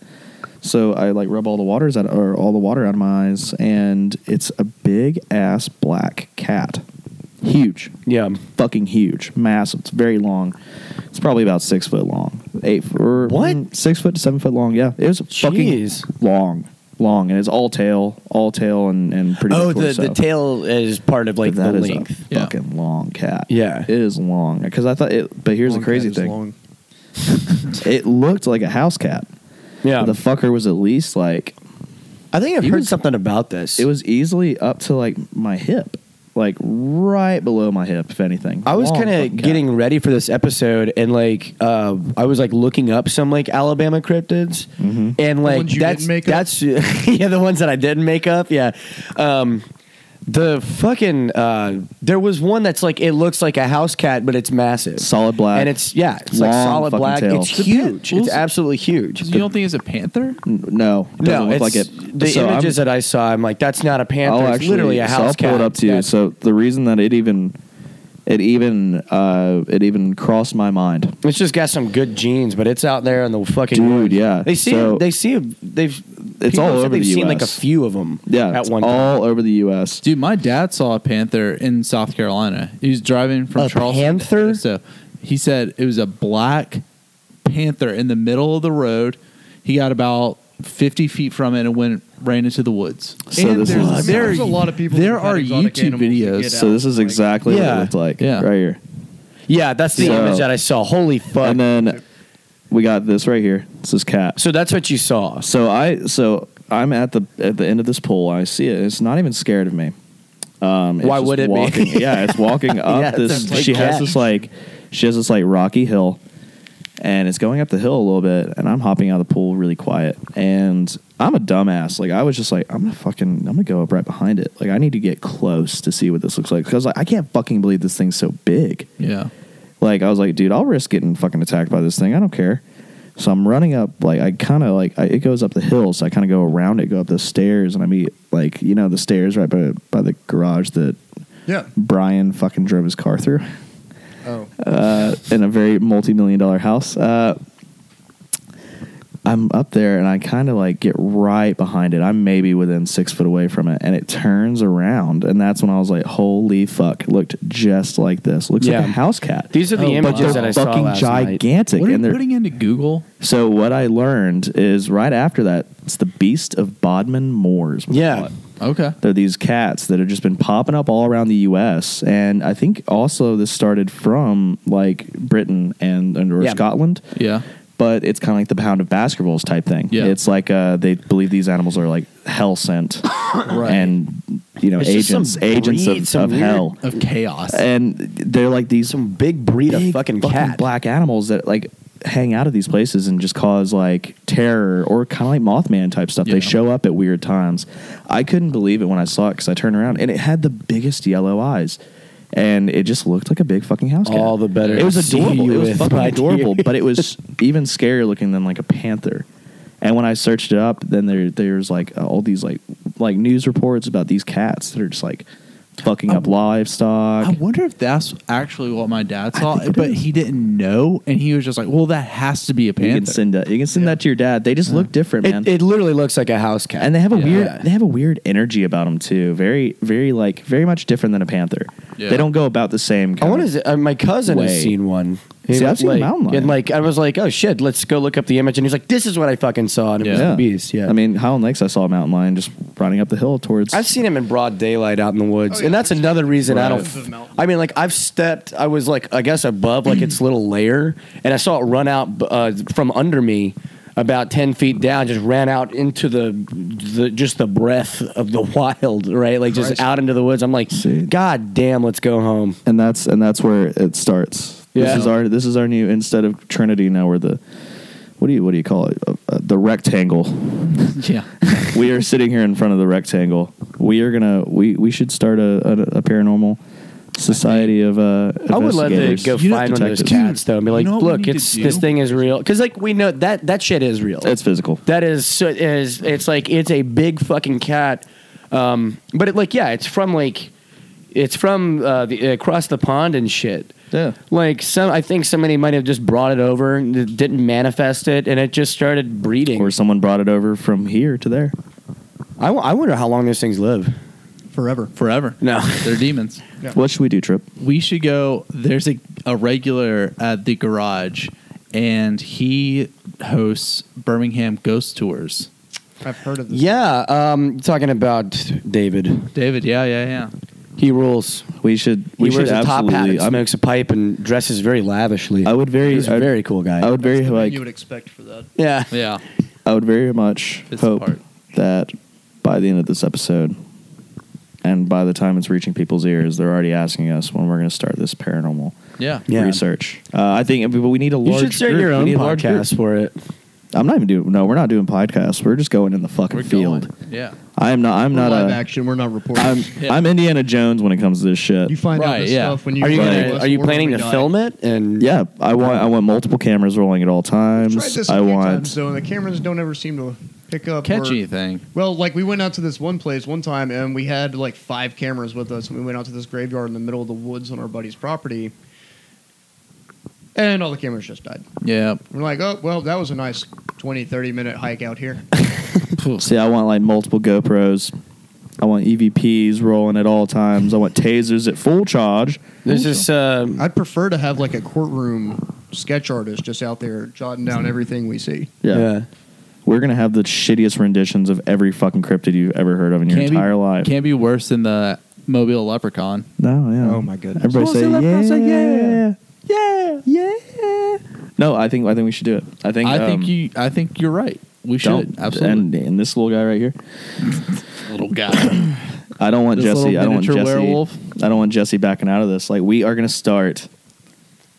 C: So I like rub all the waters out or all the water out of my eyes, and it's a big ass black cat, huge
A: Yeah.
C: fucking huge, massive. It's very long. It's probably about six foot long, eight or
A: What?
C: mm, six foot to seven foot long. Yeah, it was
A: Jeez.
C: fucking long, long, and it's all tail, all tail, and and pretty.
A: Oh,
C: big
A: the, the
C: torso.
A: tail is part of like
C: But
A: the
C: that is a
A: length.
B: Yeah.
C: fucking long cat.
A: Yeah.
C: it is long. Because I thought it, but here's
D: Long
C: the crazy
D: cat is
C: thing:
D: long.
C: it looked like a house cat.
A: Yeah.
C: But the fucker was at least like
A: I think I've
C: He
A: heard
C: was-
A: something about this.
C: it was easily up to like my hip, like right below my hip, if anything.
A: I was
C: Long
A: kind
C: fucking
A: of
C: cat.
A: getting ready for this episode, and like uh, I was like looking up some like Alabama cryptids,
C: Mm-hmm.
A: and like
D: ones you
A: that's
D: didn't make up?
A: that's yeah the ones that I didn't make up. Yeah, um, the fucking uh, there was one that's like it looks like a house cat, but it's massive,
C: solid black,
A: and it's yeah, it's like
C: Long
A: solid
C: fucking
A: black.
C: tail.
A: It's huge. It's
B: Well,
A: absolutely huge.
B: You don't think it's a panther?
C: N- No, it doesn't
A: no,
C: look like
A: it's-
C: it.
A: The
C: So I'm-
A: images that I saw, I'm like, that's not a panther.
C: I'll
A: it's
C: actually,
A: literally a
C: so
A: house
C: I'll
A: cat.
C: pull it up to you.
A: That's-
C: So the reason that it even, it even, uh, it even crossed my mind.
A: It's just got some good genes, but it's out there in the fucking
C: Dude, yeah.
A: They see
C: So-
A: they see they've
C: It's
A: people
C: all
A: said
C: over
A: they've
C: the
A: seen like a
C: US.
A: few of them.
C: Yeah,
A: at
C: it's
A: one time.
C: all over the U.S.
B: Dude, my dad saw a panther in South Carolina. He was driving from
A: A
B: Charleston.
A: panther?
B: So he said it was a black panther in the middle of the road. He got about fifty feet from it and went ran into the woods.
C: So
B: and
C: this
B: there's,
C: is-
D: I mean,
B: there,
D: there's a lot of people.
B: there
D: that have
B: are
D: had exotic
B: YouTube
D: animals that
B: videos,
D: get
C: So
D: out,
C: this is
D: like-
C: exactly what
A: Yeah.
C: it looked like.
B: Yeah.
C: right here.
A: Yeah, that's the
C: So-
A: image that I saw. Holy fuck!
C: And then we got this right here. This is cat.
A: so that's what you saw.
C: So I so I'm at the at the end of this pool. I see it. It's not even scared of me. Um, it's
A: Why
C: just
A: would it be?
C: walking, be? Yeah, it's walking up
A: Yeah,
C: this.
A: it's a
C: she
A: big
C: has
A: cat.
C: this like she has this like rocky hill, and it's going up the hill a little bit. And I'm hopping out of the pool really quiet. And I'm a dumbass. Like I was just like I'm gonna fucking I'm gonna go up right behind it. Like I need to get close to see what this looks like because like I can't fucking believe this thing's so big.
B: yeah,
C: Like I was like, dude, I'll risk getting fucking attacked by this thing. I don't care. So I'm running up, like I kind of like I, it goes up the hill, so I kind of go around it, go up the stairs, and I meet like you know the stairs right by by the garage that
D: Yeah.
C: Brian fucking drove his car through
D: Oh.
C: uh, in a very multi-million dollar house. Uh, I'm up there and I kind of like get right behind it. I'm maybe within six foot away from it, and it turns around, and that's when I was like, "Holy fuck!" Looked just like this. Looks
G: Yeah.
C: like a house cat.
G: These are the
B: Oh, but
C: but
G: images
C: they're
G: that I saw
C: fucking
G: last night.
C: gigantic,
B: What are you
C: and they're
B: putting into Google?
C: so what I learned is right after that, it's the Beast of Bodmin Moors. we
A: Yeah.
C: call it.
B: Okay.
C: They're these cats that have just been popping up all around the U.S. And I think also this started from like Britain and, and or
A: Yeah.
C: Scotland,
B: Yeah.
C: but it's kind of like the pound of Baskervilles type thing.
B: Yeah.
C: It's like uh, they believe these animals are like hell sent
B: Right.
C: and you know
G: It's just some
C: agents agents
G: breed,
C: of,
G: some
C: of
G: weird-
C: hell.
B: of chaos.
C: And they're like these
A: Some big breed of
C: big
A: fucking, cat.
C: black animals that like hang out at these places and just cause like terror or kind of like Mothman type stuff.
B: Yeah.
C: They show up at weird times. I couldn't believe it when I saw it because I turned around and it had the biggest yellow eyes. And it just looked like a big fucking house cat.
A: All the better
C: It was
A: to see
C: adorable.
A: you
C: It was
A: with,
C: fucking
A: my dear.
C: adorable, but it was even scarier looking than like a panther. And when I searched it up, then there there's like uh, all these like like news reports about these cats that are just like fucking up livestock.
B: I wonder if that's actually what my dad saw,
C: think it
B: but
C: is.
B: he didn't know, and he was just like, "Well, that has to be a
C: You can
B: panther."
C: send that. You can send that to your dad. They just look different, man.
A: It, it literally looks like a house cat.
C: and they have a
B: Yeah.
C: weird. They have a weird energy about them too. Very, very like very much different than a panther.
B: Yeah.
C: They don't go about the same.
A: I
C: Kind
A: want
C: of,
A: to. Uh, my cousin
C: Way.
A: has seen one.
C: See,
A: He
C: I've
A: was
C: seen a
A: like,
C: mountain lion.
A: And like, I was like, oh shit, let's go look up the image. And he's like, this is what I fucking saw. And it was
B: Yeah.
A: the beast. Yeah.
C: I mean, Highland Lakes. I saw a mountain lion just running up the hill towards.
A: I've seen him in broad daylight out in the woods,
I: Oh, yeah,
A: and that's
I: there's-
A: another reason I
I: Right.
A: don't.
I: Tons of
A: F-
I: mountains.
A: I mean, like I've stepped, I was like, I guess above like its little layer, and I saw it run out b- uh, from under me, about ten feet down, just ran out into the, the just the breath of the wild, right? Like just
B: Christ.
A: out into the woods. I'm like,
C: See.
A: God damn, let's go home.
C: and that's and that's where it starts.
A: Yeah.
C: This is our this is our new instead of Trinity now we're the what do you what do you call it uh, uh, the rectangle.
B: yeah,
C: we are sitting here in front of the rectangle. We are gonna we we should start a a, a paranormal society of uh.
A: I would love to
C: investigators.
A: go
B: You know-
A: find one of those
C: Detectives.
A: cats though, and be
B: You
A: like,
B: know what we need
A: look,
B: to
A: it's this
B: do?
A: thing is real, because like we know that that shit is real.
C: It's physical.
A: That is so it is it's like it's a big fucking cat. Um, but it like yeah, it's from like it's from uh, the, across the pond and shit.
C: Yeah.
A: Like some, I think somebody might have just brought it over, and it didn't manifest it, and it just started breeding.
C: Or someone brought it over from here to there.
A: I, w- I wonder how long those things live.
D: Forever.
B: forever.
A: No.
B: they're demons.
C: What should we do, Trip?
B: We should go. There's a a regular at the garage, and he hosts Birmingham ghost tours.
D: I've heard of this.
A: Yeah, um, talking about David,
B: David, yeah, yeah, yeah.
A: he rules.
C: We should. We
A: he
C: should
A: wears a top hat,
C: absolutely.
A: and
C: I'm-
A: smokes a pipe, and dresses very lavishly.
C: I would very.
A: He's a
C: I'd-
A: very cool guy.
C: I would
I: That's
C: very
I: the man
C: like.
I: you would expect for that.
A: yeah,
B: Yeah.
C: I would very much
B: Fits the
C: hope
B: part.
C: that by the end of this episode, and by the time it's reaching people's ears, they're already asking us when we're going to start this paranormal
B: Yeah.
A: Yeah.
C: research. Uh, I think, but we need a
A: you
C: large.
A: should start
C: group.
A: your
C: We
A: own
C: need a large group.
A: podcast for it.
C: I'm not even doing. No, we're not doing podcasts. We're just going in the fucking
B: We're
C: field.
B: going. Yeah.
C: I am not. I'm
D: We're
C: not
D: live
C: a.
D: action. We're not reporting.
C: I'm.
B: Yeah.
C: I'm Indiana Jones when it comes to this shit.
D: you find
B: Right,
D: out this
B: yeah.
D: stuff when you
A: Are you
D: go
C: Right.
A: gonna,
D: West
A: are you
D: Florida,
A: planning
D: we
A: to
D: die.
A: film it? And
C: yeah, I want. I want multiple cameras rolling at all times.
D: Tried this a
C: I
D: few
C: want.
D: times though, and the cameras don't ever seem to pick up.
B: Catch
D: or-
B: anything.
D: Well, like we went out to this one place one time, and we had like five cameras with us, and we went out to this graveyard in the middle of the woods on our buddy's property, and all the cameras just died.
B: Yeah.
D: We're like, oh well, that was a nice 20, 30 minute hike out here.
C: See, I want like multiple GoPros. I want EVPs rolling at all times. I want tasers at full charge.
A: There's this. Uh,
D: I'd prefer to have like a courtroom sketch artist just out there jotting down everything we see.
C: Yeah. We're gonna have the shittiest renditions of every fucking cryptid you've ever heard of in your
B: Can't be-
C: entire life.
B: Can't be worse than the Mobile Leprechaun.
C: No, yeah.
D: Oh, my goodness.
C: Everybody
B: Oh,
C: say
B: say left,
C: yeah,
B: I'll say
C: yeah,
B: yeah.
C: yeah, yeah. No, I think I think we should do it. I think
B: I
C: um,
B: think you. I think you're right. We
C: don't-
B: should absolutely.
C: And, and this little guy right here,
B: little guy.
C: I don't want
B: This little
C: Jesse. I don't want
B: miniature
C: Jesse.
B: werewolf.
C: I don't want Jesse backing out of this. Like we are gonna start.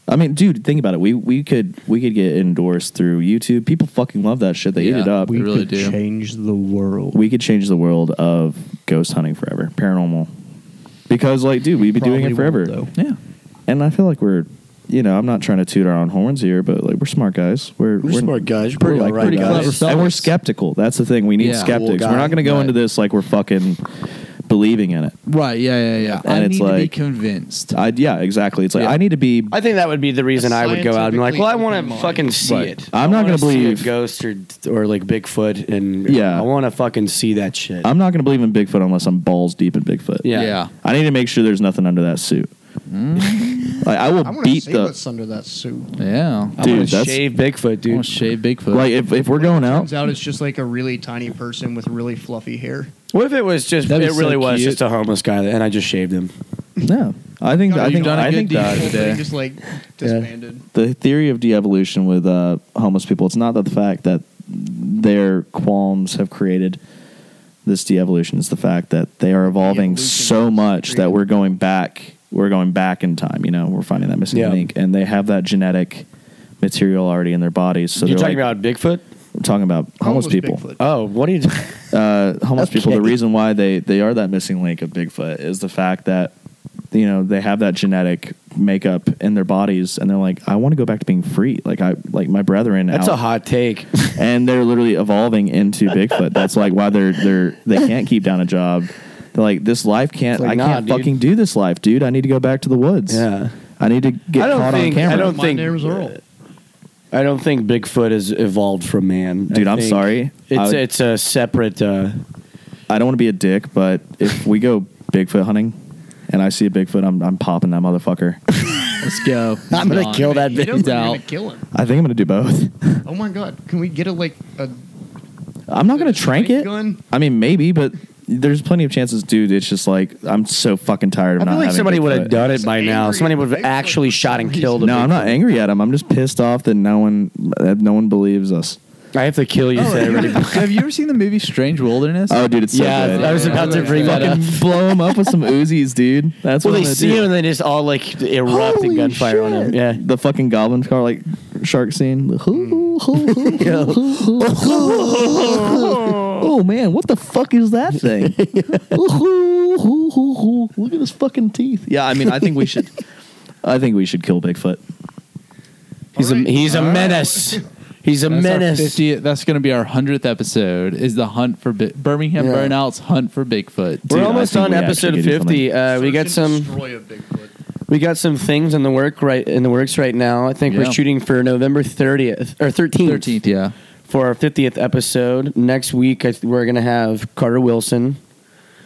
C: I mean, dude, think about it. We we could we could get endorsed through YouTube. People fucking love that shit. They eat
B: Yeah,
C: it up.
B: We really do.
D: change the world.
C: we could change the world of ghost hunting forever, paranormal. Because like, dude, we'd be doing it
D: Probably
C: forever.
D: won't, though.
B: yeah.
C: And I feel like we're, you know, I'm not trying to toot our own horns here, but like we're smart guys. We're
A: We're smart guys. We're
C: We're
A: pretty
C: like
A: alright
C: pretty
A: guys.
C: clever,
B: Clever
C: and we're
B: fellas.
C: skeptical. That's the thing. We need
B: Yeah.
C: skeptics.
A: Cool
C: We're not
A: guy.
C: going to go
B: Right.
C: into this like we're fucking believing in it.
B: Right. Yeah. Yeah. Yeah.
C: And
B: I
C: it's
B: need to be
C: like-
B: convinced.
C: I, yeah, exactly. It's like
J: Yeah.
C: I need to be.
A: I think that would be the reason I would go out and be like, well, I want to
D: Scientifically
A: fucking see
C: Right.
A: it.
C: I'm
A: I
C: not
A: wanna
C: gonna
A: see a
C: believe-
A: ghost or or like Bigfoot, and
C: Yeah.
A: I want to fucking see that shit.
C: I'm not going to believe in Bigfoot unless I'm balls deep in Bigfoot.
A: yeah.
B: yeah.
C: I need to make sure there's nothing under that suit. like I will
D: I want to
C: beat
D: see
C: the
D: what's under that suit.
A: I
B: Yeah.
A: wanna
C: Dude, that's-
A: shave Bigfoot,
B: I want
A: dude.
B: to shave Bigfoot.
C: like if, if we're going out.
D: Turns out it's just like a really tiny person with really fluffy hair.
A: What if it was just?
B: That'd
A: It
B: be so
A: really was
B: cute.
A: just a homeless guy, and I just shaved him.
C: No, I think I
D: You've
C: think
B: done a
C: I
B: good
C: think
B: deed.
C: that
D: Whole
B: Yeah.
D: thing just like disbanded.
C: the theory of de-evolution with uh, homeless people it's not the fact that their qualms have created this de-evolution it's the fact that they are evolving
D: De-evolution
C: so
D: has
C: much that
D: created-
C: we're going back we're going back in time you know we're finding that missing
A: Yeah.
C: link and they have that genetic material already in their bodies so
A: You're
C: they're
A: talking
C: like,
A: about Bigfoot?
C: we're talking about homeless,
D: Almost
C: people
D: Bigfoot.
A: Oh, what are you?
C: uh, homeless people, the
K: Okay.
C: reason why they, they are that missing link of Bigfoot is the fact that, you know, they have that genetic makeup in their bodies and they're like, I want to go back to being free. Like I, like my brethren
A: That's
C: out.
A: a hot take.
C: and they're literally evolving into Bigfoot. That's like why they're, they're, they can't keep down a job. They're like, this life can't,
A: It's like,
C: I
A: nah,
C: can't
A: dude.
C: fucking do this life, dude. I need to go back to the woods.
A: Yeah.
C: I need to get
A: I don't
C: caught
A: think.
C: on camera.
A: I don't
D: My
A: think.
D: name's Earl.
A: I don't think Bigfoot has evolved from man.
C: Dude,
A: I
C: I'm
A: think
C: sorry.
A: It's
C: I-
A: it's a separate. Uh,
C: I don't want to be a dick, but if we go Bigfoot hunting and I see a Bigfoot, I'm, I'm popping that motherfucker.
B: Let's go.
J: I'm gonna
B: Done.
J: kill that
D: Hit him,
J: bitch.
D: we're gonna
B: out.
D: kill him.
C: I think I'm going to do both.
D: Oh my god! Can we get a like a
C: I'm not gonna
D: There's a
C: trank
D: straight
C: it.
D: gun?
C: I mean, maybe, but there's plenty of chances, dude. It's just like I'm so fucking tired of
A: I
C: not
A: feel like
C: having
A: somebody would have
C: Bigfoot.
A: done it
D: Just
A: by now.
D: angry
A: Somebody
D: at
A: would have
D: Bigfoot
A: actually
D: for
A: shot
D: some
A: and
D: reason.
A: killed him.
C: No, I'm not angry at him. I'm just pissed off that no one that no one believes us.
A: I have to kill you.
B: Oh,
A: so
B: have,
A: everybody-
B: you, have you ever seen the movie Strange Wilderness?
C: Oh, dude, it's so
A: yeah,
C: good.
A: I was
B: Yeah.
A: about to bring that up.
C: fucking blow him up with some Uzis, dude. That's
A: Well, they
C: what I'm gonna
A: see
C: do.
A: him and they just all like erupt in
C: Holy
A: gunfire on him.
C: shit.
A: Yeah.
C: the fucking goblin car like shark scene. oh man, what the fuck is that thing? Look at his fucking teeth. Yeah, I mean, I think we should. I think we should kill Bigfoot.
A: He's a he's a menace. He's a
B: That's our
A: menace.
B: 50th that's going to be our hundredth episode. Is the hunt for Bi- Birmingham
A: Yeah.
B: Burnouts hunt for Bigfoot?
A: We're
C: Dude, I
A: almost
C: think
A: on
C: we actually
A: episode
C: could do
A: fifty. Uh, we
D: Search
A: got
D: and
A: some
D: Destroy a Bigfoot.
A: we got some things in the work right in the works right now. I think
B: Yeah.
A: we're shooting for November thirtieth or thirteenth
B: Thirteenth, yeah.
A: for our fiftieth episode. Next week I, th- we're gonna have Carter Wilson.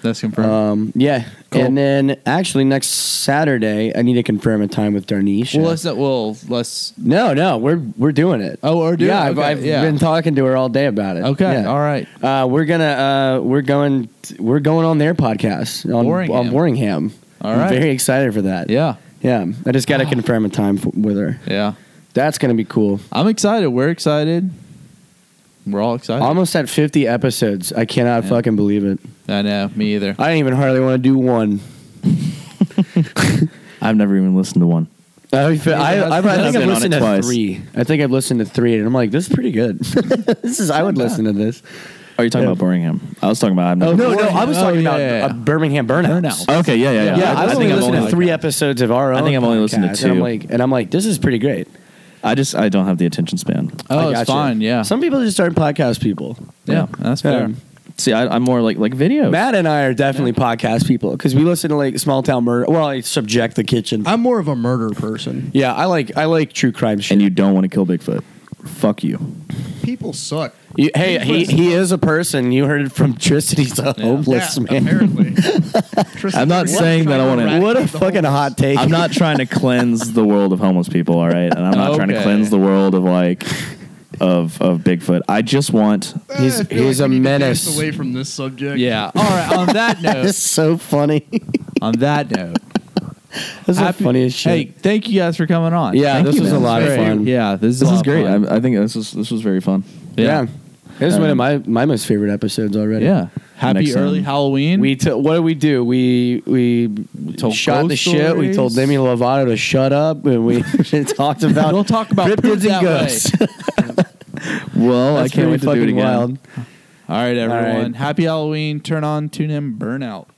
B: That's confirmed.
A: Um, yeah,
B: Cool.
A: and then actually next Saturday I need to confirm a time with Darnish.
B: well, let's not, well, let's.
A: no, no, we're we're doing it.
B: Oh, we're doing.
A: yeah,
B: it.
A: I've,
B: Okay,
A: I've
B: yeah.
A: been talking to her all day about it.
B: Okay,
A: Yeah.
B: all right.
A: Uh, we're gonna uh, we're going we're going on their podcast on
B: Warringham.
A: on Warringham.
B: All
A: I'm
B: right. Ah.
A: very excited for that.
B: Yeah,
A: yeah. I just got to confirm a time for, with her.
B: yeah.
A: That's gonna be cool.
B: I'm excited. We're excited. We're all excited.
A: Almost at 50 episodes. I cannot
B: Yeah.
A: fucking believe it.
B: I know. Me either.
A: I don't even hardly want to do one.
C: I've never even listened to one.
A: I, I, I, I
C: I've
A: think I've
C: been on
A: listened
C: it
A: to
C: twice.
A: three. I think I've listened to three, and I'm like, this is pretty good. this is I would listen to this.
C: Are you talking
A: Yeah.
C: about Birmingham? I was talking about. I've never
A: no, no, I was
B: Oh,
A: talking
B: yeah,
A: about
B: yeah, yeah.
A: uh, Birmingham burnout.
B: Burnout.
C: Okay, yeah, yeah, yeah.
A: Yeah, I, was only
C: I've
A: listened to three episodes of our own.
C: I think I've only listened to
A: podcast, And I'm
C: two.
A: like, and I'm like, this is pretty great.
C: I just I don't have the attention span.
A: I
B: oh,
A: gotcha.
B: it's fine. Yeah.
A: Some people just aren't podcast people.
B: yeah, that's fair.
A: Um,
C: See, I, I'm more like like videos.
A: Matt and I are definitely podcast people because we listen to like small town murder. Well, I subject the kitchen.
L: I'm more of a murder person.
A: yeah, I like I like true crime shit.
C: and you don't want to kill Bigfoot. Fuck you.
D: People suck.
A: You- hey, he, he is a person. You heard it from Tristan. He's a homeless
D: yeah,
A: man.
D: apparently.
C: I'm not saying that I want to.
A: What a fucking hot take.
C: I'm not trying to cleanse the world of homeless people, all right? And I'm not trying to
B: Okay.
C: cleanse the world of like of of Bigfoot. I just want
A: He's- he's a menace.
D: Away from this subject.
B: Yeah. All right. On that note.
J: That's so funny.
B: on that note.
A: This is
B: happy-
A: funny as shit.
B: Hey, thank you guys for coming on.
A: yeah,
C: thank
A: this
C: you,
A: was a
C: man.
A: lot of
B: Great.
A: fun.
B: Yeah, this is a
C: this is
B: lot of
C: great.
B: fun.
C: I, I think this was this was very fun.
A: yeah.
B: yeah.
A: This is one of
C: Um,
A: my my most favorite episodes already.
B: Yeah. Happy
C: Next
B: early
C: time.
B: Halloween.
A: We t- what did we do? We we
B: told
A: shot
B: ghost
A: the shit. We told
B: stories.
A: Demi Lovato to shut up, and we talked about
B: We'll talk about poop
A: cryptids
B: that
A: and
B: way.
A: ghosts.
C: Well,
A: That's
C: I can't wait
A: pretty
C: to do
A: fucking
C: it again.
A: wild.
B: All right, everyone.
A: right.
B: Happy Halloween. Turn on, tune in, burn out.